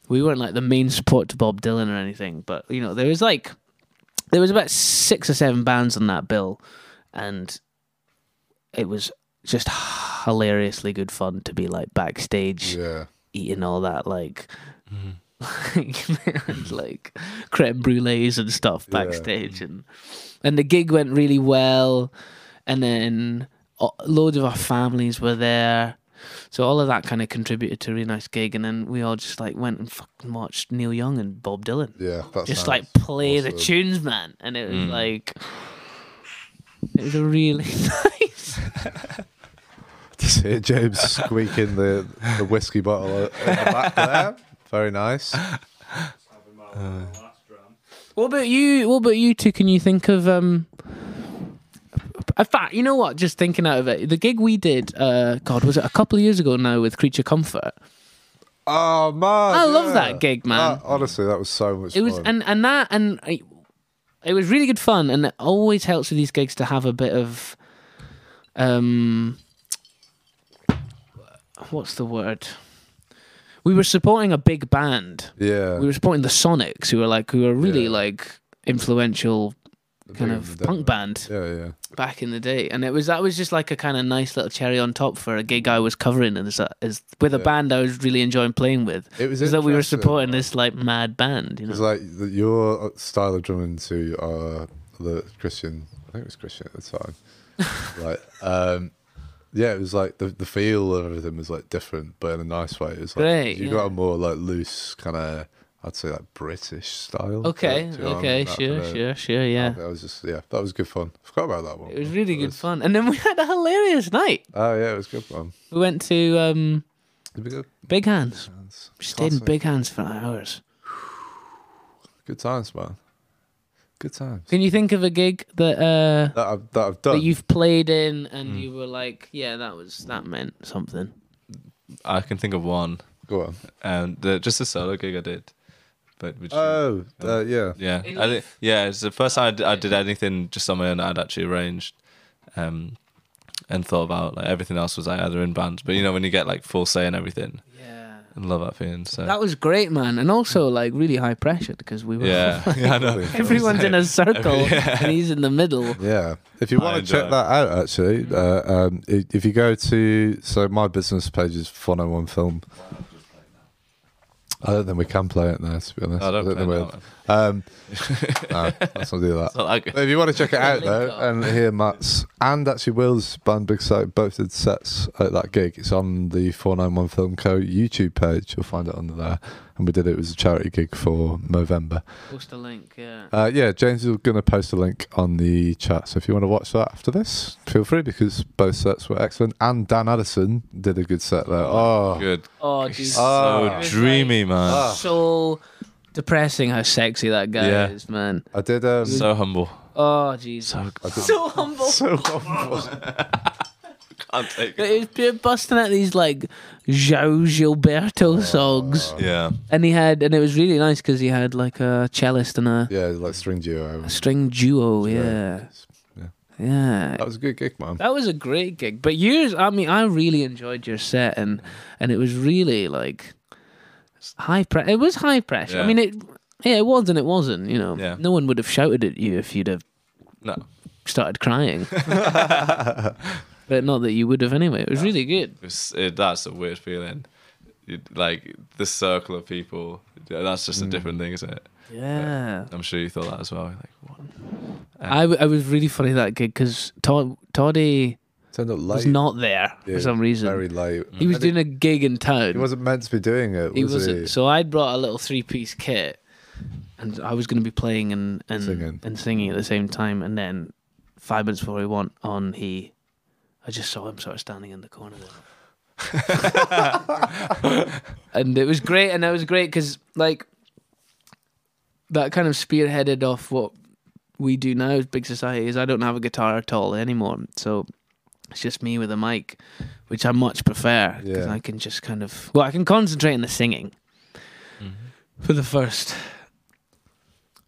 We weren't like the main support to Bob Dylan or anything, but you know there was like there was about six or seven bands on that bill, and it was just hilariously good fun to be like backstage Yeah. eating all that like like creme brulees and stuff Yeah. backstage and and the gig went really well and then uh, loads of our families were there so all of that kind of contributed to a really nice gig and then we all just like went and fucking watched neil young and bob dylan Yeah. That's just like play the awesome. tunes man and it was Mm. like it was a really nice Just hear James squeaking the, the whiskey bottle in the back there. Very nice. Having my my last dram. What about you? What about you two? Can you think of um? In fact, you know what? Just thinking out of it, the gig we did, uh, God, was it a couple of years ago now with Creature Comfort? Oh man, I love yeah. that gig, man. That- honestly, that was so much. It was fun. and and that and I- it was really good fun, and it always helps with these gigs to have a bit of um, what's the word? We were supporting a big band. yeah, we were supporting the Sonics, who were like who were really Yeah. like influential The kind bigger of than that, punk right? band Yeah, yeah. back in the day, and it was that was just like a kind of nice little cherry on top for a gig I was covering, and it's, a- it's with a Yeah. band I was really enjoying playing with. It was Is that we were interesting. supporting this like mad band, you know? It's like the, your uh, style of drumming to uh, the Christian, I think it was Christian at the time. like, um, yeah, it was like the, the feel of everything was like different, but in a nice way. It was like Great, you yeah. got a more like loose kind of, I'd say like British style. to it, okay, do you know what I okay, mean? That sure, kinda- sure, sure, yeah. That was just yeah, that was good fun. Forgot about that one. It was really That good was- fun, and then we had a hilarious night. Oh yeah, it was good fun. We went to um, It'd be good. Big Hands. times. We stayed in Classic. Big Hands for hours. Good times, man. Good times. Can you think of a gig that uh That I've, that I've done. Mm. that you've played in and you were like, yeah, that was that meant something? I can think of one, Go on. and the, just a solo gig I did, but which Oh, uh, yeah. yeah, In I did, life. yeah. It's the first time I did, I did anything just on my own. that I'd actually arranged, um, and thought about like everything else was like either in bands, but you know when you get like full say and everything, Yeah. and love that feeling. So That was great, man, and also like really high pressure because we were yeah, yeah, I know. everyone's in a circle Yeah. and he's in the middle. Yeah. If you I want to enjoy check it. that out, actually, uh, um, i- if you go to so my business page is Fun One Film. I don't think we can play it now, to be honest. I don't, think play we'll- that one. Um, no, let's not do It's not that. that good. But if you want to check it out Link though, up. and hear Matt's and actually Will's band Big Sight both did sets at that gig. It's on the Four Nine One Film Co. YouTube page. You'll find it under there. And we did it, it was a charity gig for Movember. Post a link, yeah. Uh, yeah, James is going to post a link on the chat. So if you want to watch that after this, feel free because both sets were excellent. And Dan Addison did a good set there. Oh, Good. Oh, dude, He's Ah. so It was Ah. dreamy, man. Ah. so depressing how sexy that guy Yeah. is, man. I did. Um, So humble. Oh, Jesus. So I did so humble. so awful. can't take But he was bu- busting out these like João Oh, Gilberto songs, Yeah. and he had, and it was really nice because he had like a cellist and a, yeah, like string duo. a string duo. Yeah. Yeah, Yeah. yeah. That was a good gig, man. That was a great gig. But yours, I mean, I really enjoyed your set, and and it was really like high pressure. It was high pressure. I Yeah. mean, it yeah, it was and it wasn't. You know, Yeah. no one would have shouted at you if you'd have No. started crying. but not that you would have anyway. It was really good. It's, it, that's a weird feeling. It- like the circle of people. yeah, That's Hmm. just a different thing, isn't it? Yeah. I'm sure you thought that as well. Like, what? Uh, I, w- I was really funny that gig because Todd Toddy Turned up late. was not there Yeah, for some reason. Very late. Mm. he was And it- doing a gig in town. He wasn't meant to be doing it. Was He wasn't. So I brought a little three-piece kit, and I was going to be playing and and Singing. and singing at the same time. And then five minutes before we went on, he, I just saw him sort of standing in the corner there. and it was great, and that was great because like that kind of spearheaded off what we do now as big society is I don't have a guitar at all anymore. So it's just me with a mic, which I much prefer because Yeah. I can just kind of well, I can concentrate on the singing for the first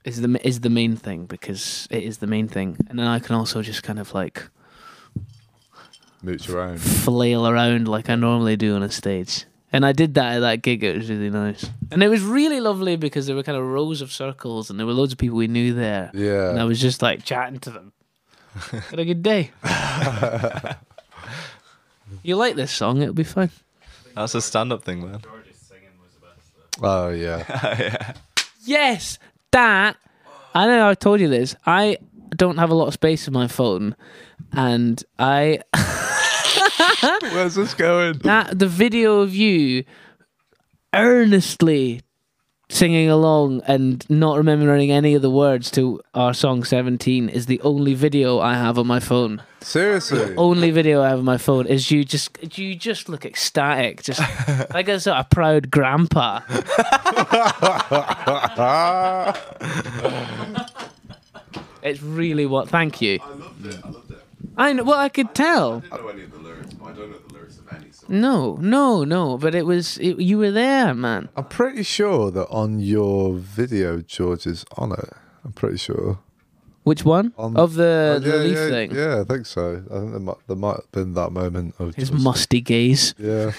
is the is the main thing because it is the main thing, and then I can also just kind of like Mooch around. flail around like I normally do on a stage. And I did that at that gig. It was really nice, and it was really lovely because there were kind of rows of circles, and there were loads of people we knew there. And I Yeah. was just like chatting to them. Had a good day. you like this song? It'll be fun. That's a stand-up thing, man. George's singing was the best. Though. Oh yeah. yeah. Yes, that. I know I told you this. I don't have a lot of space in my phone, and I Where's this going? that the video of you earnestly singing along and not remembering any of the words to our song 17 is the only video I have on my phone. Seriously. only video I have on my phone is you just you just look ecstatic, just like a sort of proud grandpa. it's really what. Thank you. I loved it. I loved it. I know. Well, I could tell. I don't know any of the lyrics. I don't know the lyrics of any song. No, no, no. But it was it, you were there, man. I'm pretty sure that on your video, George is on it. I'm pretty sure. Which one On- Oh, of the, Um, uh, yeah, the leaf yeah, thing? Yeah, I think so. I think there might, there might have been that moment of His just- musty gaze. Yeah.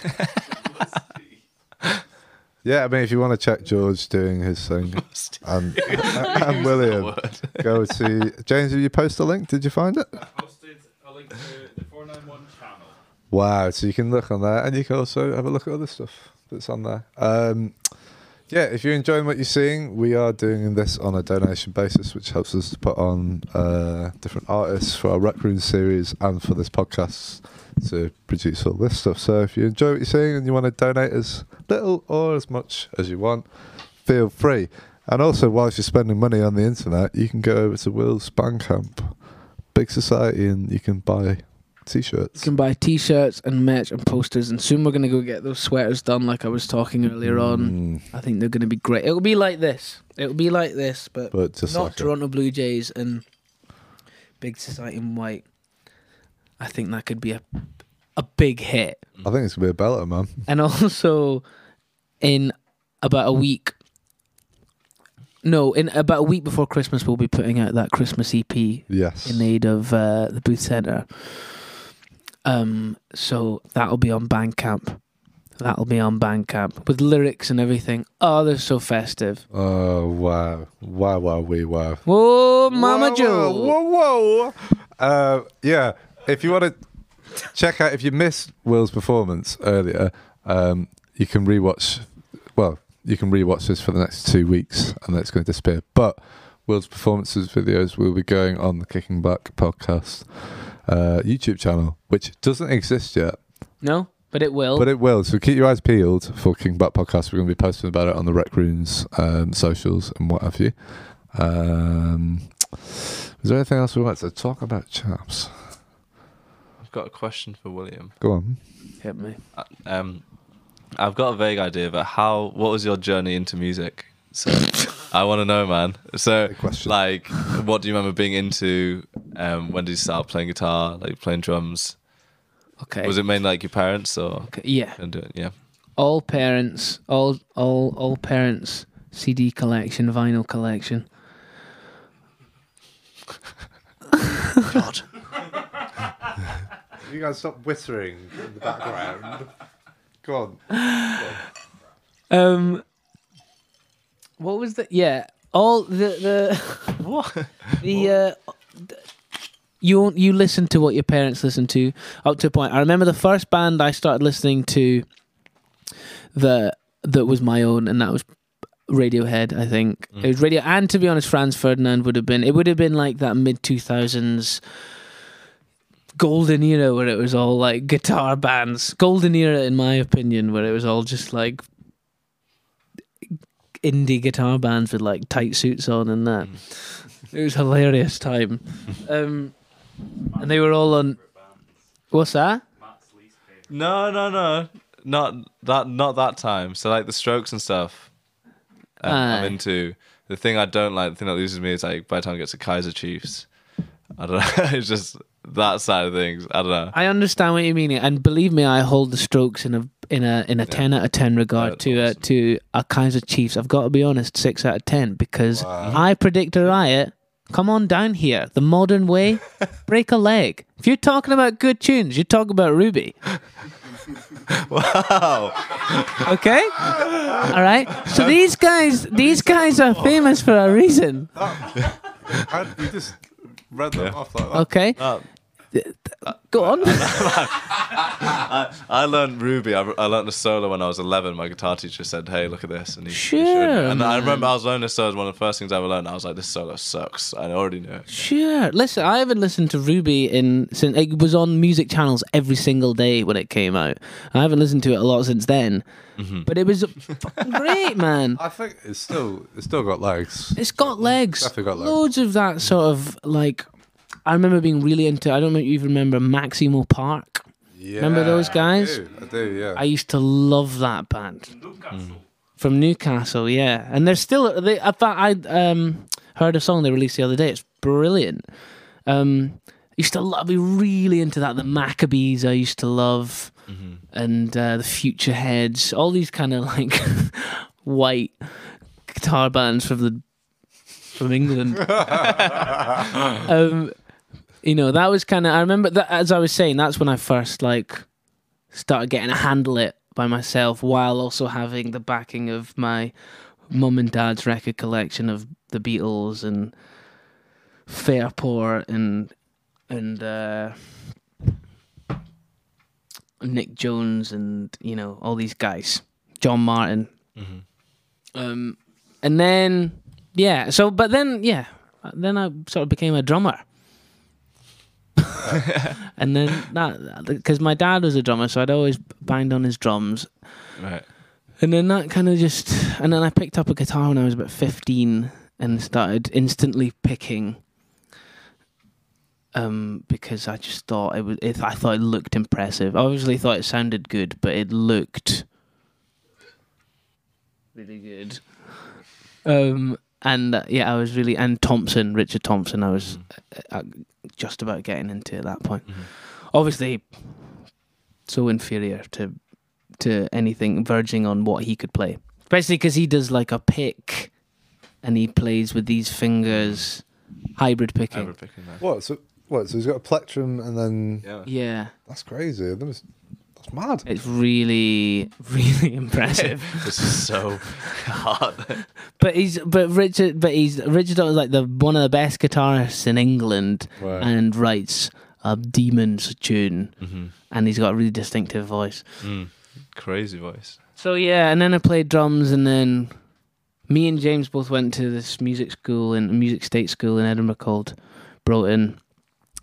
Yeah, I mean, if you want to check George doing his thing and, and William, go to James. Did you post a link? Did you find it? I posted a link to the 491 channel. Wow. So you can look on there and you can also have a look at other stuff that's on there. Um, yeah, if you're enjoying what you're seeing, we are doing this on a donation basis, which helps us to put on uh, different artists for our Rec Room series and for this podcast to produce all this stuff. So if you enjoy what you're seeing and you want to donate as little or as much as you want, feel free. And also, whilst you're spending money on the internet, you can go over to Will's Bandcamp, Big Society, and you can buy t shirts. You can buy T-shirts and merch and posters, and soon we're gonna go get those sweaters done, like I was talking earlier on. Mm, I think they're gonna be great. It'll be like this. It'll be like this, but, but just not like a- Toronto Blue Jays and Big Society in white. I think that could be a a big hit. I think it's gonna be a belter, man. And also, in about a week, no, in about a week before Christmas, we'll be putting out that Christmas EP Yes. in aid of uh, the Booth Centre. Um, so that'll be on Bandcamp. That'll be on Bandcamp with lyrics and everything. Oh, they're so festive. Oh wow! Wow! Wow! We wow! Whoa, Mama Whoa, Joe. Whoa! Whoa! whoa. Uh, yeah. If you want to check out, if you missed Will's performance earlier, um, you can rewatch. Well, you can rewatch this for the next two weeks, and then it's going to disappear. But Will's performances videos will be going on the Kicking Back podcast uh, YouTube channel, which doesn't exist yet. No, but it will. But it will. So keep your eyes peeled for King Butt podcast. We're going to be posting about it on the Rec Rooms um, socials and what have you. Um, is there anything else we want to talk about, chaps? I've got a question for William. Go on. Hit me. Uh, Um, I've got a vague idea, but how? What was your journey into music? So I want to know, man. So, Good question. like, what do you remember being into? Um, when did you start playing guitar? Like playing drums? Okay. Was it mainly like your parents or? okay. Yeah. And do it, yeah. all parents, all all all parents CD collection, vinyl collection. You guys stop whittering in the background. Go on. Um, what was the yeah? All the the Uh, what the uh, th- you you listen to what your parents listen to up to a point. I remember the first band I started listening to that that was my own, and that was Radiohead. I think it was Radio. And to be honest, Franz Ferdinand would have been. It would have been like that mid two thousands. golden era where it was all like guitar bands. Golden era, in my opinion, where it was all just like indie guitar bands with like tight suits on and that. It was a hilarious time. Um, and they were all on. What's that? No, no, no, not that, not that time. So like the Strokes and stuff. Um, I'm Aye. into the thing I don't like. The thing that loses me is like by the time it gets to Kaiser Chiefs. I don't know. it's just that side of things. I don't know. I understand what you mean, and believe me, I hold the Strokes in a in a in a ten out of ten regard That's to uh, awesome. to a Kaiser Chiefs. I've got to be honest, six out of ten because I predict a riot. Come on down here, the modern way, break a leg. If you're talking about good tunes, you're talking about Ruby. wow. Okay. All right. So these guys, these guys are famous for a reason. you just read them off like that. Okay. Um, Go on. I learned Ruby. I, I learned a solo when I was 11. My guitar teacher said, "Hey, look at this," and he, he showed me. Sure, And I remember I was learning this solo. It was one of the first things I ever learned. I was like, "This solo sucks." I already knew it. Sure. Listen, I haven't listened to Ruby in since it was on music channels every single day when it came out. I haven't listened to it a lot since then, Mm-hmm. but it was fucking great, man. I think it's still it's still got legs. It's got legs. Definitely got legs. Loads of that sort of like. I remember being really into. I don't know if you even remember Maximo Park. Yeah, Remember those guys? I do. I do, yeah. I used to love that band. From Newcastle, yeah, and they're still. They, I thought I um, heard a song they released the other day. It's brilliant. Um, I used to love, be really into that. The Maccabees, I used to love, and uh, the Future Heads. All these kind of like white guitar bands from the from England. um, you know, that was kind of. I remember that as I was saying, that's when I first like started getting a handle it by myself while also having the backing of my mum and dad's record collection of the Beatles and Fairport and and uh, Nick Jones and you know all these guys, John Martin. Um, and then yeah, so but then yeah, then I sort of became a drummer. and then that because my dad was a drummer, so I'd always banged on his drums, Right. and then that kind of just and then I picked up a guitar when I was about 15 and started instantly picking um because I just thought it was it, I thought it looked impressive. I obviously thought it sounded good, but it looked really good. Um and uh, yeah, I was really and Thompson, Richard Thompson, I was uh, uh, just about getting into at that point. Obviously so inferior to to anything verging on what he could play. Especially because he does like a pick, and he plays with these fingers, hybrid picking. Ever picking that. What? So what? So he's got a plectrum and then Yeah. Yeah, that's crazy. That was, that's mad. it's really, really impressive. This is so hard. but he's, but Richard, but he's Richard is like the one of the best guitarists in England, Wow. and writes a demon's tune, Mhm. and he's got a really distinctive voice. Hmm. Mm. Crazy voice. So yeah, and then I played drums, and then me and James both went to this music school in music state school in Edinburgh called Broughton,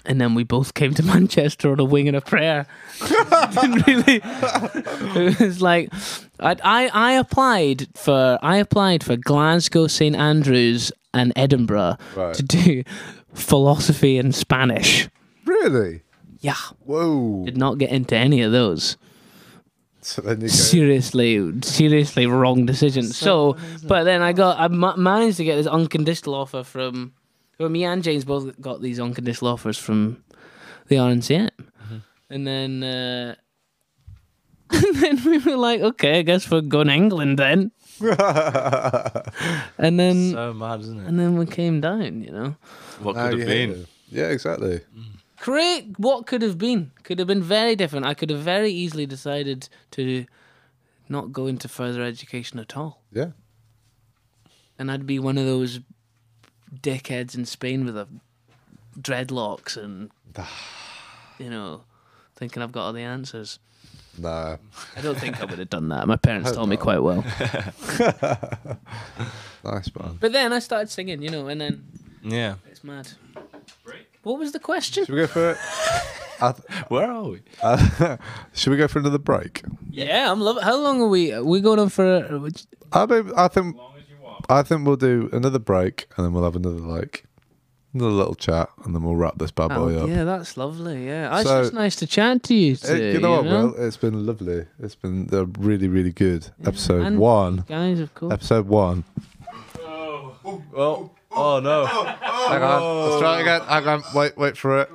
and then we both came to Manchester on a wing and a prayer. Didn't really, it was like I, I I applied for I applied for Glasgow, St Andrews, and Edinburgh Right. to do philosophy and Spanish. Really? Yeah, Whoa. did not get into any of those. So then you go, seriously, seriously wrong decision. So, but then I got I ma- managed to get this unconditional offer from. Well, me and James both got these unconditional offers from the RNCM, and then uh, and then we were like, okay, I guess we're going to England then. and then So mad, isn't it? and then we came down, you know. What now could you're have been? here. Yeah, exactly. Great. What could have been could have been very different. I could have very easily decided to not go into further education at all. Yeah. and I'd be one of those dickheads in Spain with a dreadlocks and you know thinking I've got all the answers. Nah. I don't think I would have done that. My parents taught me quite well. Nice man. But then I started singing, you know, and then Yeah. it's mad. What was the question? Should we go for it? I th- Where are we? uh, should we go for another break? Yeah, I'm loving. How long are we? We're going on for. uh, A, I maybe, I think oh, long as you want. I think we'll do another break and then we'll have another like another little chat and then we'll wrap this bad boy oh, up. yeah, that's lovely. Yeah, it's So- just nice to chat to you. Hey, Today, you know what, Will? It's been lovely. It's been a really, really good episode and- one. guys? Of course. Episode one. Oh, Oh, oh no. Hang on. Let's try it again. Hang on. Wait, wait for it.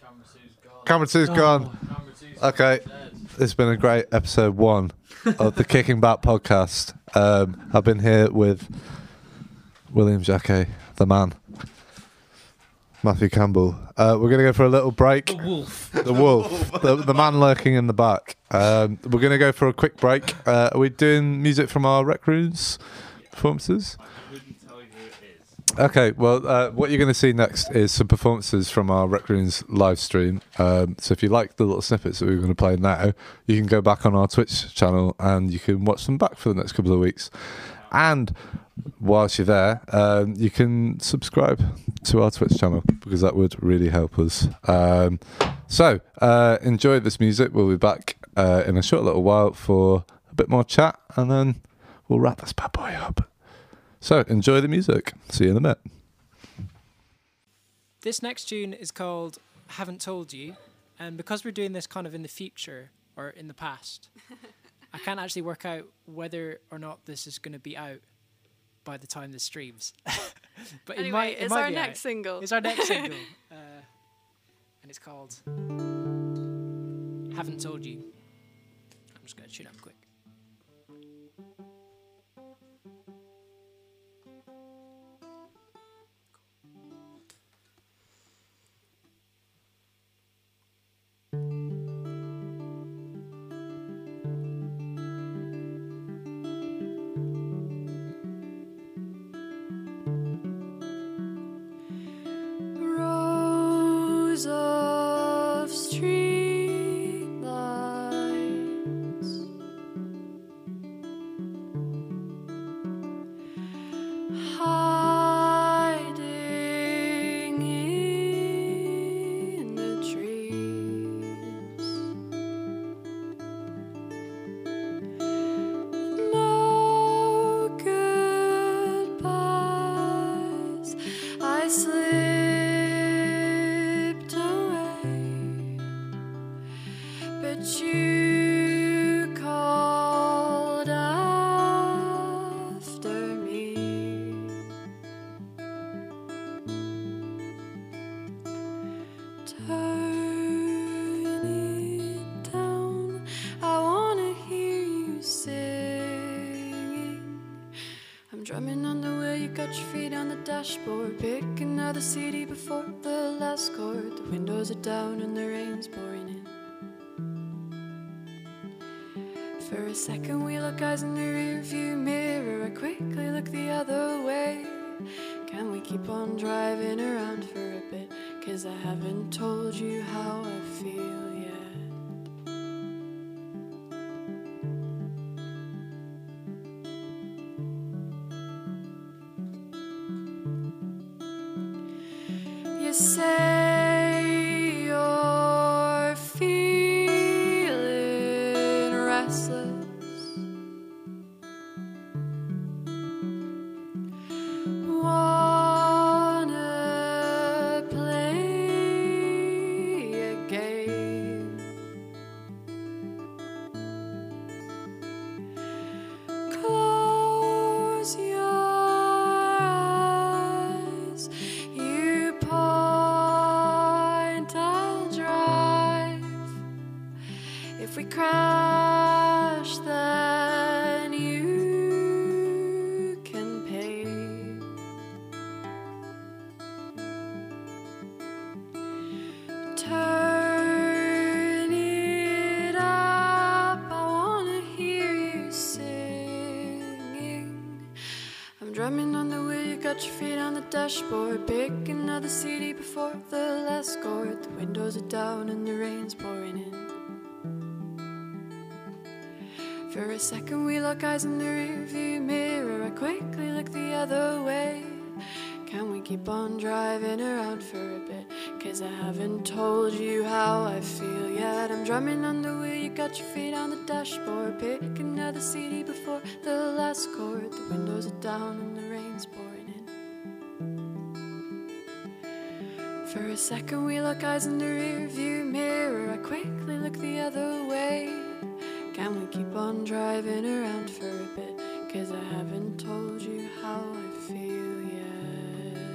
camera two's gone. Camera two's gone. Camera two's Okay. dead. It's been a great episode one of the Kicking Back podcast. Um, I've been here with William Jacquet, the man, Matthew Campbell. Uh, we're going to go for a little break. The wolf. The wolf. the, the man lurking in the back. Um, we're going to go for a quick break. Uh, are we doing music from our rec rooms performances? Wouldn't tell you who it is. Okay, well, uh, what you're going to see next is some performances from our Rec Rooms live stream. Um, so if you like the little snippets that we're going to play now, you can go back on our Twitch channel and you can watch them back for the next couple of weeks. And whilst you're there, um, you can subscribe to our Twitch channel because that would really help us. Um, so uh, enjoy this music. We'll be back uh, in a short little while for a bit more chat and then we'll wrap this bad boy up. So enjoy the music. See you in a minute. This next tune is called Haven't Told You, and because we're doing this kind of in the future or in the past, I can't actually work out whether or not this is going to be out by the time this streams. but Anyway, it might, it it's might our be next out. single. It's our next single. Uh, and it's called Haven't Told You. I'm just going to tune up quick. drumming on the wheel, you got your feet on the dashboard. Pick another CD before the last chord. The windows are down and the rain's pouring in. For a second, we lock eyes in the rearview mirror. I quickly look the other way. Can we keep on driving around for a bit? Cause I haven't told you how I feel yet. You say you're feeling restless. Wanna play a game? Close your eyes. You point, I'll drive. If we crash, then you can pay. Turn it up, I wanna hear you singing. I'm drumming on the wheel, you got your feet on the dashboard. Pick another CD before the last chord. The windows are down and the rain's pouring in. For a second, we lock eyes in the rearview mirror. I quickly look the other way. Can we keep on driving around for a bit? Cause I haven't told you how I feel yet. I'm drumming on the wheel, you got your feet on the dashboard. Pick another CD before the last chord. The windows are down and the rain's pouring in. For a second, we lock eyes in the rearview mirror. I quickly look the other way. Can we keep on driving around for a bit? Cause I haven't told you how I feel yet.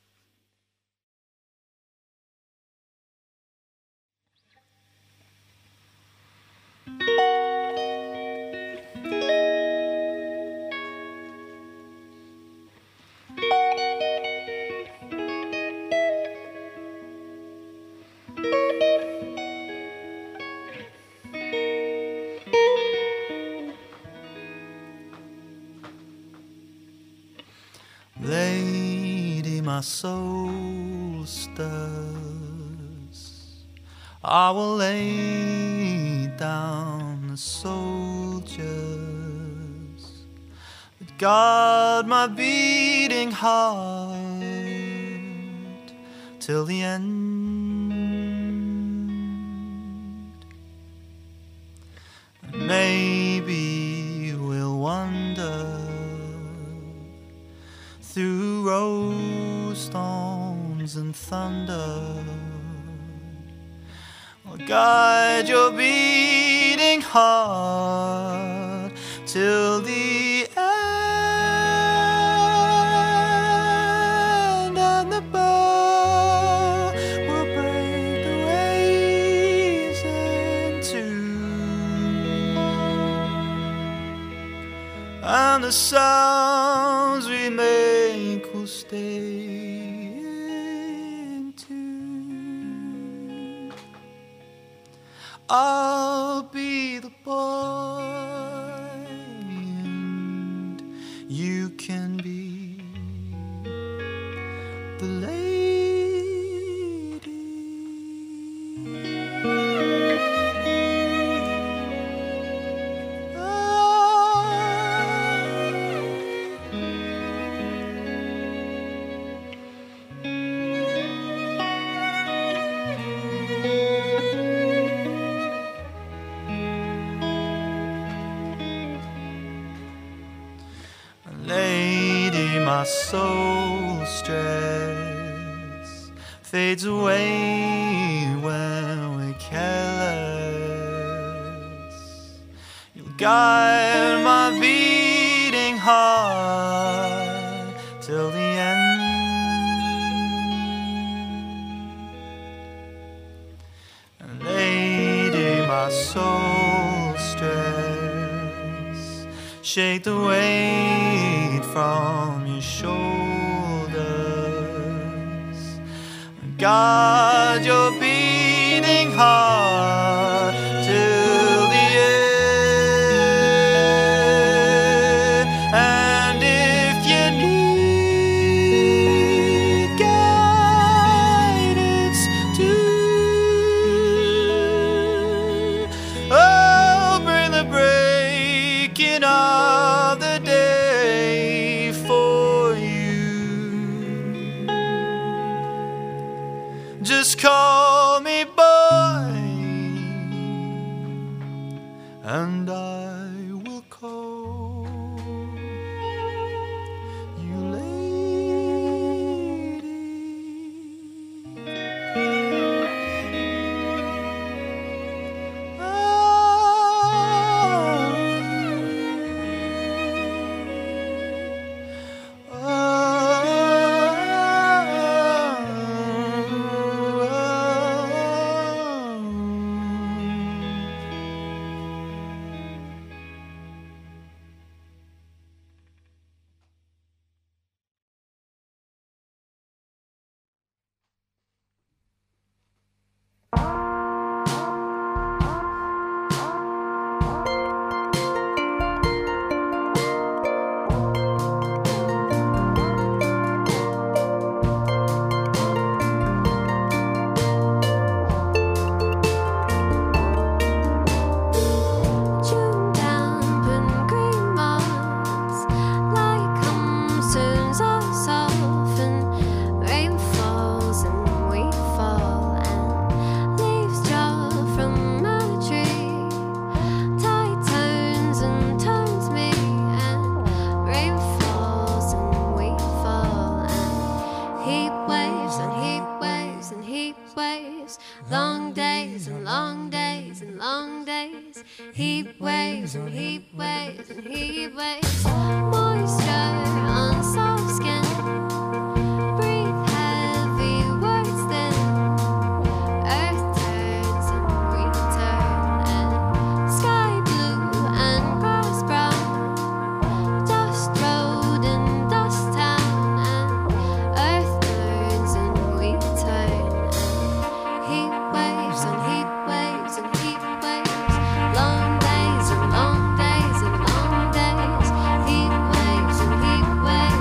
Lady, my soul stirs. I will lay down the soldiers that guard my beating heart till the end. Maybe we'll wander through rose storms and thunder. I'll guide your beating heart till the end, and the bow will break the waves in two and the sounds we make will stay in tune. I'll be the boy, and you can be the lady. my soul stress fades away when we careless. You'll guide my beating heart till the end. And lady, my soul stress, shake the weight from your shoulders. Guard your beating heart till the end. And if you need guidance too, oh, bring the breaking of the day for you. Just call me boy, and I will call you lady. Tune damp and green moss, like concerns us often. Rain falls and we fall, and leaves drop from a tree. Tide turns and turns me, and rain falls and we fall, and heat waves and heat waves and heat waves. Long days and long days and long days. Heat waves and heat waves and heat waves. Moisture on soft skin. Breathe heavy words then. Earth turns and we turn. And sky blue and grass brown. Dust road and dust town. And earth turns and we turn. Heat waves and heat waves and heat waves. Long days and long days and long days. Heat waves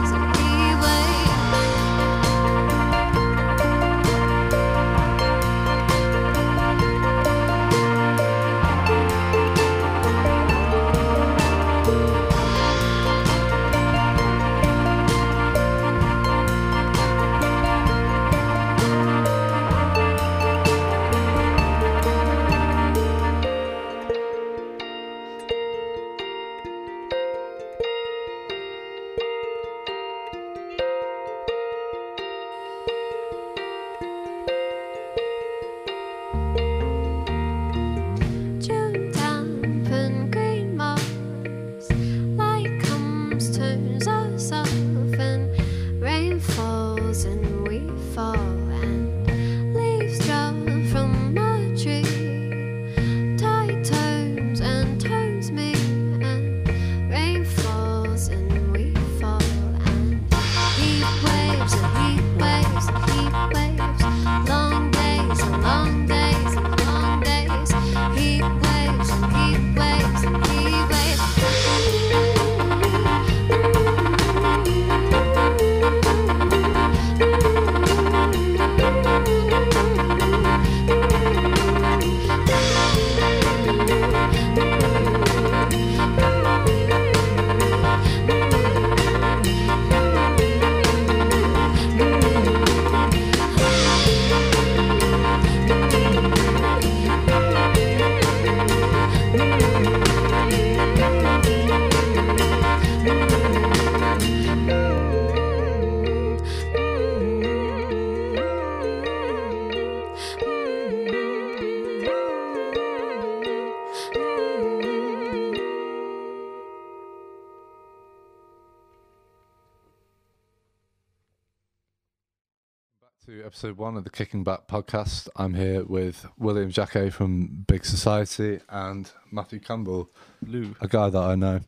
episode one of the Kicking Back podcast. I'm here with William Jacquet from Big Society and Matthew Campbell, Lou. a guy that I know.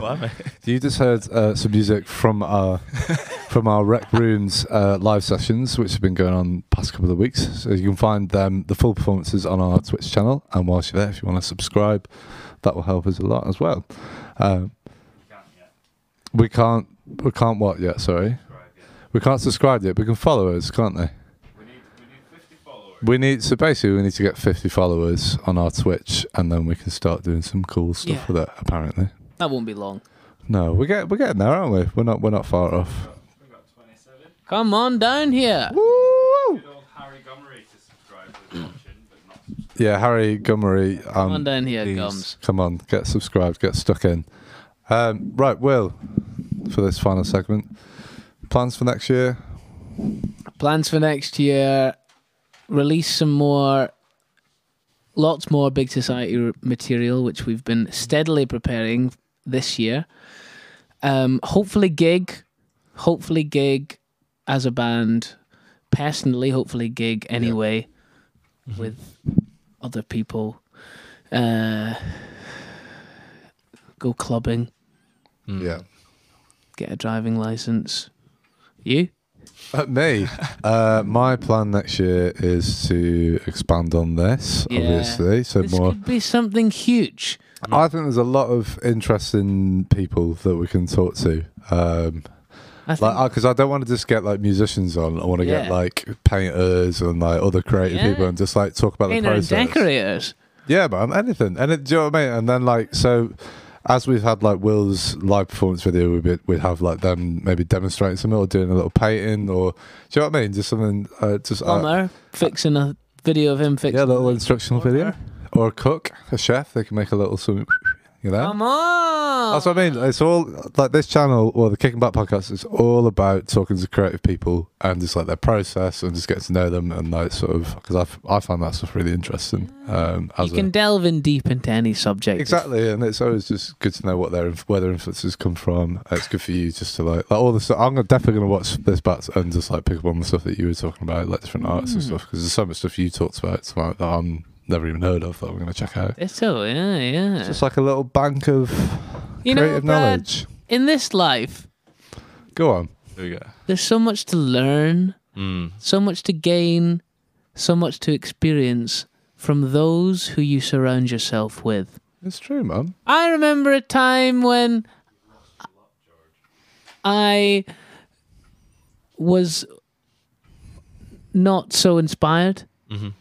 Why, mate? You just heard uh, some music from our from our Rec Rooms uh, live sessions, which have been going on past couple of weeks. So you can find them the full performances on our Twitch channel. And whilst you're there, if you want to subscribe, that will help us a lot as well. Um, we can't we can't what yet? Sorry, we can't subscribe yet. But we can follow us, can't they? We need, we need 50 followers. We need so basically we need to get 50 followers on our Twitch, and then we can start doing some cool stuff Yeah. with it. Apparently. That won't be long. No, we get we're getting there, aren't we? We're not we're not far off. We've got 27. Come on down here. Good old Harry Gomery to subscribe with watching, but not subscribe. Yeah, Harry Gummery. Um, Come on down here, please. Gums. come on, get subscribed, get stuck in. Um, right, Will, for this final segment, plans for next year? Plans for next year: release some more, lots more Big Society r- material, which we've been steadily preparing this year. Um, hopefully, gig. Hopefully, gig as a band. Personally, hopefully, gig anyway with other people. Uh, go clubbing. Yeah, Get a driving license. You? at me. uh, my plan next year is to expand on this, Yeah. obviously. So this more. could be something huge. I think there's a lot of interesting people that we can talk to. Um, I think like because I don't want to just get like musicians on. I want to get Yeah. like painters and like other creative Yeah. people and just like talk about painter the and process. decorators. Yeah, man, anything. And it, do you know what I mean? And then like so. As we've had like Will's live performance video, we'd, be, we'd have like them maybe demonstrating something or doing a little painting or do you know what I mean? Just something, uh, just uh, Plumber fixing a video of him fixing. yeah, a little instructional video or a cook, a chef. They can make a little something, you know. Come on. That's what I mean. It's all like this channel, or the Kicking Back podcast, is all about talking to creative people and just like their process and just getting to know them and like sort of because I've I found that stuff really interesting. Um, You as a- can delve in deep into any subject. exactly, and it's always just good to know what their inf- where their influences come from. It's good for you just to like, like all the stuff. I'm gonna- definitely gonna watch this back and just like pick up on the stuff that you were talking about, like different arts and Mm. stuff, because there's so much stuff you talked about tonight that I'm never even heard of that we're gonna check out. It's all, yeah, yeah. It's just like a little bank of you know, creative Brad, knowledge. in this life, Go on. Here we go. there's so much to learn, Mm. so much to gain, so much to experience from those who you surround yourself with. It's true, man. I remember a time when I was not so inspired. Mhm.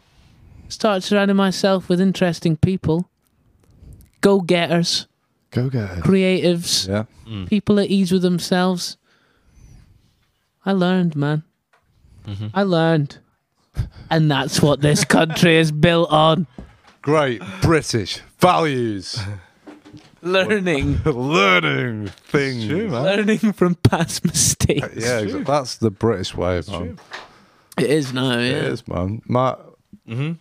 Started surrounding myself with interesting people, go getters, Go get it. creatives, Yeah. people at ease with themselves. I learned, man. I learned. And that's what this country is built on Great British values. learning. Learning things. learning from past mistakes. Uh, Yeah, exa- that's the British way, man. It is now, yeah. It is, man. Matt,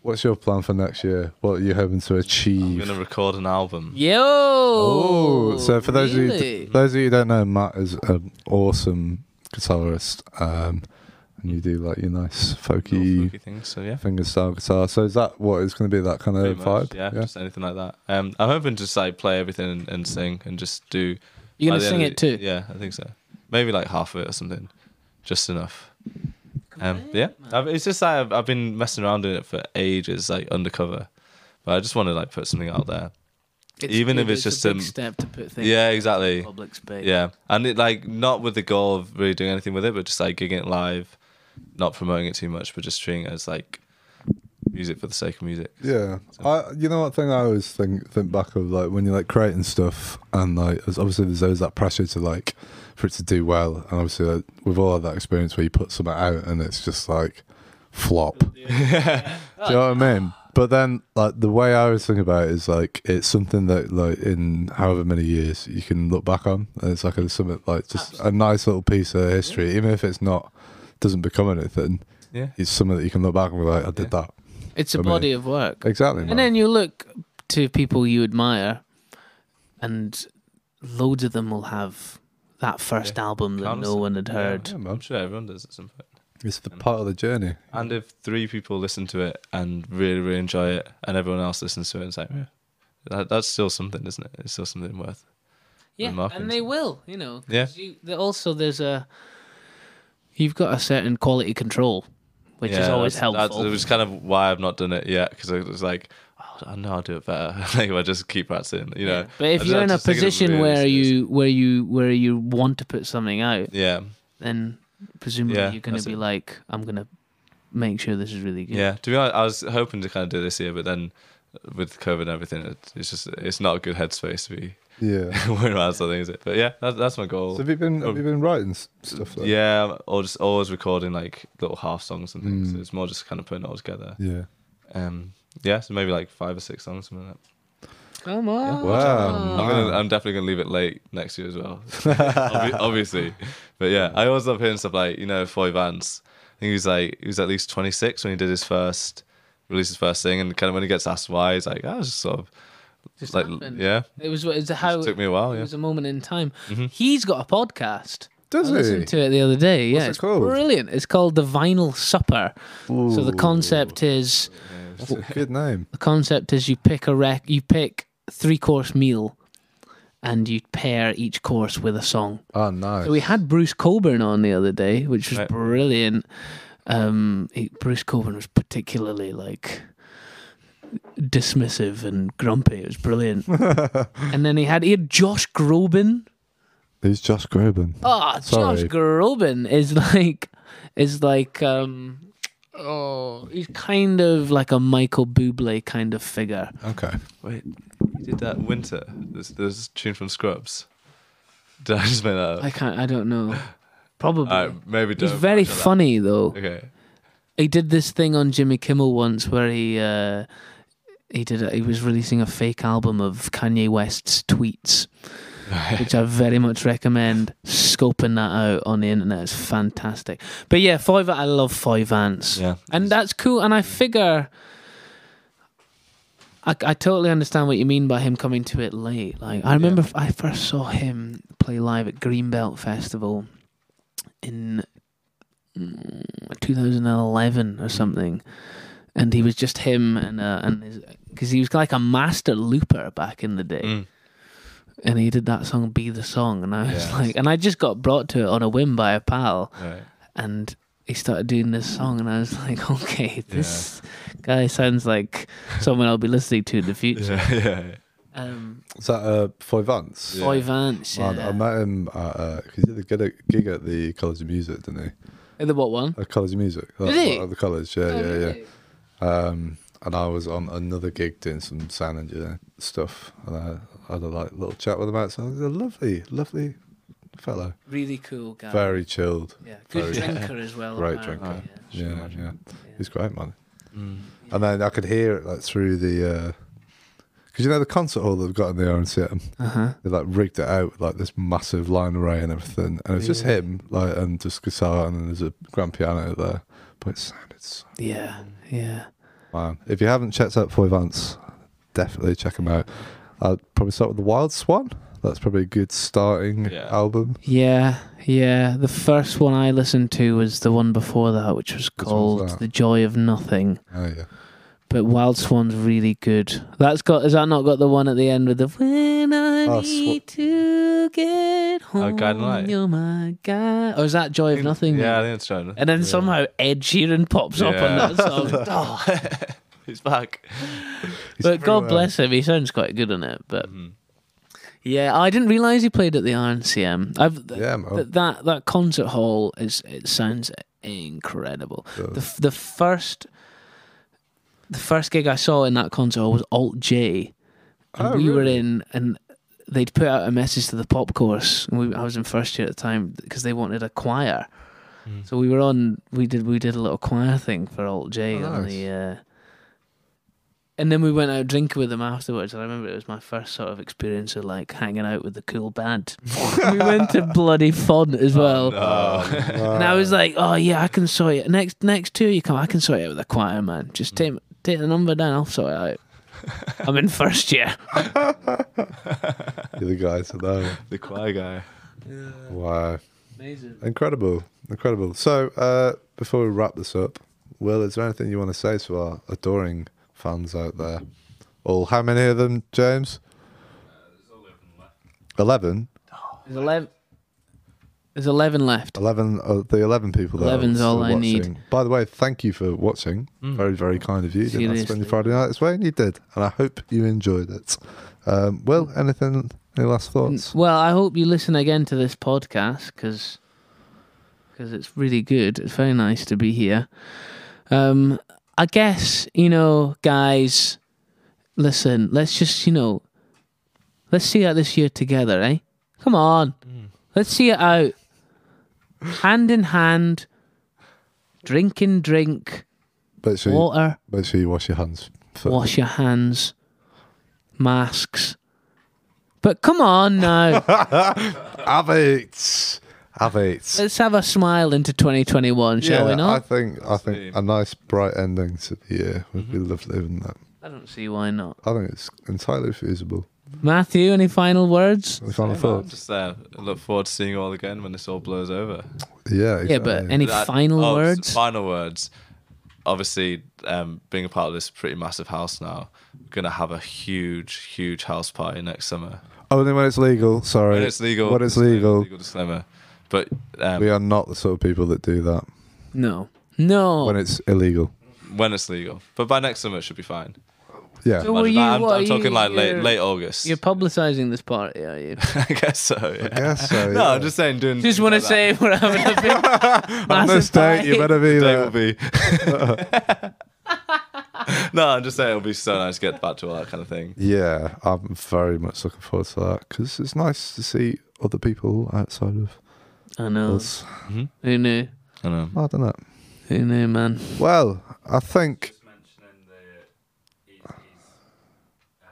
what's your plan for next year? What are you hoping to Mm-hmm. I'm achieve? gonna record an album. Yo! Oh, so for those of you really? those of you who don't know, Matt is an awesome guitarist, um, and you do like your nice Little folky spooky things. So yeah. fingerstyle guitar. So is that what it's going to be? That kind of Pretty much, vibe? yeah, just anything like that. Um, I'm hoping to just like play everything and, and sing and just do. You're going by the to end sing of it the- too? Yeah, I think so. Maybe like half of it or something, just enough. Um, but yeah, I've, it's just like I've, I've been messing around doing it for ages, like undercover. But I just want to like put something out there. Even if it's just a a- big step to put things Yeah, in exactly. public space. Yeah, and it like not with the goal of really doing anything with it, but just like gigging it live, not promoting it too much, but just treating it as like music for the sake of music. Yeah, I you know what thing I always think think back of like when you're like creating stuff and like there's obviously there's always that pressure to like for it to do well and obviously like, we've all had that experience where you put something out and it's just like flop. Do you know what I mean? But then, like the way I always think about it is like it's something that, like in however many years, you can look back on, and it's like a something like just a nice little piece of history, even if it's not doesn't become anything. Yeah. It's something that you can look back and be like, I did that It's a I mean, body of work. exactly. man. And then you look to people you admire, and loads of them will have that first album that Countless no of- one had yeah. heard. Yeah, I'm man. sure everyone does at some point. It's the part of the journey. And if three people listen to it and really, really enjoy it, and everyone else listens to it and it's like, yeah, that, that's still something, isn't it? It's still something worth. Yeah, marketing and they stuff. will, you know. 'cause Yeah. You, there- also, there's a you've got a certain quality control, which is Yeah, always that's- helpful. That's, it was kind of why I've not done it yet because it was like, oh, I know I'll do it better. like if I just keep practicing, you know. Yeah, But I if just you're in have to a take it position really where seriously. you where you where you want to put something out, yeah, then presumably Yeah, you're going that's to be it. like, I'm going to make sure this is really good. yeah. To be honest, I was hoping to kind of do this year, but then with COVID and everything, it, it's just it's not a good headspace to be Yeah. worrying about something, is it? But yeah, that, that's my goal. So have you been have you been writing s- stuff? Like Oh. yeah, or just always recording like little half songs and things. Mm. So it's more just kind of putting it all together. Yeah. Um, yeah, so maybe like five or six songs, something like that. Come on. Wow. I'm, gonna, I'm definitely gonna leave it late next year as well, Obvi- obviously. But yeah, I always love hearing stuff like you know Foy Vance. I think he was like he was at least 26 when he did his first release, his first thing, and kind of when he gets asked why, he's like, I was just sort of Just like, happened. yeah, It was it was how it took me a while. it Yeah, was a moment in time. He's got a podcast. Does I listened he? to it the other day. yeah, it it's called? brilliant. It's called the Vinyl Supper. So the Ooh. concept is That's a good name. the concept is you pick a rec, you pick three course meal, and you pair each course with a song. Oh, nice. So we had Bruce Coburn on the other day, which was Right. brilliant. Um, he- Bruce Coburn was particularly like dismissive and grumpy. It was brilliant. and then he had he had Josh Groban. Who's Josh Groban? Ah, Josh Sorry. Groban is like is like um oh he's kind of like a Michael Bublé kind of figure. Okay. wait, he did that winter. There's, there's a tune from Scrubs. Did I just make that up? I can't. I don't know. Probably. All right, maybe he's don't very mention that. funny though. Okay, He did this thing on Jimmy Kimmel once where he uh, he did a, he was releasing a fake album of Kanye West's tweets, which I very much recommend scoping that out on the internet. It's fantastic. But yeah, Five I love Five Ants, yeah, and that's cool. And I figure. I, I totally understand what you mean by him coming to it late. Like I remember f I I first saw him play live at Greenbelt Festival in mm, 2011 or Hmm. something, and he was just him and uh, and because he was like a master looper back in the day, Mm. and he did that song "Be the Song," and I was Yeah. like, and I just got brought to it on a whim by a pal, all right. and he started doing this song, and I was like, okay, this guy sounds like someone I'll be listening to in the future. yeah, yeah, yeah. Um, Is that uh, Foy Vance? Yeah. Foy Vance, Well, I yeah. met him at, uh 'cause he did a gig at- gig at the College of Music, didn't he? the what one? At College of Music. Did At- he? Oh, At the college, yeah, yeah, yeah. Um, and I was on another gig doing some sound engineer stuff, and I had a like little chat with him outside. He's a lovely, lovely fellow, Really cool guy. very chilled. yeah, good very- drinker as well. Great apparently, drinker. yeah. Yeah, yeah, Yeah. he's great, man. Mm. And then I could hear it like through the, uh, because you know the concert hall that we've got in the RNCM, Uh-huh. they like rigged it out with, like this massive line array and everything, and it's just him like and just guitar, and then there's a grand piano there, but it sounded so Yeah, yeah. Man, if you haven't checked out Foy Vance, definitely check him out. I'd probably start with The Wild Swan. That's probably a good starting Yeah. album. Yeah, yeah. The first one I listened to was the one before that, which was Which one's called that? The Joy of Nothing. Oh yeah, But Wild Swan's really good. That's got has that not got the one at the end with the When I Oh, sw- need to get home, Guiding Light. you're my guy. Or Oh, is that Joy of Nothing? Yeah, I think it's trying. And then somehow Ed Sheeran pops up on Yeah. that song. Oh, He's back. but God everywhere. bless him, he sounds quite good on it. But Mm-hmm. Mhm. yeah, I didn't realize he played at the RNCM. I've th- yeah, man. th- that that concert hall is it sounds incredible. The f- the first the first gig I saw in that concert hall was Alt J, and Oh, we were really? in and they'd put out a message to the pop course. And we, I was in first year at the time because they wanted a choir, Mm. so we were on. We did we did a little choir thing for Alt J Oh, on nice. the. Uh, and then we went out drinking with them afterwards, and I remember it was my first sort of experience of like hanging out with the cool band. we went to bloody fun as well. And I was like, "Oh yeah, I can sort it. Next next tour you come, I can sort it out with the choir man. Just take take the number down, I'll sort it out." I'm in first year. You're the guy to know. The choir guy. Wow. Amazing. Incredible, incredible. So, uh, before we wrap this up, Will, is there anything you want to say to our adoring fans out there? All how many of them, James? Eleven. There's eleven. There's eleven left. Eleven. Uh, the eleven people. that are 11's all still I need. watching. By the way, thank you for watching. Very, very kind of you. Didn't have to spend Seriously. your Friday night this way, and you did. And I hope you enjoyed it. Um, Will, anything? Any last thoughts? Well, I hope you listen again to this podcast because it's really good. It's very nice to be here. Um, I guess you know, guys. Listen, let's just you know, let's see out this year together, eh? Come on, let's see it out, hand in hand, drinking drink, Make sure, you, water. make sure you wash your hands. first. wash your hands, masks. But come on now, Have it. Have it. let's have a smile into 2021, shall we I not? think I think a nice bright ending to the year would be Mm-hmm. lovely, wouldn't that? I, don't see why not. I think it's entirely feasible. Matthew, any final words? Any final Yeah, man, thoughts? just there. I look forward to seeing you all again when this all blows over. Yeah, Yeah, exactly. but any That- final oh, s- words? Final words. Obviously, um, being a part of this pretty massive house now, we're gonna have a huge, huge house party next summer. only when it's legal. Sorry, When it's legal. When it's disclaimer, legal, Legal disclaimer. But um, we are not the sort of people that do that. No. No. When it's illegal, when it's legal. But by next summer, it should be fine. yeah. So were Imagine you, that. I'm, what, I'm you- talking like late, you're- late August. You're publicising this party, are you? I guess so. Yeah. guess so, no, yeah. I'm just saying. Doing. Just want to say we're having a big On massive this date, you party. better be They there. will be. no, I'm just saying it'll be so nice to get back to all that kind of thing. Yeah, I'm very much looking forward to that because it's nice to see other people outside of I know. us. Who knew? Mm-hmm. I know. I don't know. Who knew, man? Well, I think Just mentioning the his, his uh,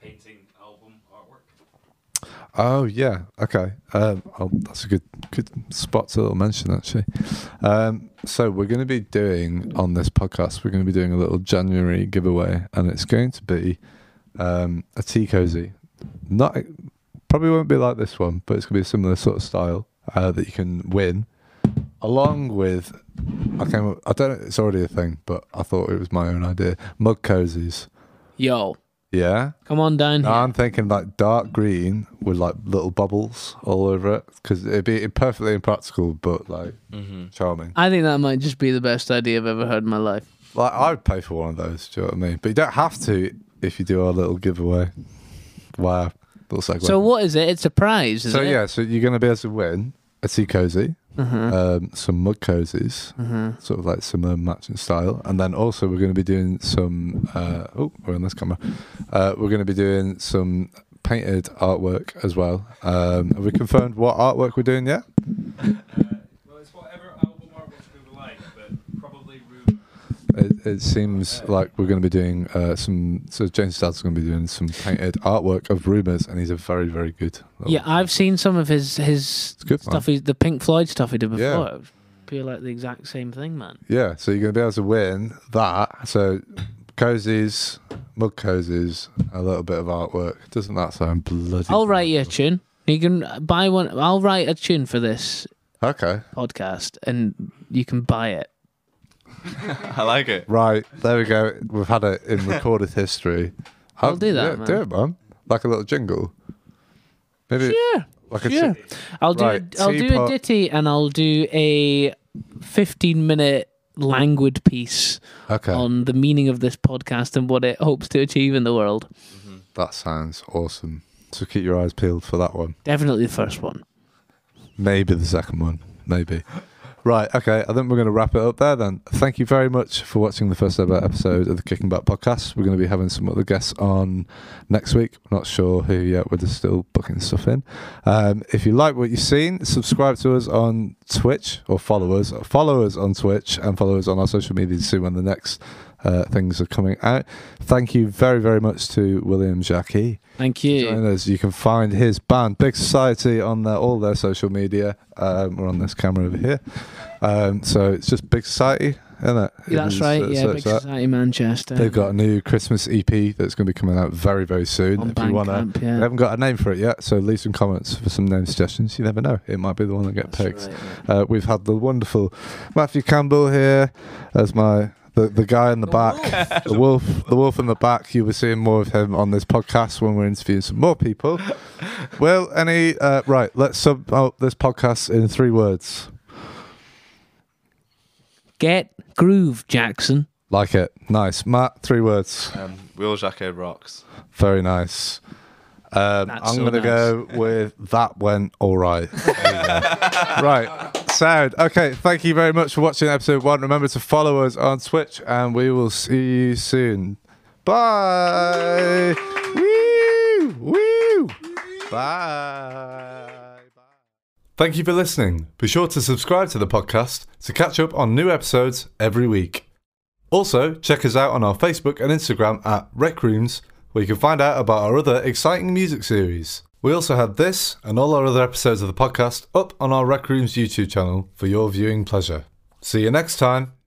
painting album artwork. Oh yeah, okay. Um, oh, that's a good good spot to mention actually. Um, so we're going to be doing on this podcast, we're going to be doing a little January giveaway, and it's going to be um, a tea cozy. Not probably won't be like this one, but it's going to be a similar sort of style uh, that you can win, along with I came up, I don't know, it's already a thing, but I thought it was my own idea. Mug cozies, Yo, yeah. come on down No, here. I'm thinking like dark green with like little bubbles all over it because it'd be perfectly impractical but like charming. I think that might just be the best idea I've ever heard in my life. Like I would pay for one of those. Do you know what I mean? But you don't have to if you do our little giveaway. Wow, little segue. So what is it? It's a prize, is So it? yeah, so you're gonna be able to win a tea cozy, um, some mug cozies, sort of like similar matching style, and then also we're gonna be doing some. Uh, oh, we're on this camera. Uh, we're gonna be doing some painted artwork as well. Um, have we confirmed what artwork we're doing yet? Uh, Well, it's whatever album artwork we would like, but probably Ruben. It, it seems like we're going to be doing uh, some. So James Dad's going to be doing some painted artwork of rumors, and he's a very, very good. little- Yeah, I've seen some of his his It's good, man. stuff. He, the Pink Floyd stuff he did before. Yeah. It Feel like the exact same thing, man. Yeah, so you're going to be able to win that. So cozies, mug cozies, a little bit of artwork. Doesn't that sound bloody? I'll write you a tune. You can buy one. I'll write a tune for this Okay, podcast, and you can buy it. I like it. right there we go. We've had it in recorded history. I'll do that, Yeah, man. do it, man. Like a little jingle. Maybe Yeah, like a yeah. I'll do. Right, A, I'll do teapot. a ditty, and I'll do a fifteen-minute languid piece okay. on the meaning of this podcast and what it hopes to achieve in the world. Mm-hmm. That sounds awesome. So keep your eyes peeled for that one. Definitely the first one. Maybe the second one. Maybe. Right, okay. I think we're going to wrap it up there then. Thank you very much for watching the first ever episode of the Kicking Back podcast. We're going to be having some other guests on next week. We're not sure who yet. We're just still booking stuff in. Um, if you like what you've seen, subscribe to us on Twitch or follow us. Follow us on Twitch and follow us on our social media to see when the next uh, things are coming out. Thank you very, very much to William Jackie Thank you. join us. You can find his band, Big Society, on their, all their social media. Um, we're on this camera over here. Um, so it's just Big Society isn't it? It That's is, right. uh, yeah, search Big that. Society Manchester. They've got a new Christmas EP that's going to be coming out very, very soon. on if you want to, Bandcamp, they yeah. haven't got a name for it yet, so leave some comments for some name suggestions. You never know; it might be the one that That's gets picked. right, yeah. Uh, we've had the wonderful Matthew Campbell here as my the, the guy in the, back, the wolf, the wolf in the back. You were seeing more of him on this podcast when we're interviewing some more people. well, any uh, right? Let's sum up this podcast in three words. Get groove, Jackson. Like it, nice, Matt. Three words, Um, Will Jacquet rocks. very nice. Um, That's I'm so gonna nice. go with that went all right. right, sound okay. Thank you very much for watching episode one. Remember to follow us on Twitch, and we will see you soon. Bye. Woo! Woo! Bye. Thank you for listening. Be sure to subscribe to the podcast to catch up on new episodes every week. Also, check us out on our Facebook and Instagram at Rec Rooms, where you can find out about our other exciting music series. We also have this and all our other episodes of the podcast up on our Rec Rooms YouTube channel for your viewing pleasure. See you next time.